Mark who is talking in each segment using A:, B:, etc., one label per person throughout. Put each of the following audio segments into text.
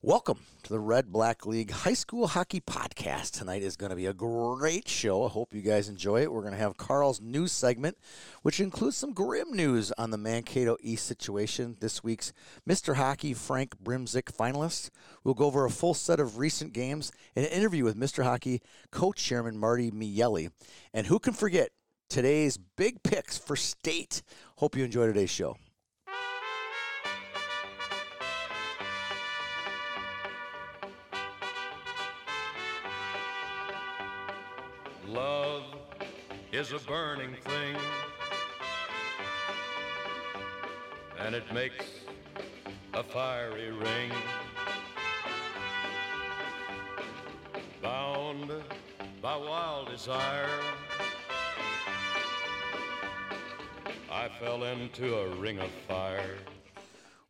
A: Welcome to the Red Black League High School Hockey Podcast. Tonight is going to be a great show. I hope you guys enjoy it. We're going to have Carl's news segment, which includes some grim news on the Mankato East situation. This week's Mr. Hockey Frank Brimzik finalist. We'll go over a full set of recent games and an interview with Mr. Hockey co-chairman Marty Miele. And who can forget today's big picks for state? Hope you enjoy today's show.
B: Love is a burning thing, and it makes a fiery ring. Bound by wild desire, I fell into a ring of fire.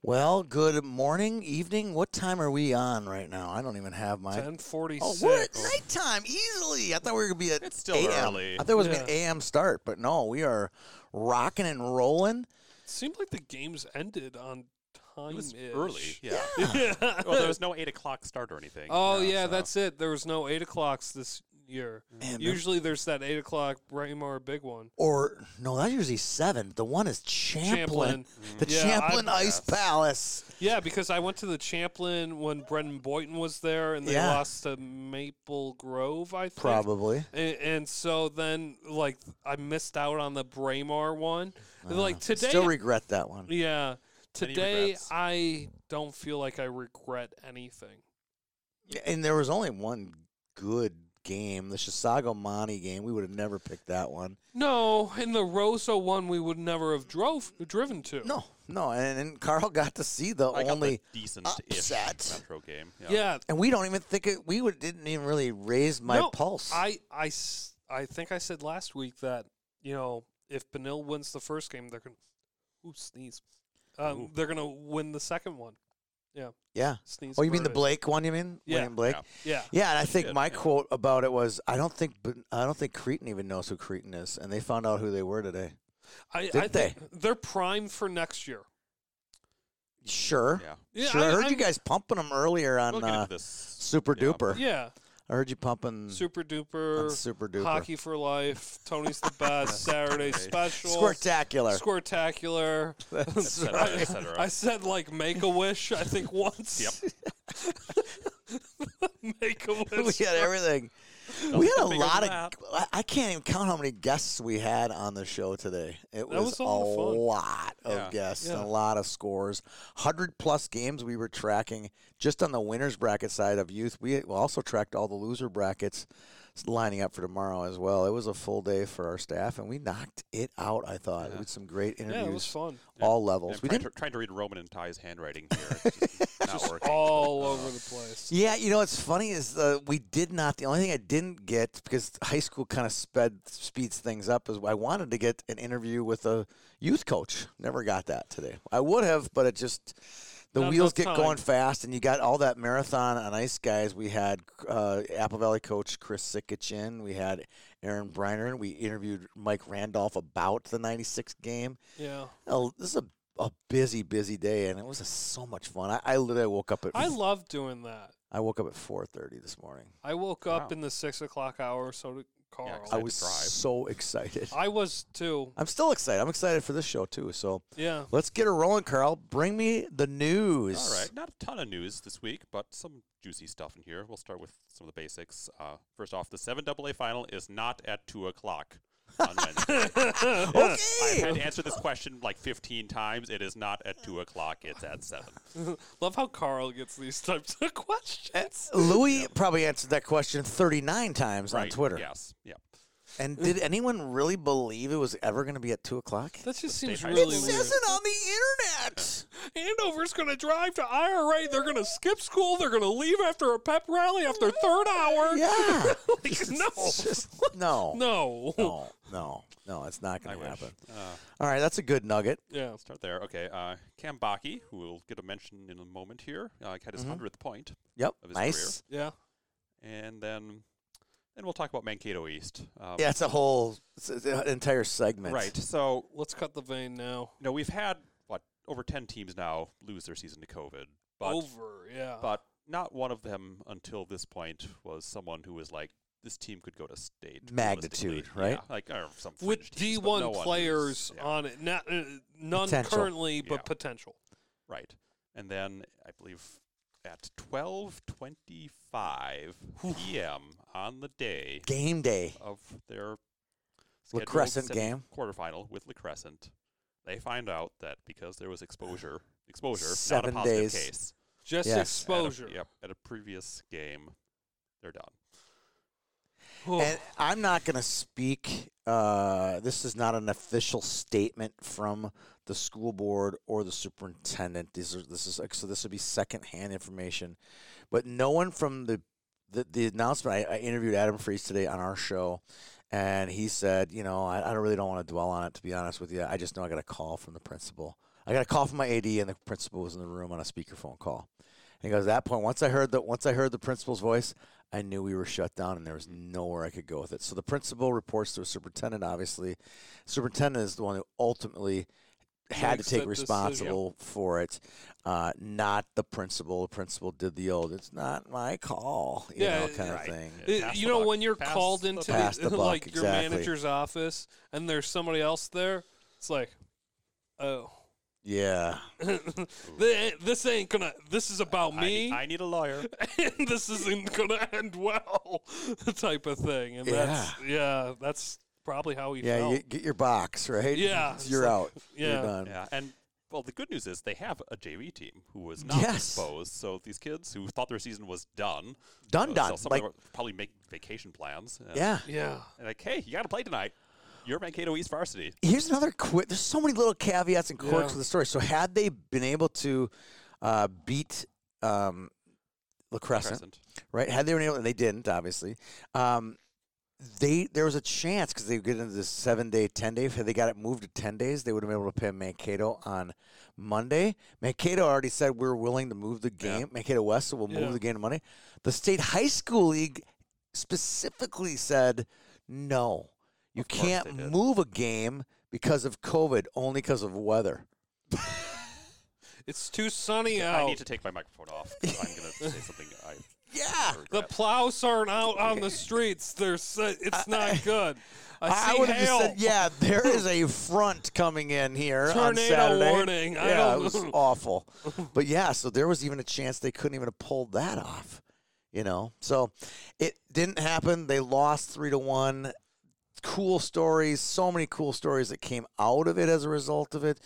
A: Well, good morning, evening. What time are we on right now? I don't even have my.
C: Ten forty
A: Oh,
C: six.
A: we're at nighttime easily. I thought we were gonna be at.
D: It's still
A: AM.
D: early.
A: I thought it was gonna be an AM start, but no, we are rocking and rolling.
C: Seemed like the games ended on time.
D: It was
A: Mm,
D: early. Yeah.
C: Yeah.
D: well, there was no eight o'clock start or anything.
C: oh
D: you know,
C: yeah,
D: so.
C: that's it. There was no eight o'clocks this year.
A: Man, the-
C: Usually there's that eight o'clock Raymore big one.
A: Or no, that's usually seven. The one is Champlin,
C: Champlin.
A: the
C: Yeah,
A: Champlin
C: I'm-
A: Ice Palace.
C: Yeah, because I went to the Champlin when Brendan Boyton was there, and they
A: Yeah.
C: lost to Maple Grove, I think.
A: Probably.
C: And, and so then, like, I missed out on the Braemar one.
D: Ah.
C: like today,
A: Uh, Still regret that one.
C: yeah, today
D: regrets?
C: I don't feel like I regret anything.
A: And there was only one good game, the Chisago Monty game. We would have never picked that one.
C: No, in the Rosa one, we would never have drove driven to.
A: No, no. And, and Carl got to see the
D: I got the
A: only.
D: decent-ish
A: upset.
D: Metro game.
C: Yeah,
A: and we don't even think it. We would, didn't even really raise my
C: No,
A: pulse.
C: I, I s- I think I said last week that you know if Benil wins the first game, they're gonna ooh, sneeze. Um,
D: Ooh.
C: They're gonna win the second one.
A: yeah.
C: Sneeze.
A: Oh, you mean the
C: bird.
A: Blake one? You mean
C: Yeah.
A: William Blake?
D: Yeah.
C: Yeah,
A: Yeah, and I think
D: Shit,
A: my
D: yeah.
A: quote about it was, "I don't think Ben- I don't think Creighton even knows who Creighton is, and they found out who they were today."
C: I,
A: Did
C: I think they're primed for next year.
A: Sure,
D: Yeah.
C: Yeah,
A: sure. I, heard you
C: I'm-
A: guys pumping them earlier on
D: We'll get
A: uh,
D: into this.
A: Super
D: Yeah.
A: Duper.
C: Yeah,
A: I heard you pumping
C: super
A: on
C: duper.
A: Hmm. Super Duper.
C: Hockey for life. Tony's the best. Saturday special.
A: Squirtacular.
C: Squirtacular.
D: Et
A: That's
D: cetera, et
A: right.
D: cetera.
C: I said like make a wish. I think once. Yep. make a
A: we
C: wish.
A: had everything. We had a
D: bigger
A: lot of.
D: than that.
A: I- I can't even count how many guests we had on the show today. It
C: That was
A: a
C: a lot of fun.
A: lot of
D: Yeah.
A: guests and
C: Yeah.
A: a lot of scores. Hundred plus games we were tracking just on the winners bracket side of youth. We also tracked all the loser brackets lining up for tomorrow as well. It was a full day for our staff, and we knocked it out. I thought with some great
C: Yeah, it was
A: interviews,
C: fun.
A: all
D: I'm
A: levels. We
D: trying
A: didn't
D: to, trying to read Roman and Ty's handwriting here. It's just not working.
C: All over the place.
A: Yeah, you know what's funny is uh, we did not. The only thing I didn't get because high school kind of sped speeds things up is I wanted to get an interview with a youth coach. Never got that today. I would have, but it just the
C: Not
A: wheels get
C: enough time.
A: going fast, and you got all that marathon on ice guys. We had uh, Apple Valley coach Chris Sikic in. We had Aaron Briner. and We interviewed Mike Randolph about the '96 game.
C: Yeah.
A: Oh, this is a a busy, busy day, and it was so much fun. I, I literally woke up at
C: I love doing that.
A: I woke up at 4:30 this morning.
C: I woke up
D: Wow.
C: in the six o'clock hour, so did Carl.
D: 'cause
A: I
D: had to
A: was
D: drive.
A: so excited.
C: I was too.
A: I'm still excited. I'm excited for this show too. So
C: Yeah.
A: let's get her rolling, Carl. Bring me the news.
D: All right, not a ton of news this week, but some juicy stuff in here. We'll start with some of the basics. Uh, first off, the seven AA final is not at two o'clock on Wednesday. I
A: Okay.
D: had to answer this question like fifteen times. It is not at two o'clock. It's at seven.
C: Love how Carl gets these types of questions.
A: Louis probably answered that question 39 times on
D: Right?
A: Twitter.
D: Yes. Yep.
A: And did anyone really believe it was ever going to be at two o'clock?
C: That just seems
D: high
C: really
A: it
C: weird.
A: says it on the internet.
C: Andover's going to drive to IRA. They're going to skip school. They're going to leave after a pep rally after third hour.
A: Yeah.
C: Like, no.
A: It's just- no.
C: No.
A: No. No. No. It's not
D: I
A: going to
D: wish.
A: happen.
D: Uh,
A: All right. That's a good nugget.
C: Yeah.
D: Start there. Okay. Uh, Cam Baki, who we'll get a mention in a moment here, uh, had
A: Mm-hmm.
D: his 100th point.
A: Yep.
D: Of his
A: Nice.
C: Yeah.
D: And then then we'll talk about Mankato East. Um,
A: Yeah. It's a whole it's an entire segment.
D: Right. So,
C: Let's cut the vein now.
D: you know,
A: Oh,
D: we've had, what, over 10 teams now lose their season to COVID. But,
C: Over. Yeah.
D: but not one of them until this point was someone who was like this team could go to state
A: Magnitude,
D: realistically.
A: right?
D: Yeah, like or some
C: with
D: fringe teams,
C: D1
D: but no one who's-
C: players
D: yeah,
C: on it. Not, uh, none
A: Potential.
C: currently, but
D: Yeah.
C: potential.
D: right. And then I believe at twelve twenty five p.m. on the day
A: Game day.
D: of their
A: La
D: scheduled
A: Crescent
D: semi-
A: game.
D: quarterfinal with La Crescent, they find out that because there was exposure, exposure,
A: Seven
D: not a positive
A: days.
D: case.
C: Just
A: Yes.
C: exposure.
D: At a, yep, at a previous game, they're done.
C: Oh,
A: And I'm not going to speak. Uh, this is not an official statement from the school board or the superintendent. These are this is so this would be secondhand information, but no one from the the, the announcement. I, I interviewed Adam Freeze today on our show, and he said, you know, I, I don't really don't want to dwell on it. To be honest with you, I just know I got a call from the principal. I got a call from my AD, and the principal was in the room on a speakerphone call. And he goes, at that point, once I heard the once I heard the principal's voice, I knew we were shut down and there was nowhere I could go with it. So the principal reports to a superintendent, obviously. Superintendent is the one who ultimately had
C: Makes
A: to take
C: that
A: responsible for it, uh, not the principal. The principal did the old, it's not my call, you
C: Yeah,
A: know, kind
D: right.
A: of thing.
D: Yeah,
C: Uh,
D: pass
C: you
D: the
C: know
D: buck.
C: when you're
D: Pass
C: called
D: the
C: into
D: buck.
A: Pass the buck,
C: like your
A: exactly.
C: manager's office and there's somebody else there, it's like, oh,
A: Yeah.
C: th- this ain't gonna. This is about
D: I ne-
C: me,
D: I, need a lawyer.
C: and this isn't gonna end well, type of thing. And that's yeah, that's probably how he
A: Yeah,
C: felt.
A: you get your box, right?
C: Yeah, it's
A: You're
C: like-
A: out.
C: yeah.
A: You're done.
D: yeah, and well, the good news is they have a JV team who was not
A: Yes.
D: exposed. So these kids who thought their season was done,
A: Done,
D: uh,
A: done.
D: So some
A: Like,
D: of them were probably make vacation plans. and-
A: yeah.
C: yeah.
D: and like, hey, you got to play tonight. You're Mankato East varsity.
A: here's another quick. There's so many little caveats and quirks
C: Yeah.
A: to the story. So had they been able to uh, beat um, La Crescent,
D: Crescent.
A: right? Had they been able, and they didn't, obviously. Um, they there was a chance because they would get into this seven day, ten day. Had they got it moved to ten days, they would have been able to play Mankato on Monday. Mankato already said we're willing to move the
D: Yeah.
A: game. Mankato West, so we'll move
C: Yeah.
A: the game to Monday. The state high school league specifically said no, you
D: Of course they
A: can't
D: did.
A: move a game because of COVID, only because of weather.
C: It's too sunny
D: I
A: Oh.
C: out.
D: need to take my microphone off. 'cause I'm going to say something I
A: Yeah.
C: the
D: regret.
C: plows aren't out on the streets. There's, uh, it's not good. I,
A: I
C: see
A: would have
C: hail.
A: just said, yeah, there is a front coming in here on
C: Tornado
A: Saturday.
C: warning. I
A: Yeah,
C: don't
A: it was
C: know.
A: awful. But yeah, so there was even a chance they couldn't even have pulled that off. You know, so it didn't happen. They lost three to one. Cool stories, so many cool stories that came out of it as a result of it.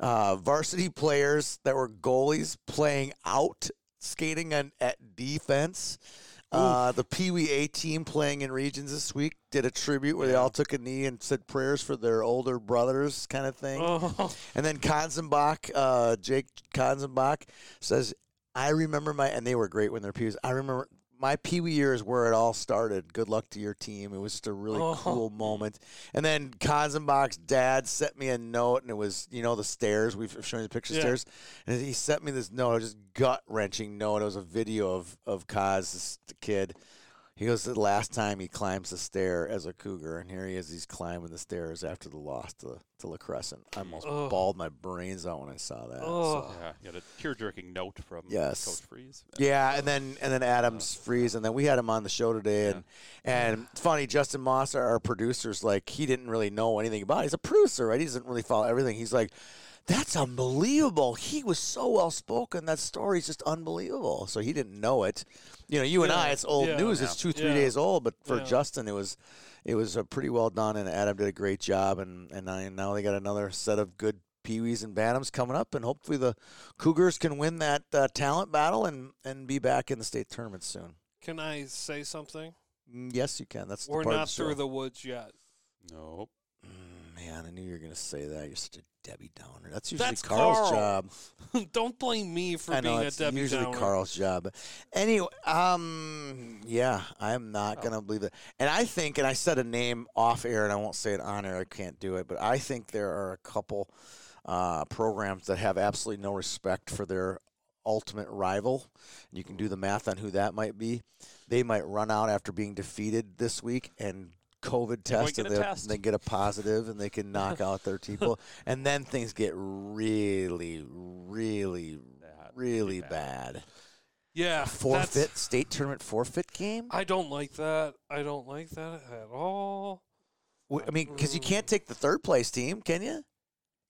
A: Uh, varsity players that were goalies playing out, skating on, at defense. Uh, the Pee Wee A team playing in regions this week did a tribute where they all took a knee and said prayers for their older brothers, kind of thing.
C: Oh,
A: And then Konzenbach, uh, Jake Konzenbach says, I remember my, and they were great when they're Pee Wees. I remember my Pee Wee year is where it all started. Good luck to your team. It was just a really
C: Oh.
A: cool moment. And then Konzenbach's dad sent me a note, and it was, you know, the stairs. We've shown you the picture of
C: Yeah.
A: stairs. And he sent me this note, it was just gut wrenching note. It was a video of, of Koz, this kid. He goes, the last time he climbs the stair as a cougar, and here he is, he's climbing the stairs after the loss to, to La Crescent. I almost
C: Ugh.
A: bawled my brains out when I saw that.
C: oh.
D: Yeah, you had a tear jerking note from
A: Yes.
D: Coach Freeze.
A: Yeah, and then and then Adams freeze, and then we had him on the show today, and and it's funny, Justin Moss, our, our producer's like he didn't really know anything about. It. He's a producer, right? He doesn't really follow everything. He's like, that's unbelievable. He was so well spoken. That story's just unbelievable. So he didn't know it. You know, you and
C: Yeah,
A: I, it's old
C: yeah,
A: news. It's two three
C: yeah.
A: days old, but for
C: Yeah.
A: Justin, it was it was uh pretty well done, and Adam did a great job, and and I- now they got another set of good. Peewees and Bantams coming up, and hopefully the Cougars can win that uh, talent battle and and be back in the state tournament soon.
C: Can I say something?
A: Mm, Yes, you can. That's the
C: We're
A: part
C: not
A: of
C: through
A: show.
C: the woods yet.
D: Nope.
A: Mm, Man, I knew you were going to say that. You're such a Debbie Downer. That's usually
C: That's
A: Carl's
C: Carl.
A: job.
C: Don't blame me for
A: I know
C: being
A: it's
C: a Debbie
A: usually
C: Downer.
A: Carl's job. Anyway, um, yeah, I'm
C: Oh.
A: not going to believe that. And I think, and I said a name off air, and I won't say it on air. I can't do it, but I think there are a couple uh, programs that have absolutely no respect for their ultimate rival. You can do the math on who that might be. They might run out after being defeated this week and. COVID test and
D: get a
A: they,
D: test.
A: they get a positive and they can knock out their people and then things get really, really,
D: That would be
A: really
D: bad.
A: bad.
C: Yeah, that's-
A: Forfeit state tournament forfeit game.
C: I don't like that. I don't like that at all.
A: W- I mean, because you can't take the third place team, can you?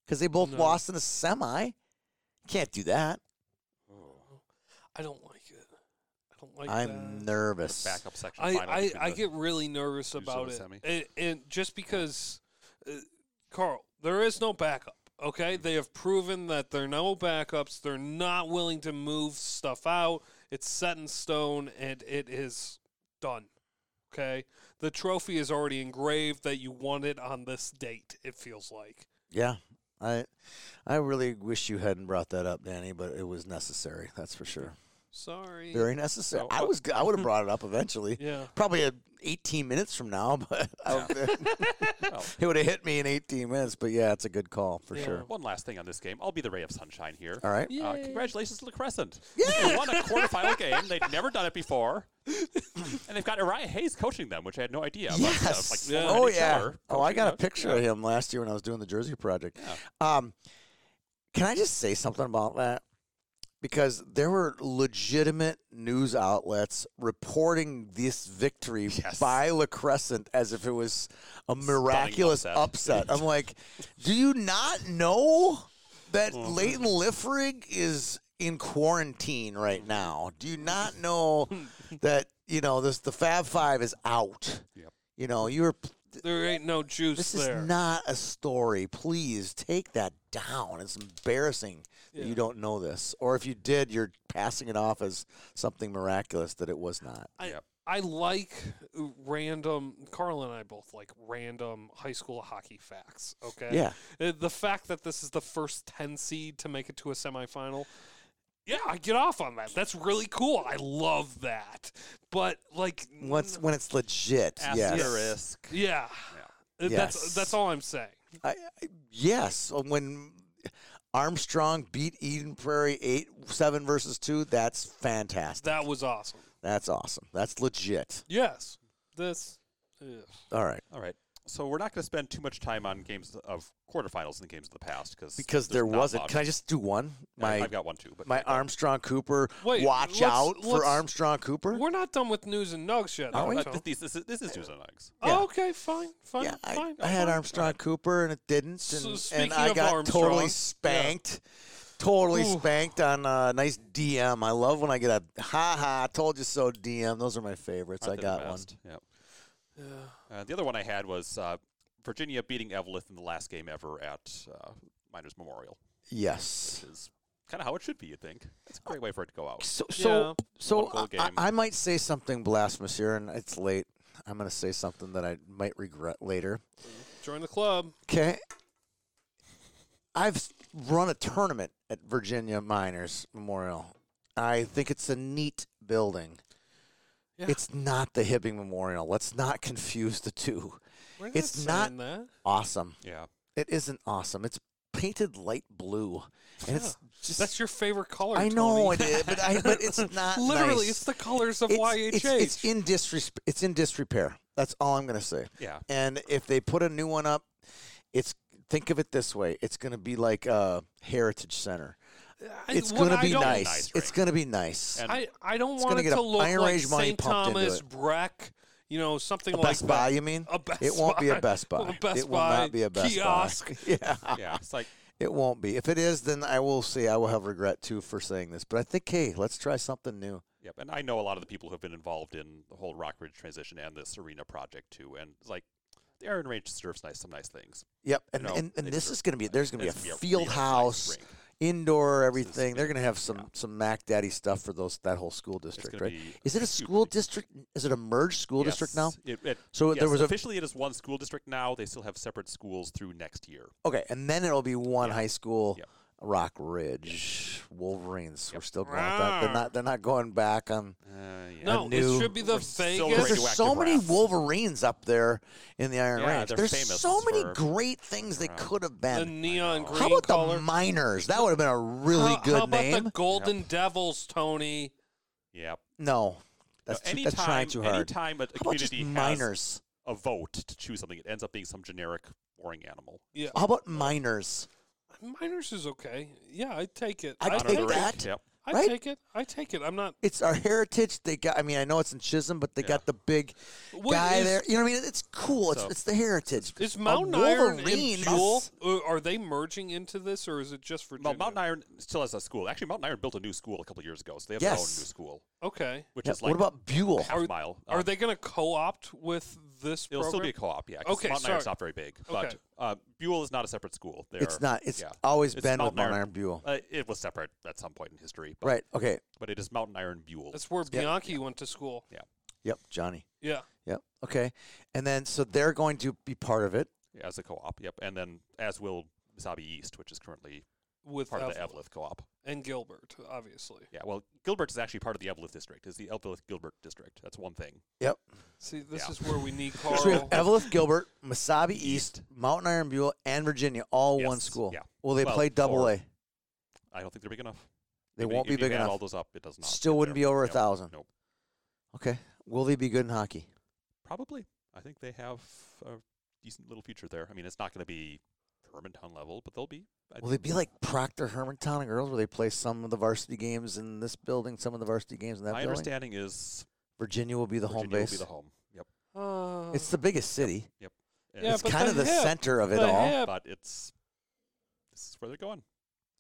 A: Because they both
C: No.
A: lost in the semi. Can't do that.
C: I don't like it. I don't like
A: I'm
C: that.
A: nervous.
D: Backup section
C: I,
D: final.
C: I,
D: between
C: I
D: the-
C: get really nervous
D: Who's
C: about
D: on
C: it.
D: semi?
C: And, and just because, uh, Carl, there is no backup. Okay, they have proven that there are no backups. They're not willing to move stuff out. It's set in stone, and it is done. Okay, the trophy is already engraved that you want it on this date. It feels like.
A: Yeah, I, I really wish you hadn't brought that up, Danny, but it was necessary. That's for sure.
C: Sorry.
A: Very necessary.
D: No,
A: I
D: uh,
A: was. g- I would have brought it up eventually.
C: yeah.
A: Probably uh 18 minutes from now, but I,
D: Well,
A: it would have hit me in 18 minutes. But yeah, it's a good call for
C: Oh. Yeah.
A: sure.
D: one last thing on this game. I'll be the ray of sunshine here.
A: All right.
D: Uh, congratulations to the Crescent. They won a quarterfinal game. They'd never done it before. and they've got Uriah Hayes coaching them, which I had no idea. about. So it's
A: Yes.
D: like, well,
A: Oh
D: and each
A: yeah.
D: other
A: Oh, I
D: coaching
A: got a
D: us.
A: picture of him last year when I was doing the Jersey project. Um, can I just say something about that? Because there were legitimate news outlets reporting this victory
D: Yes.
A: by La Crescent as if it was a miraculous
D: upset.
A: upset. I'm like, do you not know that
D: Mm-hmm.
A: Leighton Liffrig is in quarantine
D: Mm-hmm.
A: right now? Do you not know that you know this the Fab Five is out?
D: Yep.
A: You know, you're
C: There ain't no juice
A: this
C: there.
A: is not a story. Please take that down. It's embarrassing that
C: Yeah.
A: you don't know this. Or if you did, you're passing it off as something miraculous that it was not.
C: I,
D: Yep.
C: I like random. Carl and I both like random high school hockey facts. Okay.
A: Yeah.
C: Uh, The fact that this is the first ten seed to make it to a semifinal. Yeah, I get off on that. That's really cool. I love that. But like,
A: Once when it's legit, yes.
D: Asterisk.
C: yeah, Uh,
A: Yes.
C: that's that's all I'm saying.
A: I, I, yes, Uh, when Armstrong beat Eden Prairie eight seven versus two, that's fantastic.
C: That was awesome.
A: That's awesome. That's legit.
C: Yes. This. Ugh.
A: All right,
D: All right. So we're not going to spend too much time on games of quarterfinals and games of the past because
A: because there wasn't. Can I just do one? My
D: I've got one too, but
A: my
D: go.
A: Armstrong Cooper.
C: Wait,
A: watch
C: let's-
A: out for
C: let's-
A: Armstrong Cooper.
C: We're not done with news and nugs yet.
D: Uh,
C: though,
D: th-
C: Tom.
D: these- this, is this is news and nugs.
A: yeah.
C: Oh, okay, fine, fine,
A: Yeah, I,
C: fine.
A: I had
C: fine.
A: Armstrong Cooper and it didn't,
C: So
A: and, and
C: speaking
A: I
C: of
A: got totally
C: Armstrong,
A: spanked, totally
C: Ooh.
A: spanked on a nice DM. I love when I get a ha ha, I told you so DM. Those are my favorites. I
D: Aren't they the
A: got one.
D: best? Yep. Uh, the other one I had was uh, Virginia beating Evelyn in the last game ever at uh, Miners Memorial,
A: Yes.
D: which is kind of how it should be. You think that's a great way for it to go out.
A: So so
C: Yeah.
A: so
D: One goal
A: I,
D: game.
A: I might say something blasphemous here, and it's late. I'm going to say something that I might regret later.
C: Join the club.
A: Okay. I've s- run a tournament at Virginia Miners Memorial. I think it's a neat building.
C: Yeah.
A: It's not the Hibbing Memorial. Let's not confuse the two.
C: We're
A: It's
C: saying that.
A: Awesome.
D: Yeah,
A: It isn't awesome. It's painted light blue, and it's just.
C: That's your favorite color.
A: I know
C: Tony.
A: it is, but I, but it's not
C: Literally,
A: nice.
C: it's the colors of
A: it's,
C: YHH.
A: it's, it's in disresp- It's in disrepair. That's all I'm gonna say.
D: yeah.
A: And if they put a new one up, it's think of it this way: it's gonna be like a heritage center.
C: I-
A: It's
C: what
A: gonna
C: I
A: be
C: don't-
A: nice.
D: Nice
A: It's
D: ring.
A: gonna be nice.
D: And
C: I, I don't
A: It's
C: want
A: gonna
C: it
A: get a
C: to look
A: Iron
C: like
A: Age money
C: St.
A: pumped into
C: Thomas
A: it.
C: Breck, you know, something
A: A
C: like
A: Best
C: that.
A: Buy, you mean?
C: A Best
A: it won't be a
C: Buy.
A: Best Buy.
C: A Best
A: it will
C: Buy
A: not be a Best
C: kiosk.
A: Buy. yeah.
D: yeah, it's like
A: It won't be. If it is, then I will say I will have regret too for saying this. But I think, hey, let's try something new.
D: Yep, and I know a lot of the people who have been involved in the whole Rockridge transition and this arena project too, and it's like the Iron Range deserves nice some nice things.
A: Yep. And
D: No,
A: and, and
D: they
A: this
D: deserve
A: is going to be there's going to
D: It's
A: be a
D: gonna
A: field
D: real nice
A: house,
D: rink.
A: indoor everything. They're
D: gonna
A: going to have some
D: yeah.
A: some Mac Daddy stuff for those that whole school
D: It's
A: district,
D: gonna
A: right?
D: be
A: Is it a
D: huge.
A: school district? Is it a merged school district now?
D: Yes, it- it-
A: So there
D: yes,
A: was a-
D: officially it is one school district now. They still have separate schools through next year.
A: Okay, and then it'll be one
D: Yeah.
A: high school.
D: Yep.
A: Rock Ridge Wolverines. We're still going with that. They're
C: Rawr.
A: not. They're not going back on.
D: Uh, yeah.
C: No,
A: new-
C: it should be the
D: We're so
A: Because
C: Vegas.
A: there's so
D: radioactive
A: many
D: rats.
A: Wolverines up there in the Iron
D: Yeah,
A: Range.
D: they're
A: There's
D: famous
A: so many
D: for- uh,
A: great things they could have
C: the
A: been.
C: neon green
A: How about
C: color.
A: the Miners? That would have been a really
C: how,
A: good
C: how about
A: name.
C: the Golden Devils, Tony?
D: Yep.
A: no, that's,
D: no,
A: too,
D: anytime,
A: that's trying too hard. How
D: Anytime a, a
A: about just
D: community has
A: Miners?
D: a vote to choose something, it ends up being some generic boring animal.
C: Yeah,
A: Uh, How about Miners?
C: Miners is okay. Yeah, I'd take it.
A: I'd
C: I'd
A: take
D: Honorary-
A: that.
D: Yep.
C: I
A: Right?
C: take it. I take it. I'm not.
A: It's our heritage. They got. I mean, I know it's in Chisholm, but they
D: Yeah.
A: got the big
C: What
A: guy
C: is-
A: there. You know what I mean? It's cool. It's
D: So-
A: it's the heritage.
C: Is
A: A
C: Mountain Iron and
A: Wolverine
C: Jewel?
A: is-
C: uh, Are they merging into this, or is it just Virginia?
D: Well, Mountain Iron still has a school. Actually, Mountain Iron built a new school a couple years ago, so they have their own
A: Yes.
D: new school,
C: Okay.
D: which
A: Yeah,
D: is like
A: what about Buell?
D: half
C: Are-
D: mile.
C: Are
D: Um,
C: they going to co-opt with this?
D: It'll still be a
C: program?
D: co-op, yeah. 'cause
C: Okay,
D: Mountain Iron's
C: sorry.
D: not very big,
C: Okay.
D: but uh, Buell is not a separate school. They're,
A: It's not. It's
D: yeah.
A: always
D: It's
A: been with
D: Mountain Iron. Oh.
A: Mountain Iron Buell.
D: Uh, it was separate at some point in history, but,
A: Right. Okay.
D: But it is Mountain Iron Buell.
C: That's where
A: Yeah.
C: Bianchi went to school.
A: Yep. Johnny.
C: Yeah.
A: Yep. Okay. And then so they're going to be part of it.
D: as a co-op. Yep, and then as will Misabi East, which is currently
C: With
D: part of
C: Evelyn.
D: the Evelith co-op.
C: and Gilbert, obviously.
D: Yeah, well, Gilbert is actually part of the Evelith district. Is the Evelith Gilbert district? That's one thing.
A: Yep.
C: See, this
D: Yeah.
C: is where we need
A: So we have
C: Carl.
D: Oh.
A: Evelyn Gilbert, Masabi East, Mountain Iron Buell, and Virginia, all Oh, one
D: Yes,
A: school.
D: yeah.
A: Will they
D: Well,
A: play double
D: four.
A: A?
D: I don't think they're big enough.
A: They
D: If you-
A: won't
D: if
A: be
D: you
A: big
D: add
A: enough.
D: All those up, it does not.
A: Still
D: get
A: wouldn't
D: there.
A: be over a
D: Nope.
A: thousand.
D: Nope.
A: Okay. Will they be good in hockey?
D: Probably. I think they have a decent little future there. I mean, it's not going to be Hermantown level, but they'll be. I
A: Will they
D: think-
A: be like Proctor Hermantown and girls, where they play some of the varsity games in this building, some of the varsity games in that
D: My
A: building?
D: understanding is
A: Virginia will be the home
D: Virginia
A: base.
D: will be the home. Yep.
C: Uh,
A: It's the biggest city.
D: And
C: Yeah,
A: it's
C: but
A: kind of
C: the
A: the
C: hip-
A: center of it
C: the
A: all.
C: hip-
D: but it's this is where they're going.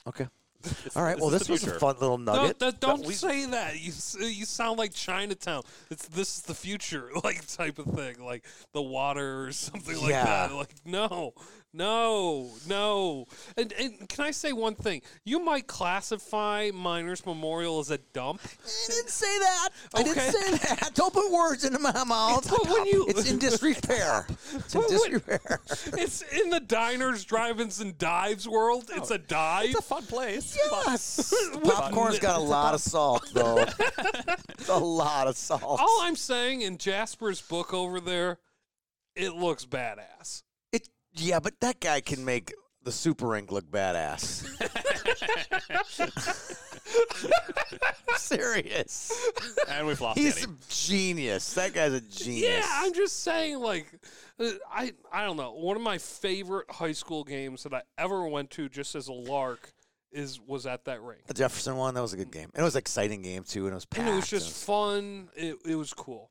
A: Okay.
D: It's-
A: All right. Well,
D: is
A: this
D: the
A: was a
D: future.
A: fun little
C: No,
A: nugget.
C: that, don't
D: we-
C: say that. You s- you sound like Chinatown. It's this is the future, like type of thing, like the water or something like that.
A: Yeah.
C: Like no, no, no. And, and can I say one thing? You might classify Miners Memorial as a dump.
A: I didn't say that. I
C: Okay.
A: didn't say that. Don't put words into my mouth.
C: But when you-
A: it's in disrepair. It's in
C: But when-
A: disrepair.
C: it's in the diners, drive-ins, and dives world. It's a dive.
D: It's a fun place.
A: Yes. Popcorn's got a lot of salt, though. It's a lot of salt.
C: All I'm saying in Jasper's book over there, it looks badass.
A: It, yeah, but that guy can make the super ink look badass. Serious.
D: and we've lost
A: He's a
D: Danny.
A: genius. That guy's a
C: Yeah,
A: genius.
C: I'm just saying, like, uh, I I don't know. One of my favorite high school games that I ever went to, just as a lark, is was at that rink.
A: the Jefferson one, that was a good game. And it was an exciting game, too, and it was packed.
C: And it was
A: and
C: just fun. It, it was cool.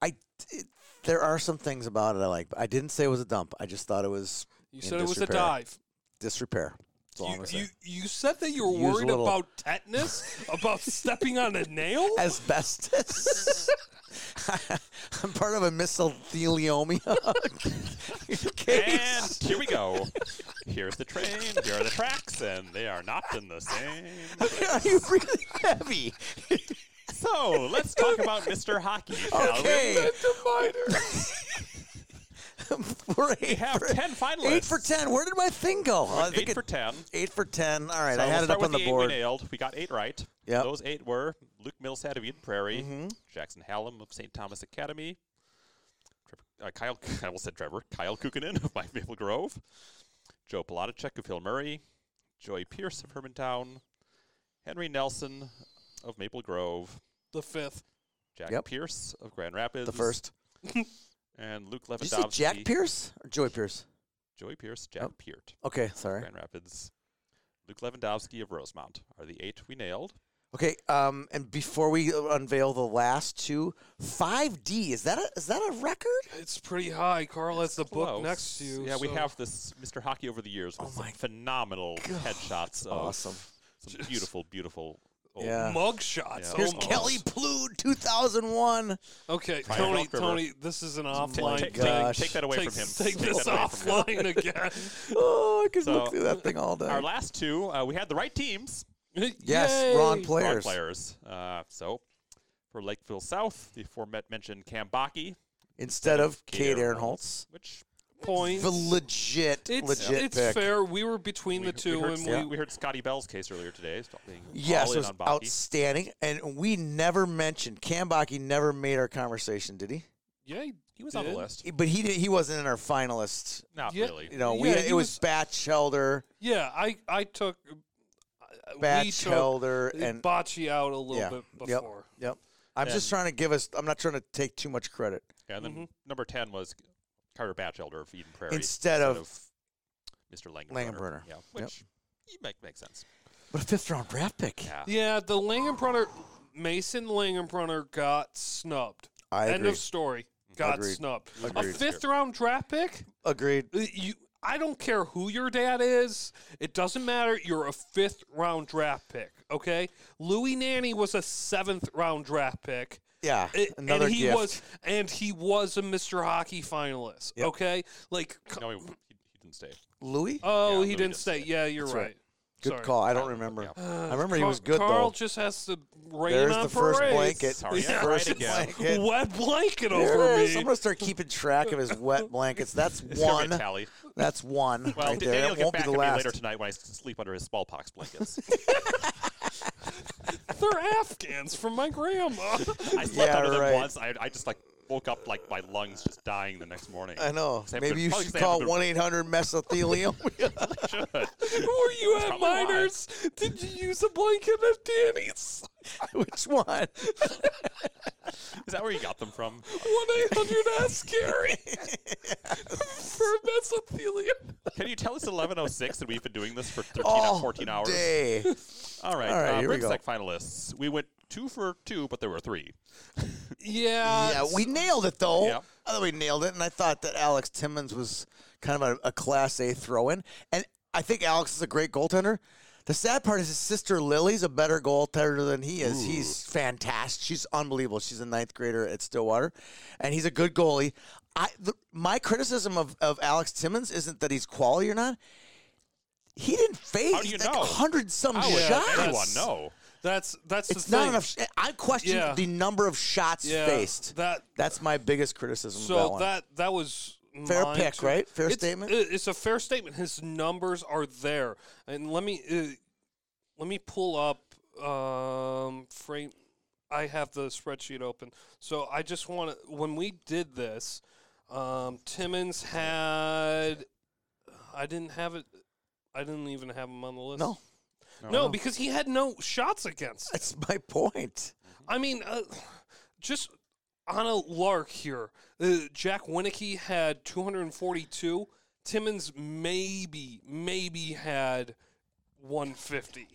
A: I it, there are some things about it I like. but I didn't say it was a dump. I just thought it was
C: You
A: In
C: said it was a
A: disrepair.
C: dive.
A: disrepair. That's all I'm
C: You,
A: gonna say.
C: you, you said that you were
A: Use a
C: worried
A: little-
C: about tetanus, about stepping on a nail.
A: Asbestos. I'm part of a mesothelioma case.
D: And here we go. Here's the train. Here are the tracks, and they are not in the same.
A: Are you really heavy?
D: So let's talk about Mr. Hockey. shall we?
A: Okay. We're eight,
D: We have
A: for,
D: ten finalists.
A: eight for ten. Where did my thing go? Oh, I think
D: Eight
A: it-
D: for ten.
A: Eight for ten. All right,
D: So
A: I
D: we'll
A: had it
D: start
A: up
D: with
A: on the
D: eight
A: board.
D: We nailed. We got eight right.
A: Yep. Mm-hmm.
D: Those eight were Luke Millsat of Eden Prairie, Jackson Hallam of St. Thomas Academy, Trevor, uh, Kyle. I almost said Trevor. Kyle Kukinen of My Maple Grove, Joe Palatichek of Hill Murray, Joey Pierce of Hermantown, Henry Nelson of Maple Grove,
C: the fifth.
D: Jack
A: Yep.
D: Pierce of Grand Rapids,
A: The first.
D: and Luke
A: Did you say
D: Lewandowski.
A: Jack Oh, Pierce or Joy Pierce?
D: Joey Pierce, Jack Peart,
A: Okay, sorry.
D: Grand Rapids. Luke Lewandowski of Rosemount are the eight we nailed.
A: Okay, um, and before we unveil the last two, five D is that a is that a record?
C: It's pretty high. Carl has the book
D: Close.
C: next to you.
D: Yeah, we
C: so-
D: have this Mr. Hockey over the years with
A: Oh
D: some
A: my
D: phenomenal headshots. Of
A: awesome.
D: Some beautiful, beautiful. Old
A: Yeah.
C: mug shots.
D: Yeah.
A: Here's
D: almost.
A: Kelly Plude, two thousand one.
C: Okay,
D: Try it.
C: Tony,
D: Rock River.
C: Tony, this is an
D: Take,
C: offline
D: take,
C: thing.
D: take,
A: gosh.
D: take that away
C: take,
D: from him.
C: take
D: Take
C: this
D: that away from him.
C: offline again.
A: Oh, I could
D: So-
A: look through that thing all day.
D: Our last two, uh, we had the right teams,
A: yes, Ron
C: Yay.
D: wrong
A: players.
D: players. Uh, so for Lakeville South, the aforementioned Kambaki,
A: instead of Kate
D: Kate
A: Ehrenholz.
D: which
C: Points.
A: The legit,
C: it's
A: legit
C: it's
A: pick.
C: fair. We were between
D: we,
C: the
D: he-
C: two,
D: we heard,
C: and we
D: we, we heard Scotty Bell's case earlier today. so being
A: Yes,
D: all
A: it
D: in
A: was
D: on Baki.
A: outstanding, and we never mentioned Kambaki. Never made our conversation, did he?
C: yeah,
D: He was on the list.
A: But he did, he wasn't in our finalists.
D: Not
C: Yeah.
D: really.
A: You know, we
C: Yeah,
A: it
C: he
A: was
C: was-
A: Batchelder,
C: Yeah, I I took uh, we took
A: Batchelder, and
C: Bocce out a little
A: yeah,
C: bit
A: yep,
C: before.
A: yep. I'm just
D: And-
A: trying to give us. I'm not trying to take too much credit.
D: Yeah, and
C: Mm-hmm.
D: then number 10 was Carter Batchelder of Eden Prairie.
A: Instead of
D: Mr. Langenbrunner.
A: Langenbrunner.
D: Yeah,
A: Yep.
D: which you make, makes sense.
A: But a fifth round draft pick.
D: Yeah.
C: Yeah, the Langenbrunner, Mason Langenbrunner got snubbed.
A: I
C: End
A: agree.
C: of story. Got
A: Agreed.
C: snubbed. A
A: Agreed.
C: fifth round draft pick?
A: Agreed.
C: Uh, You, I don't care who your dad is. It doesn't matter. You're a fifth round draft pick. Okay, Louis Nanny was a seventh round draft pick.
A: Yeah.
C: It-
A: another
C: and he
A: gift.
C: was and he was a Mr. Hockey finalist.
A: Yep.
C: Okay, like c-
D: No, he, he, he didn't stay.
A: Louis.
C: oh,
D: Yeah,
C: he
D: Louis
C: didn't
D: didn't
C: stay.
D: stay.
C: Yeah, you're
A: That's
C: right.
A: right. Good
C: Sorry.
A: call. I don't remember. I remember he
C: Carl-
A: was good
C: Carl
A: though.
C: just has to rain
A: There's
C: on
A: the first
C: parades.
A: blanket.
D: Sorry,
A: His
D: I
A: first
D: tried again.
A: blanket.
C: Wet blanket
A: There it
C: over
A: is. I'm
C: me.
A: gonna start keeping track of his wet blankets. That's
D: It's gonna be a
A: one.
D: tally.
A: That's one
D: Well,
A: right
D: D-
A: there.
D: Danny'll
A: That won't be
D: get back
A: the
D: at me
A: last.
D: later tonight when I s- sleep under his smallpox blankets.
C: They're Afghans from my grandma.
D: I slept
A: Yeah,
D: under them
A: right.
D: once. I, I just like woke up like my lungs just dying the next morning.
A: I know.
D: Except
A: Maybe
D: for-
A: you
D: probably
A: should
D: say I'm
A: call
D: good-
A: one eight hundred mesothelium.
C: Who are you at
D: probably why.
C: Miners? Did you use a blanket of Danny's?
A: Which one?
D: Is that where you got them from?
C: One eight hundred ask Gary for mesothelium.
D: Can you tell us 1106 that we've been doing this for 13
A: All
D: 14 hours?
A: day.
D: All right.
A: Oh, All right,
D: uh,
A: here we go.
D: Brimstack finalists. We went two for two, but there were three.
C: Yeah,
A: yeah, we nailed it though.
D: Yep.
A: I thought we nailed it, and I thought that Alex Timmons was kind of a, a class A throw-in, and I think Alex is a great goaltender. The sad part is his sister Lily's a better goaltender than he is. He's fantastic. She's unbelievable. She's a ninth grader at Stillwater, and he's a good goalie. I the, my criticism of, of Alex Timmons isn't that he's quality or not. He didn't face
D: How do you
A: like
D: know?
A: hundred some
D: How would
A: shots.
D: anyone know?
C: that's that's
A: It's
C: the thing.
A: not enough. sh- I question
C: Yeah.
A: the number of shots
C: yeah,
A: faced.
C: that
A: That's my biggest criticism. of that,
C: so
A: one.
C: that that was
A: fair
C: mine
A: pick,
C: too.
A: right? Fair
C: It's-
A: statement.
C: it- It's a fair statement. His numbers are there, and let me uh, let me pull up um frame. I have the spreadsheet open, so I just want to. When we did this, um, Timmons had. I didn't have it. I didn't even have him on the list.
A: no,
C: No, because he had no shots against.
A: that's my point.
C: I mean, uh, just on a lark here, uh, Jack Winicky had 242. Timmons maybe, maybe had 150.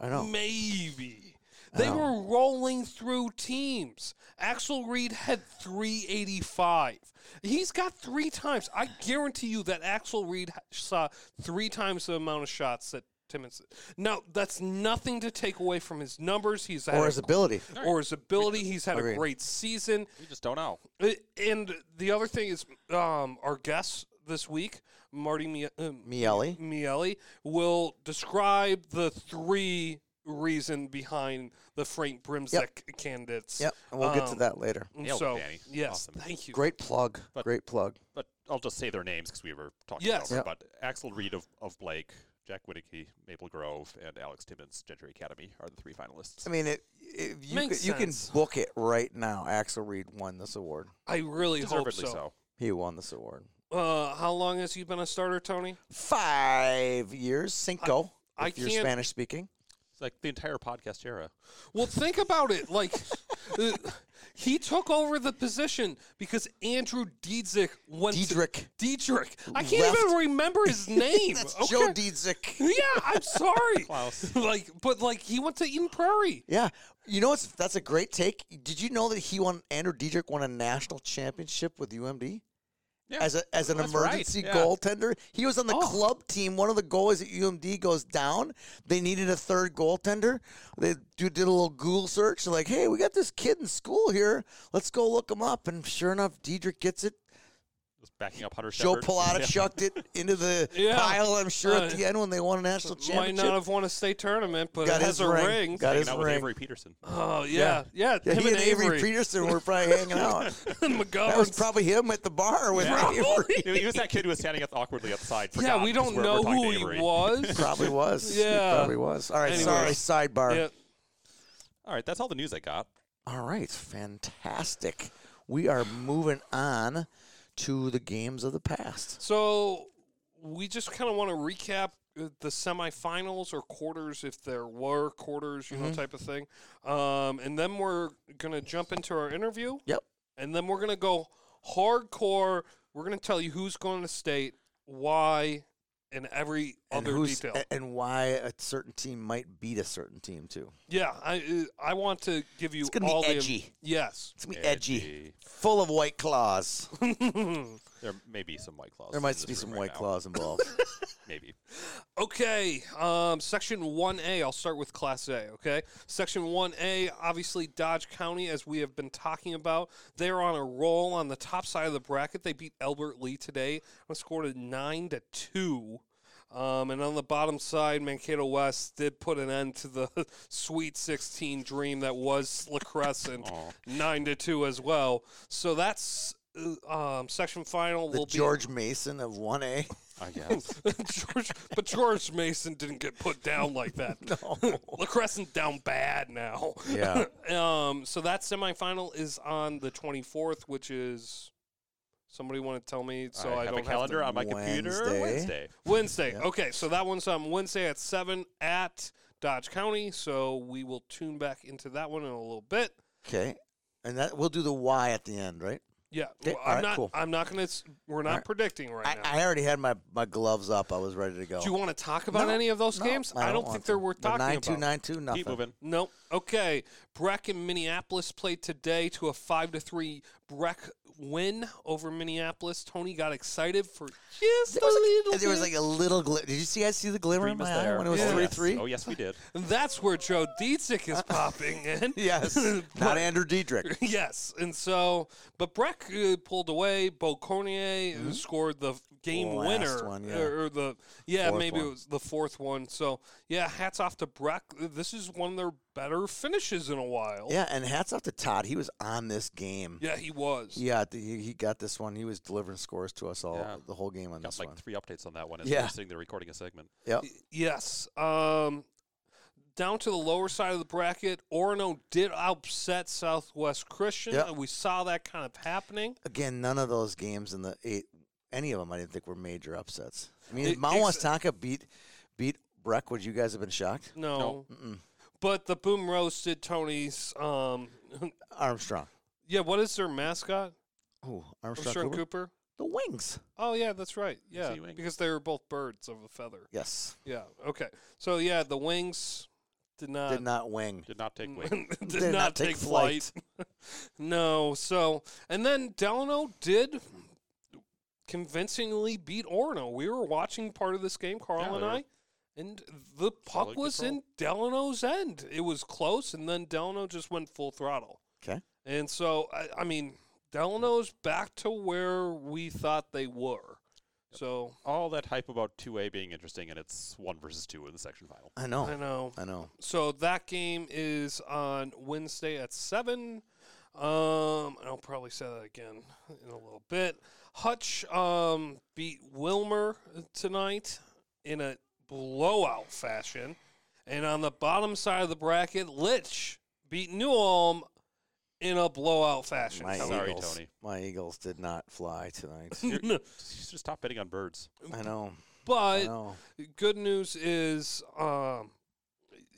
A: I know.
C: Maybe. They were rolling through teams. Axel Reed had 385. He's got three times. I guarantee you that Axel Reed ha- saw three times the amount of shots that Timmons. Now, that's nothing to take away from his numbers. He's had
A: Or
C: a
A: his ability.
C: or his ability. He's had a
A: Agreed.
C: great season.
D: We just don't know.
C: Uh, And the other thing is, um, our guest this week, Marty Mie- uh,
A: Miele.
C: Miele, will describe the three reason behind the Frank Brimsek candidates.
A: Yep, and we'll get to
C: Um,
A: that later.
C: and
D: Nailed it,
C: so,
D: Danny.
C: yes,
D: Awesome.
C: thank you.
A: Great plug.
D: But-
A: Great plug.
D: But I'll just say their names because we were talking
C: Yes.
D: over.
A: Yep.
D: But Axel Reed of, of Blake, Jack Winicky, Maple Grove, and Alex Timmons, Gentry Academy are the three finalists.
A: I mean, it, if you
C: Makes
A: could- you can
C: sense.
A: book it right now. Axel Reed won this award.
C: I really hope
D: Deservedly
C: so.
D: so.
A: He won this award.
C: Uh, how long has he been a starter, Tony?
A: Five years, cinco.
C: I- I
A: if you're
C: can't-
A: Spanish speaking.
D: It's like the entire podcast era.
C: Well, think about it. Like, uh, he took over the position because Andrew Diedzik went to
A: Diedrich.
C: Dietrich. I can't
A: Left.
C: even remember his name.
A: That's
C: okay?
A: Joe Diedzik.
C: Yeah, I'm sorry.
D: Klaus.
C: like, but like he went to Eden Prairie.
A: Yeah, you know what's that's a great take. Did you know that he won Andrew Diedrich won a national championship with UMD
D: Yeah.
A: as a as an
D: That's right,
A: emergency
D: yeah.
A: goaltender? He was on the
C: Oh.
A: club team. One of the goalies at UMD goes down. They needed a third goaltender. They do, did a little Google search. They're like, hey, we got this kid in school here. Let's go look him up. And sure enough, Diedrich gets it.
D: Just backing up Hunter
A: Joe
D: Shepard.
A: Palata chucked it into the
C: Yeah.
A: pile. I'm sure
C: Uh,
A: at the end when they won a national
C: Might not
A: championship.
C: have won a state tournament, but
A: Got
C: has
A: his
C: a
A: ring.
C: ring.
A: Got his
D: Hanging out with
A: ring.
D: Avery Peterson.
C: oh yeah, yeah.
A: Yeah,
C: him
A: he and Avery.
C: Avery,
A: Peterson were probably hanging out. That was
C: McGovern's.
A: probably him at the bar with
D: Yeah.
A: Avery.
D: You know, he was that kid who was standing up awkwardly outside.
C: yeah,
D: forgotten,
C: we
D: 'cause
C: don't
D: we're-
C: know
D: we're talking
C: who
D: to
C: he
D: Avery.
C: was.
A: Probably was. It
C: Yeah.
A: probably was. All right,
C: Anyways.
A: sorry. Sidebar.
C: yeah.
D: All right, that's all the news I got.
A: All right, fantastic. We are moving on to the games of the past.
C: So we just kind of want to recap uh, the semifinals or quarters, if there were quarters, you
A: Mm-hmm.
C: know, type of thing. Um, and then we're gonna jump into our interview.
A: Yep.
C: and then we're gonna go hardcore. We're gonna tell you who's going to state, why, in every
A: And
C: other
A: who's- e-
C: detail.
A: a- And why a certain team might beat a certain team too.
C: yeah, I uh, I want to give you
A: It's gonna be
C: all the
A: edgy.
C: yes.
A: It's gonna be edgy, full of white claws.
D: There may be some white claws.
A: There
D: in
A: might
D: this
A: be
D: room
A: some
D: right
A: white
D: now.
A: claws involved.
D: Maybe.
C: Okay, um, Section 1A. I'll start with Class A, okay? Section 1A, obviously, Dodge County, as we have been talking about, they're on a roll on the top side of the bracket. They beat Elbert Lee today on a score of 9 to 2. Um, and on the bottom side, Mankato West did put an end to the Sweet 16 dream that was La Crescent,
D: Aw.
C: 9 to 2 as well. So that's. uh, Um, section final
A: the
C: will be
A: George Mason of one A.
D: I guess.
C: George, but George Mason didn't get put down like that. no, La Crescent down bad now.
A: Yeah.
C: um. So that semifinal is on the twenty fourth, which is somebody want to tell me so I,
D: have
C: don't
D: a calendar
C: Have
D: on my computer.
A: Wednesday.
D: Wednesday.
C: to, Wednesday. Okay, so that one's on Wednesday at seven at Dodge County. So we will tune back into that one in a little bit.
A: Okay, and that we'll do the Y at the end, right?
C: Yeah,
A: Okay,
C: well,
A: Eh, all
C: I'm
A: right,
C: not.
A: cool.
C: I'm not gonna. s- We're not
A: right.
C: predicting right now.
A: I, I already had my, my gloves up. I was ready to go.
C: Do you want to talk about
A: No,
C: any of those
A: No,
C: games? I, don't,
A: want
C: think
A: to.
C: they're worth
A: They're
C: talking
A: nine
C: about.
A: two, nine two, nothing.
D: Keep moving.
C: Nope. Okay. Breck in Minneapolis played today to a five to three Breck win over Minneapolis. Tony got excited for
A: There
C: just
A: was,
C: a
A: like,
C: little
A: there was
C: bit.
A: like a little glimmer. Did you see? I see the glimmer in
D: Dream is
A: my eye
D: there.
A: when it was
D: Oh,
A: three
D: yes.
A: three.
D: Oh, yes, we did.
C: And that's where Joe Dietzick is popping in.
A: Yes, not Andrew Diedrich.
C: Yes, and so, but Breck uh, pulled away. Bo Cornier uh, scored the game
A: Mm-hmm. Last
C: winner,
A: one, yeah.
C: or, or the yeah,
A: Fourth
C: maybe
A: one.
C: it was the fourth one. So yeah, hats off to Breck. This is one of their better finishes in a while.
A: Yeah, and hats off to Todd. He was on this game.
C: Yeah, he was.
A: Yeah, the, he, he got this one. He was delivering scores to us all
D: Yeah.
A: the whole game on
D: Got
A: this
D: like
A: one.
D: three updates on that one as
A: Yeah.
D: we're sitting there recording a segment.
A: Yep.
C: Yes. Um, down to the lower side of the bracket, Orono did upset Southwest Christian.
A: Yep. Uh,
C: and We saw that kind of happening.
A: Again, none of those games in the eight, any of them, I didn't think were major upsets. I mean,
C: It-
A: Mount
C: ex-
A: Wastaka beat beat Breck. Would you guys have been shocked?
C: No.
A: Mm-mm.
C: But the Boom Roasted Tony's. Um,
A: Armstrong.
C: yeah, what is their mascot?
A: Oh, Armstrong,
C: Armstrong
A: Cooper?
C: Cooper?
A: The Wings.
C: Oh, yeah, that's right. Yeah,
D: Sea wing.
C: because they were both birds of a feather.
A: Yes.
C: Yeah, okay. So, yeah, the wings did
D: Uh,
C: not.
A: Did not wing.
D: Did not take wing.
C: did, not, take, flight. no, so and then Delano did convincingly beat Orono. We were watching part of this game, Carl
D: Yeah,
C: and
D: they were-
C: I, and the puck
D: Solid
C: was in Delano's end. It was close, and then Delano just went full throttle.
A: 'Kay.
C: and so I, I mean, Delano's back to where we thought they were. So
D: All that hype about 2A being interesting, and it's one versus two in the section final.
A: I know.
C: I know.
A: I know.
C: So that game is on Wednesday at seven. Um, and I'll probably say that again in a little bit. Hutch um, beat Wilmer tonight in a blowout fashion, and on the bottom side of the bracket, Litch beat New Ulm in a blowout fashion.
A: My
C: Sorry.
D: Sorry,
A: Eagles.
D: Tony.
A: My Eagles did not fly tonight.
D: You're- you should stop betting on birds.
A: I know. I
C: But
A: know.
C: good news is um,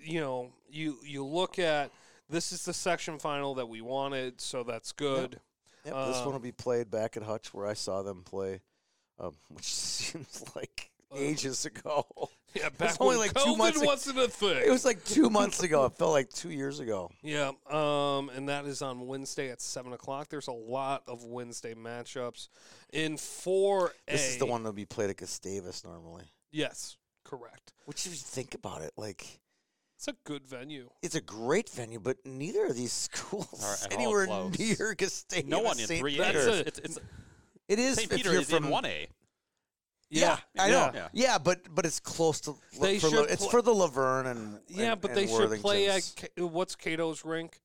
C: you know you you look at this is the section final that we wanted so that's good
A: Yep, this
C: uh,
A: one will be played back at Hutch where I saw them play, um, which seems like
C: Uh,
A: ages ago.
C: yeah back
A: only
C: when
A: like two
C: covid
A: months ago.
C: wasn't a thing
A: it was like two months ago. It felt like two years ago.
C: yeah um, and that is on wednesday at seven o'clock there's a lot of wednesday matchups in 4a
A: This is the one that'll be played at Gustavus normally.
C: yes correct
A: Which, if you think about it, like
C: it's a good venue
A: it's a great venue, but neither of these
D: Are
A: schools
D: at all
A: anywhere
D: close.
A: near Gustavus.
D: No one in
A: St.
D: 3A.
C: Peter.
D: It's,
A: Peter's.
C: That's
D: it's, it's,
A: It is
D: St.
A: if
D: Peter
A: you're
D: is
A: from
D: in 1A.
A: Yeah, I know.
D: yeah.
A: Yeah. but but it's close to.
C: They
A: for
C: should
A: La- it's
C: pl-
A: for the Laverne and
C: yeah
A: and-
C: but
A: and
C: they should play at
A: Worthingtons.
C: Ca- what's cato's rink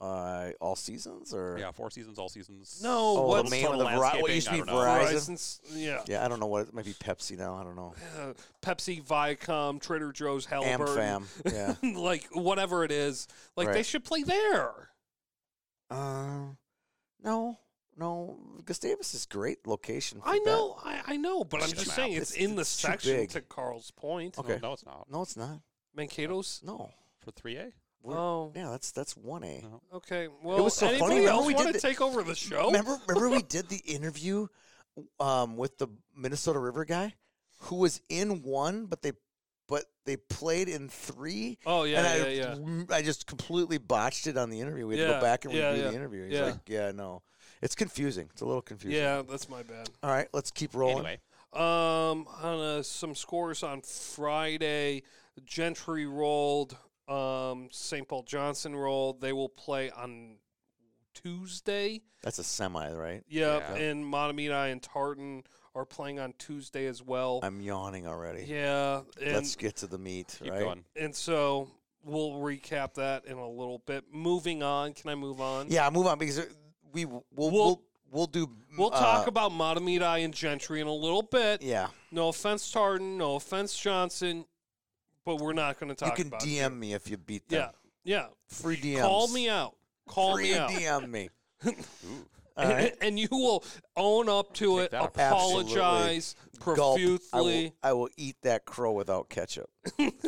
A: uh, all seasons or
D: Yeah, four seasons, all seasons.
C: No,
A: Oh,
C: what's
A: the main one, the
D: total
A: Veri- what used to be
D: landscaping? I
A: Verizon.
C: Horizons- yeah
A: Yeah, I don't know what it might be Pepsi now. I don't know.
C: uh, Pepsi, Viacom, Trader Joe's, Halliburton,
A: AmFam. Yeah.
C: like whatever it is. Like they
A: Right.
C: should play there.
A: um, no, no. Gustavus is great location. For
C: I
A: that.
C: know, I, I know, but I'm
D: It's
C: just
D: just
C: saying
D: mouth.
C: it's,
A: It's-
C: in the
A: it's too
C: section
A: big.
C: to Carl's point.
A: Okay.
D: No, no, it's not.
A: No, it's not.
C: Mankato's.
A: No.
D: For 3A?
A: We're-
C: Oh.
A: Yeah, that's that's one A.
D: No.
C: Okay. Well,
A: was so funny,
C: anybody
A: remember
C: else
A: we did
C: want to
A: the-
C: take over the show?
A: Remember, remember we did the interview, um, with the Minnesota River guy. who was in one, but they but they played in three.
C: Oh yeah,
A: and I,
C: yeah, yeah.
A: mm, I just completely botched it on the interview. We had to
C: Yeah,
A: go back and
C: yeah,
A: redo
C: yeah.
A: the interview. He's
C: Yeah.
A: like, yeah, no. It's confusing. It's a little confusing.
C: Yeah, that's my bad.
A: All right, let's keep rolling.
D: Anyway,
C: Um, on uh, some scores on Friday, Gentry rolled. Um, St. Paul Johnson rolled. They will play on Tuesday.
A: That's a semi, right?
C: Yep,
D: Yeah.
C: and Matamidi and Tartan are playing on Tuesday as well.
A: I'm yawning already.
C: yeah, and,
A: Let's get to the meat,
D: keep
A: right?
D: going.
C: and so we'll recap that in a little bit. Moving on, can I move on?
A: Yeah, move on because uh, we we'll we'll, we'll,
C: We'll-
A: do
C: We'll
A: uh,
C: talk about Matamidi and Gentry in a little bit.
A: Yeah,
C: No offense, Tartan. No offense, Johnson. But we're not going to
A: you
C: talk
A: can
C: about
A: DM
C: you.
A: me if you beat
C: Yeah,
A: them.
C: yeah.
A: Free DMs.
C: Call me out. Call
A: Free
C: me out.
A: DM me.
D: Ooh.
A: All right.
C: and you will own up to
D: Take
C: it,
D: that up.
C: apologize
A: Gulp. I will-
C: profusely.
A: I will, eat that crow without ketchup.
C: Nobody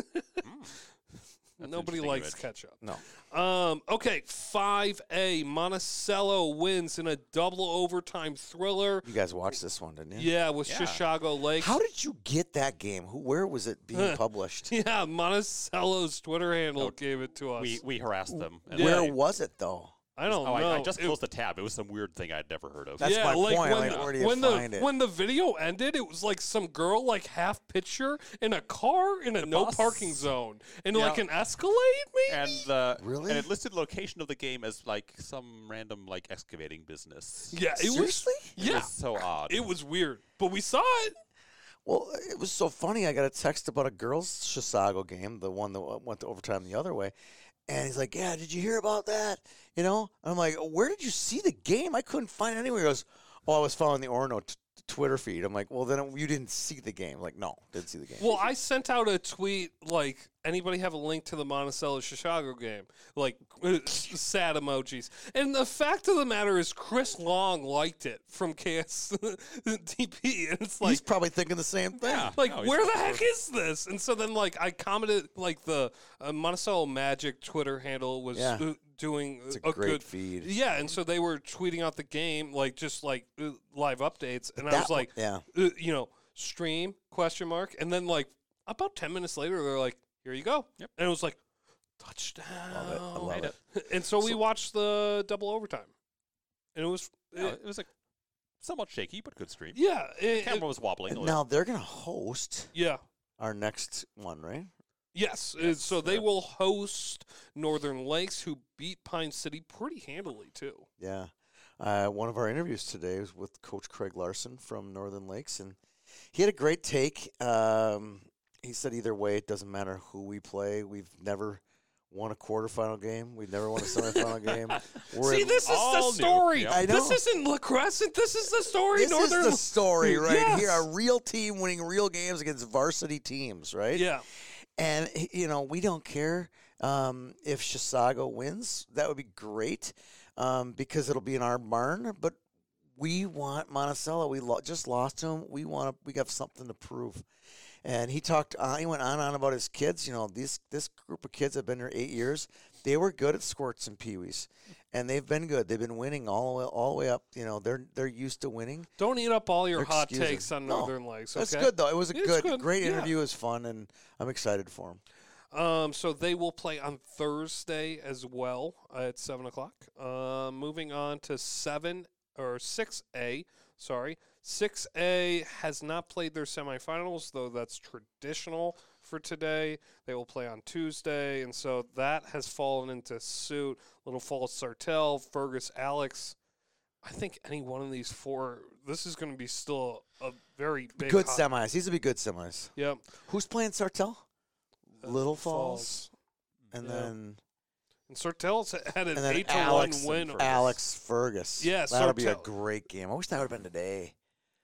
D: interesting
C: likes
D: image.
C: ketchup.
A: No.
C: Um, okay, 5A. Monticello wins in a double overtime thriller.
A: You guys watched this one, didn't you?
C: Yeah, with
D: Yeah.
C: Chicago Lake.
A: How did you get that game? Who? Where was it being published?
C: yeah, Monticello's Twitter handle
D: Oh, gave
C: gave it to us.
D: We we harassed them. and
A: Where
D: they-
A: was it though?
C: I don't
D: Oh,
C: know.
D: I, I just
C: It-
D: closed the tab. It was some weird thing I'd never heard of.
A: That's
C: yeah,
A: my
C: like
A: point.
C: when,
A: like,
C: the,
A: where do you
C: when
A: find
C: the
A: it?
C: when the video ended, it was like some girl like half picture in a car in a no
D: bus.
C: parking zone in
D: Yeah.
C: like an Escalade, maybe.
D: and uh,
A: Really?
D: and it listed location of the game as like some random like excavating business.
C: yeah, it
A: Seriously?
C: was.
D: It
C: Yeah,
D: was so odd.
C: it was weird, but we saw it.
A: Well, it was so funny. I got a text about a girls' Chisago game, the one that w- went to overtime the other way. And he's like, Yeah, did you hear about that? You know? And I'm like, Where did you see the game? I couldn't find it anywhere. He goes, Oh, I was following the Orno t- Twitter feed. I'm like, Well, then you didn't see the game. like, no, didn't see the game.
C: Well, I sent out a tweet like, anybody have a link to the Monticello Chicago game? Like, sad emojis. And the fact of the matter is, Chris Long liked it from KSTP. And it's like,
A: he's probably thinking the same thing.
D: Yeah.
C: like
D: No, he's
C: where the
D: not
C: heck is this? And so then, like, I commented, like, the uh, Monticello Magic Twitter handle was
A: Yeah.
C: uh, doing
A: It's a,
C: a,
A: great
C: good.
A: feed.
C: Yeah, and so they were tweeting out the game, like just like uh, live updates, and I
A: That
C: was
A: one-
C: like,
A: Yeah.
C: uh, you know, stream question mark, and then like about ten minutes later, they're like, "Here you go,"
D: Yep.
C: and it was like, touchdown.
A: Love it. I love
D: Made
A: it.
C: And so, we
A: So-
C: watched the double overtime, and it was
D: Yeah,
C: it-
D: it was a somewhat shaky but good stream.
C: yeah, it-
D: camera
C: it-
D: was wobbling. a
A: And now
D: little.
A: they're going to host
C: yeah.
A: our next one, right?
C: Yes, uh,
D: Yes,
C: so they
D: uh,
C: will host Northern Lakes, who beat Pine City pretty handily too.
A: Yeah. Uh, one of our interviews today was with Coach Craig Larson from Northern Lakes, and he had a great take. Um, he said, either way, it doesn't matter who we play. We've never won a quarterfinal game. We've never won a semifinal game. We're
C: See,
A: in-
C: this is the
D: all new.
C: story.
D: Yep.
A: I
C: This
A: know.
C: isn't La Crescent. This is the story.
A: this
C: Northern.
A: is the story right here.
C: Yes.
A: A real team winning real games against varsity teams, right?
C: yeah,
A: And y- you know, we don't care um, if Chisago wins. That would be great um, because it'll be in our barn. But we want Monticello. We lo- just lost to him. We want. We got something to prove. And he talked. Uh, he went on and on about his kids. You know, these this group of kids have been here eight years. They were good at squirts and peewees, and they've been good. They've been winning all the way all the way up. You know, they're they're used to winning.
C: don't eat up all your
A: They're
C: hot
A: excusing.
C: takes on
A: No,
C: Northern Lakes.
A: That's
C: okay?
A: good though. It was a
C: It's
A: good,
C: good,
A: great
C: yeah.
A: interview. It was fun, and I'm excited for him.
C: Um, so they will play on Thursday as well at seven o'clock. Uh, moving on to seven or six A. Sorry, six A has not played their semifinals though. That's traditional for today. They will play on Tuesday, and so that has fallen into suit. Little Falls Sartell, Fergus, Alex. I think any one of these four. This is going to be still a very big
A: Good
C: hot-
A: semis. These would be good semis.
C: Yep.
A: Who's playing Sartell?
C: Uh,
A: Little Falls,
C: Falls.
A: and
C: Yeah.
A: then
C: And Sartell's had
A: and
C: an
A: then
C: eight to
A: Alex
C: one
A: and
C: win.
A: Fergus. Alex Fergus.
C: Yeah,
A: that'll be a
C: Sartell.
A: great game. I wish that would have been today.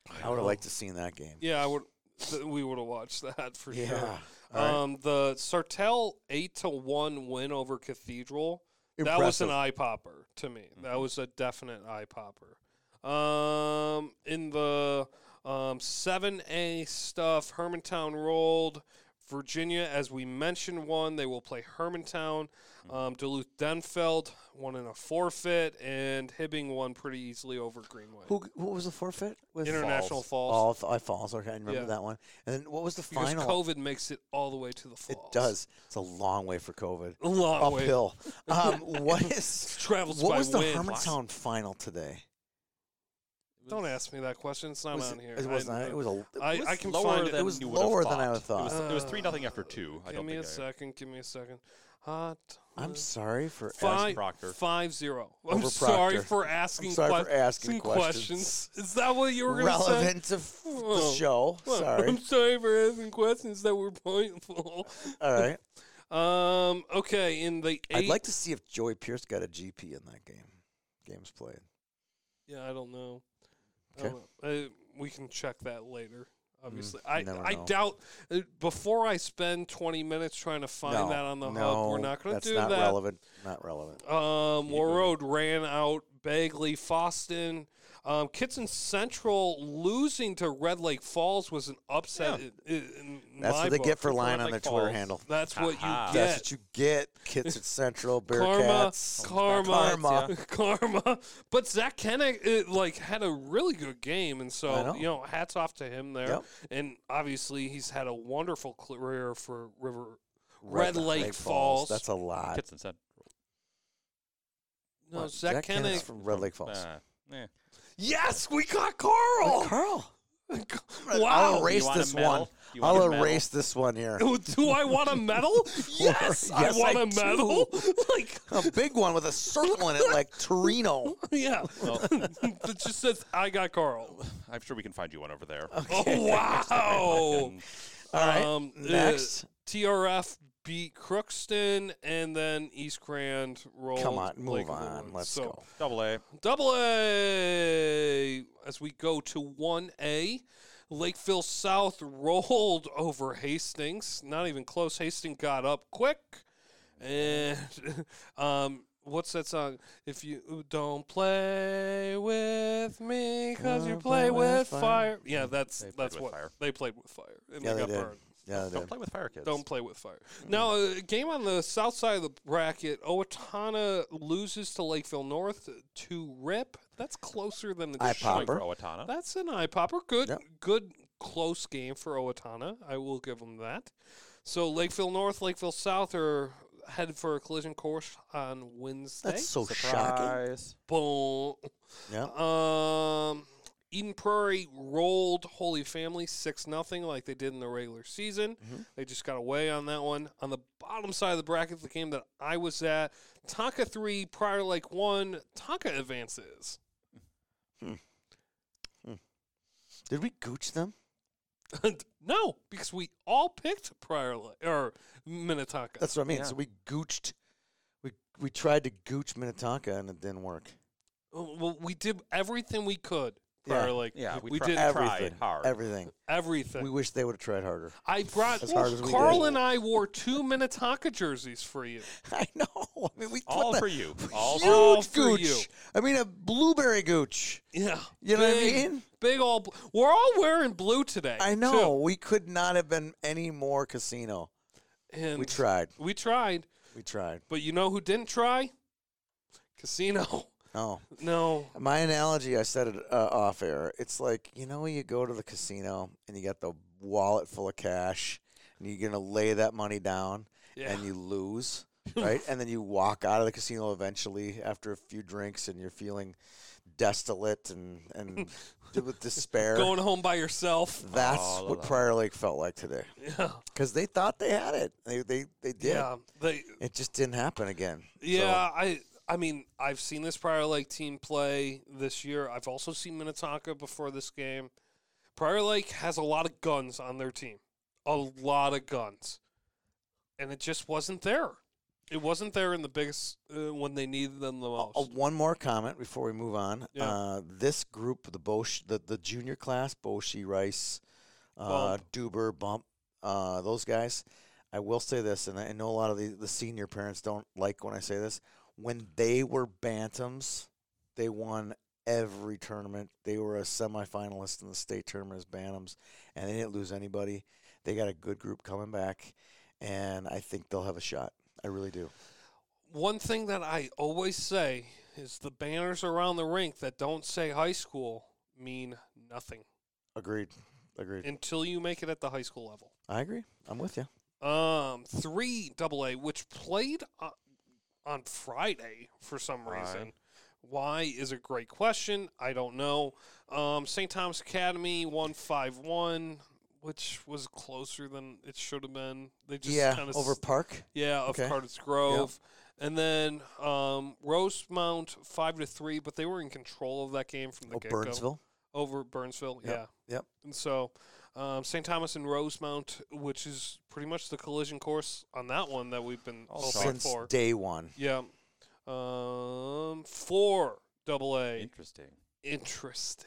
A: I would have
C: know.
A: liked to seen that game.
C: Yeah, I would. Th- we would have watched that for sure.
A: All right.
C: Um, the Sartell eight to one win over Cathedral. That was
A: Impressive.
C: an
A: Mm-hmm.
C: eye popper to me. That was a definite eye popper. Um, in the um seven A stuff, Hermantown rolled. Virginia, as we mentioned, won. They will play Hermantown.
A: Mm.
C: Um, Duluth Denfeld won in a forfeit, and Hibbing won pretty easily over Greenway.
A: Who what was the forfeit? Was
C: International Falls.
A: Oh, F- I falls. Okay, I remember
C: Yeah.
A: that one. And then what was the
C: because
A: final?
C: COVID makes it all the way to the
A: It
C: falls.
A: does. It's a long way for COVID.
C: A long way.
A: Uphill. Um, what is?
C: Travels
A: what
C: by
A: was the
C: wind.
A: Hermantown final today?
C: Don't ask me that question. It's not
A: was
C: on
A: it,
C: here.
A: It was
C: I-
A: not. It was a.
C: I-
A: it was
C: I can
A: lower
C: find it.
A: than
C: It
A: was
D: you would have
A: lower than I
D: thought.
A: would have thought.
D: It was, it was three nothing after two. I
C: Uh, Give
D: don't
C: me a
D: think I,
C: second. Give me a second. Hot.
A: I'm sorry for.
C: Five,
D: Proctor.
C: five zero. I'm
A: Over
C: sorry
A: Proctor.
C: for asking,
A: sorry for asking
C: questions. Is that what you were going to say?
A: relevant to f- the
C: Oh.
A: show.
C: Well,
A: Sorry.
C: I'm sorry for asking questions that were pointful.
A: All right.
C: Um. Okay. In the eight.
A: I'd like to see if Joey Pierce got a GP in that game. Games played.
C: Yeah, I don't know. I
A: Okay.
C: don't know. Uh, we can check that later. Obviously,
A: Mm, you never
C: I I
A: know.
C: doubt uh, before I spend twenty minutes trying to find
A: no,
C: that on the
A: no,
C: hub. We're not going to
A: that's
C: do
A: not
C: that.
A: relevant. Not relevant.
C: Um, Warroad ran out Bagley, Foston. Um, Kitson Central losing to Red Lake Falls was an upset.
D: Yeah.
C: i- i- in
A: That's
C: my
A: what they
C: book.
A: get for
D: Good
A: lying
D: Red
A: on their
D: Lake
A: Twitter
D: Falls.
A: handle.
C: That's what
D: Ha-ha.
C: you
A: That's
C: get.
A: what you get. Kids at Central,
C: Karma,
A: Bearcats. Oh,
C: karma,
A: Karma.
C: karma, But Zach Kennick, uh like, had a really good game, and
A: I
C: so
A: know.
C: you know, hats off to him there.
A: Yep.
C: And obviously, he's had a wonderful career for River. Red Lake Falls.
A: That's a lot.
D: Kitson said.
C: No,
A: What,
C: Zach,
A: Kennick's
C: Kennick.
A: from Red Lake Falls.
D: Uh, eh.
C: yes, we got Carl.
A: Carl.
C: wow.
A: I'll erase
D: You want a
A: this
D: medal?
A: one.
D: You want
A: I'll
D: a medal?
A: erase this one here.
C: Oh, Do I want a medal? yes, I
A: Yes,
C: want
A: I
C: a medal. like,
A: A big one with a circle in it, like Torino.
C: yeah, it just says I got Carl.
D: I'm sure we can find you one over there.
C: Oh
A: Oh,
C: wow!
A: All right.
C: Um, uh,
A: next.
C: TRF beat Crookston, and then East Grand rolled.
A: Come on, move
C: Lake of the
A: on.
C: Woods.
A: Let's
C: So,
A: go.
D: Double A.
C: Double A as we go to one A. Lakeville South rolled over Hastings. Not even close. Hastings got up quick. And um, what's that song? If you don't play with me, cause you
A: Don't
C: play, with fire. Yeah, that's
D: played
C: that's
D: with
C: what
D: fire.
C: they played with fire, and
A: Yeah,
C: they
A: they
C: got
A: did.
C: burned.
A: Yeah, they
D: Don't
A: did.
D: play with fire kids.
C: Don't play with fire. Now, a game on the south side of the bracket. Owatonna loses to Lakeville North to Rip. That's closer than the
A: Eye
C: district.
A: popper.
D: Micro Atana.
C: That's an eye popper. Good,
A: Yep.
C: good close game for Owatonna. I will give them that. So Lakeville North, Lakeville South are headed for a collision course on Wednesday.
A: That's so shocking.
D: Surprise.
C: Boom.
A: Yeah.
C: Um, Eden Prairie rolled Holy Family six nothing like they did in the regular season.
A: Mm-hmm.
C: They just got away on that one. On the bottom side of the bracket, the game that I was at, Tonka three, Prior Lake one. Tonka advances.
A: Did we gooch them?
C: no, because we all picked Prior Lake or Minnetonka.
A: That's what I mean.
D: Yeah.
A: So we gooched. We we tried to gooch Minnetonka and it didn't work.
C: Oh, well, we did everything we could.
A: Yeah.
C: Prior Lake.
D: Yeah,
C: we,
D: we
C: did
D: tried.
A: everything.
D: hard.
A: Everything.
C: everything.
A: We wish they would have tried harder.
C: I brought
A: As hard as we
C: Carl
A: did.
C: and I wore two Minnetonka jerseys for you.
A: I know. I mean, we
D: All
A: what
D: for
A: the-
D: you. All
A: huge
C: All for
A: gooch.
C: you.
A: I mean, a blueberry gooch.
C: Yeah.
A: You know what I
C: Big-
A: mean?
C: Big all bl- We're all wearing blue today.
A: I
C: too.
A: know. We could not have been any more casino.
C: And
A: We tried.
C: We tried.
A: We tried.
C: But you know who didn't try? Casino.
A: No.
C: No.
A: My analogy, I said it uh, off air. It's like you know when you go to the casino and you got the wallet full of cash, and you're gonna lay that money down,
C: Yeah.
A: and you lose, right? and then you walk out of the casino eventually after a few drinks, and you're feeling desolate and and d- with despair.
C: Going home by yourself.
A: That's
D: Oh,
A: what
D: la, la.
A: Prior Lake felt like today,
C: Yeah.
A: because they thought they had it. They they they did.
C: Yeah. They
A: It just didn't happen again. So,
C: Yeah, I I mean, I've seen this Prior Lake team play this year. I've also seen Minnetonka before this game. Prior Lake has a lot of guns on their team. A lot of guns. And it just wasn't there. It wasn't there in the biggest uh, when they needed them the most.
A: Uh, one more comment before we move on.
C: Yeah.
A: Uh, this group, the Bosch, the, the junior class, Boshi, Rice, uh,
C: Bump.
A: Duber, Bump, uh, those guys. I will say this, and I know a lot of the, the senior parents don't like when I say this. When they were bantams, they won every tournament. They were a semifinalist in the state tournament as bantams, and they didn't lose anybody. They got a good group coming back, and I think they'll have a shot. I really do.
C: One thing that I always say is the banners around the rink that don't say high school mean nothing
A: Agreed. Agreed.
C: until you make it at the high school level.
A: I agree. I'm with you.
C: Um, three double A, which played on, on Friday for some
A: Why?
C: reason. Why is a great question. I don't know. Um, St. Thomas Academy one five one, which was closer than it should have been. They just
A: yeah,
C: kind of
A: over Park.
C: yeah of
A: okay.
C: Carter's Grove, and then um, Rosemount five to three, but they were in control of that game from the
A: Oh,
C: get go
A: Burnsville.
C: over Burnsville.
A: Yep,
C: Yeah.
A: yep.
C: And so, um, St. Thomas and Rosemount, which is pretty much the collision course on that one that we've been all
A: Oh, Since
C: for.
A: day one.
C: yeah. Um, four double A.
D: Interesting.
C: Interesting.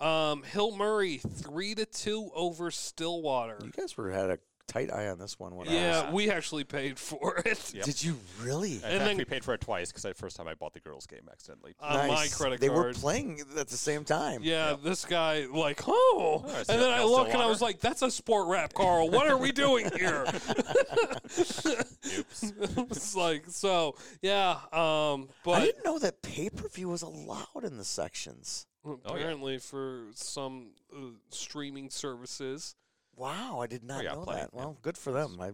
C: Um, Hill Murray three to two over Stillwater.
A: You guys were had a tight eye on this one. When I was-
C: Yeah, we actually paid for it
D: Yep.
A: Did you really?
C: And
D: In fact,
C: then- Uh,
D: we paid for it twice because the first time I bought the girls' game accidentally.
C: on my
A: Nice.
C: credit
A: They were
C: card.
A: playing at the same time.
C: yeah, this guy like, oh,
D: I
C: and
D: see
C: then
D: that
C: I
D: Elsa
C: look and I
D: water.
C: was like, "That's a sport wrap, Carl. What are we doing here?"
D: Oops.
C: it's like so yeah
A: I
C: um but
A: didn't know that pay per view was allowed in the sections.
C: Oh, apparently for some uh, streaming services
A: Wow, I did
C: Oh,
A: not
D: yeah,
A: know
D: plenty,
A: that.
D: yeah.
A: Well, good for them. I,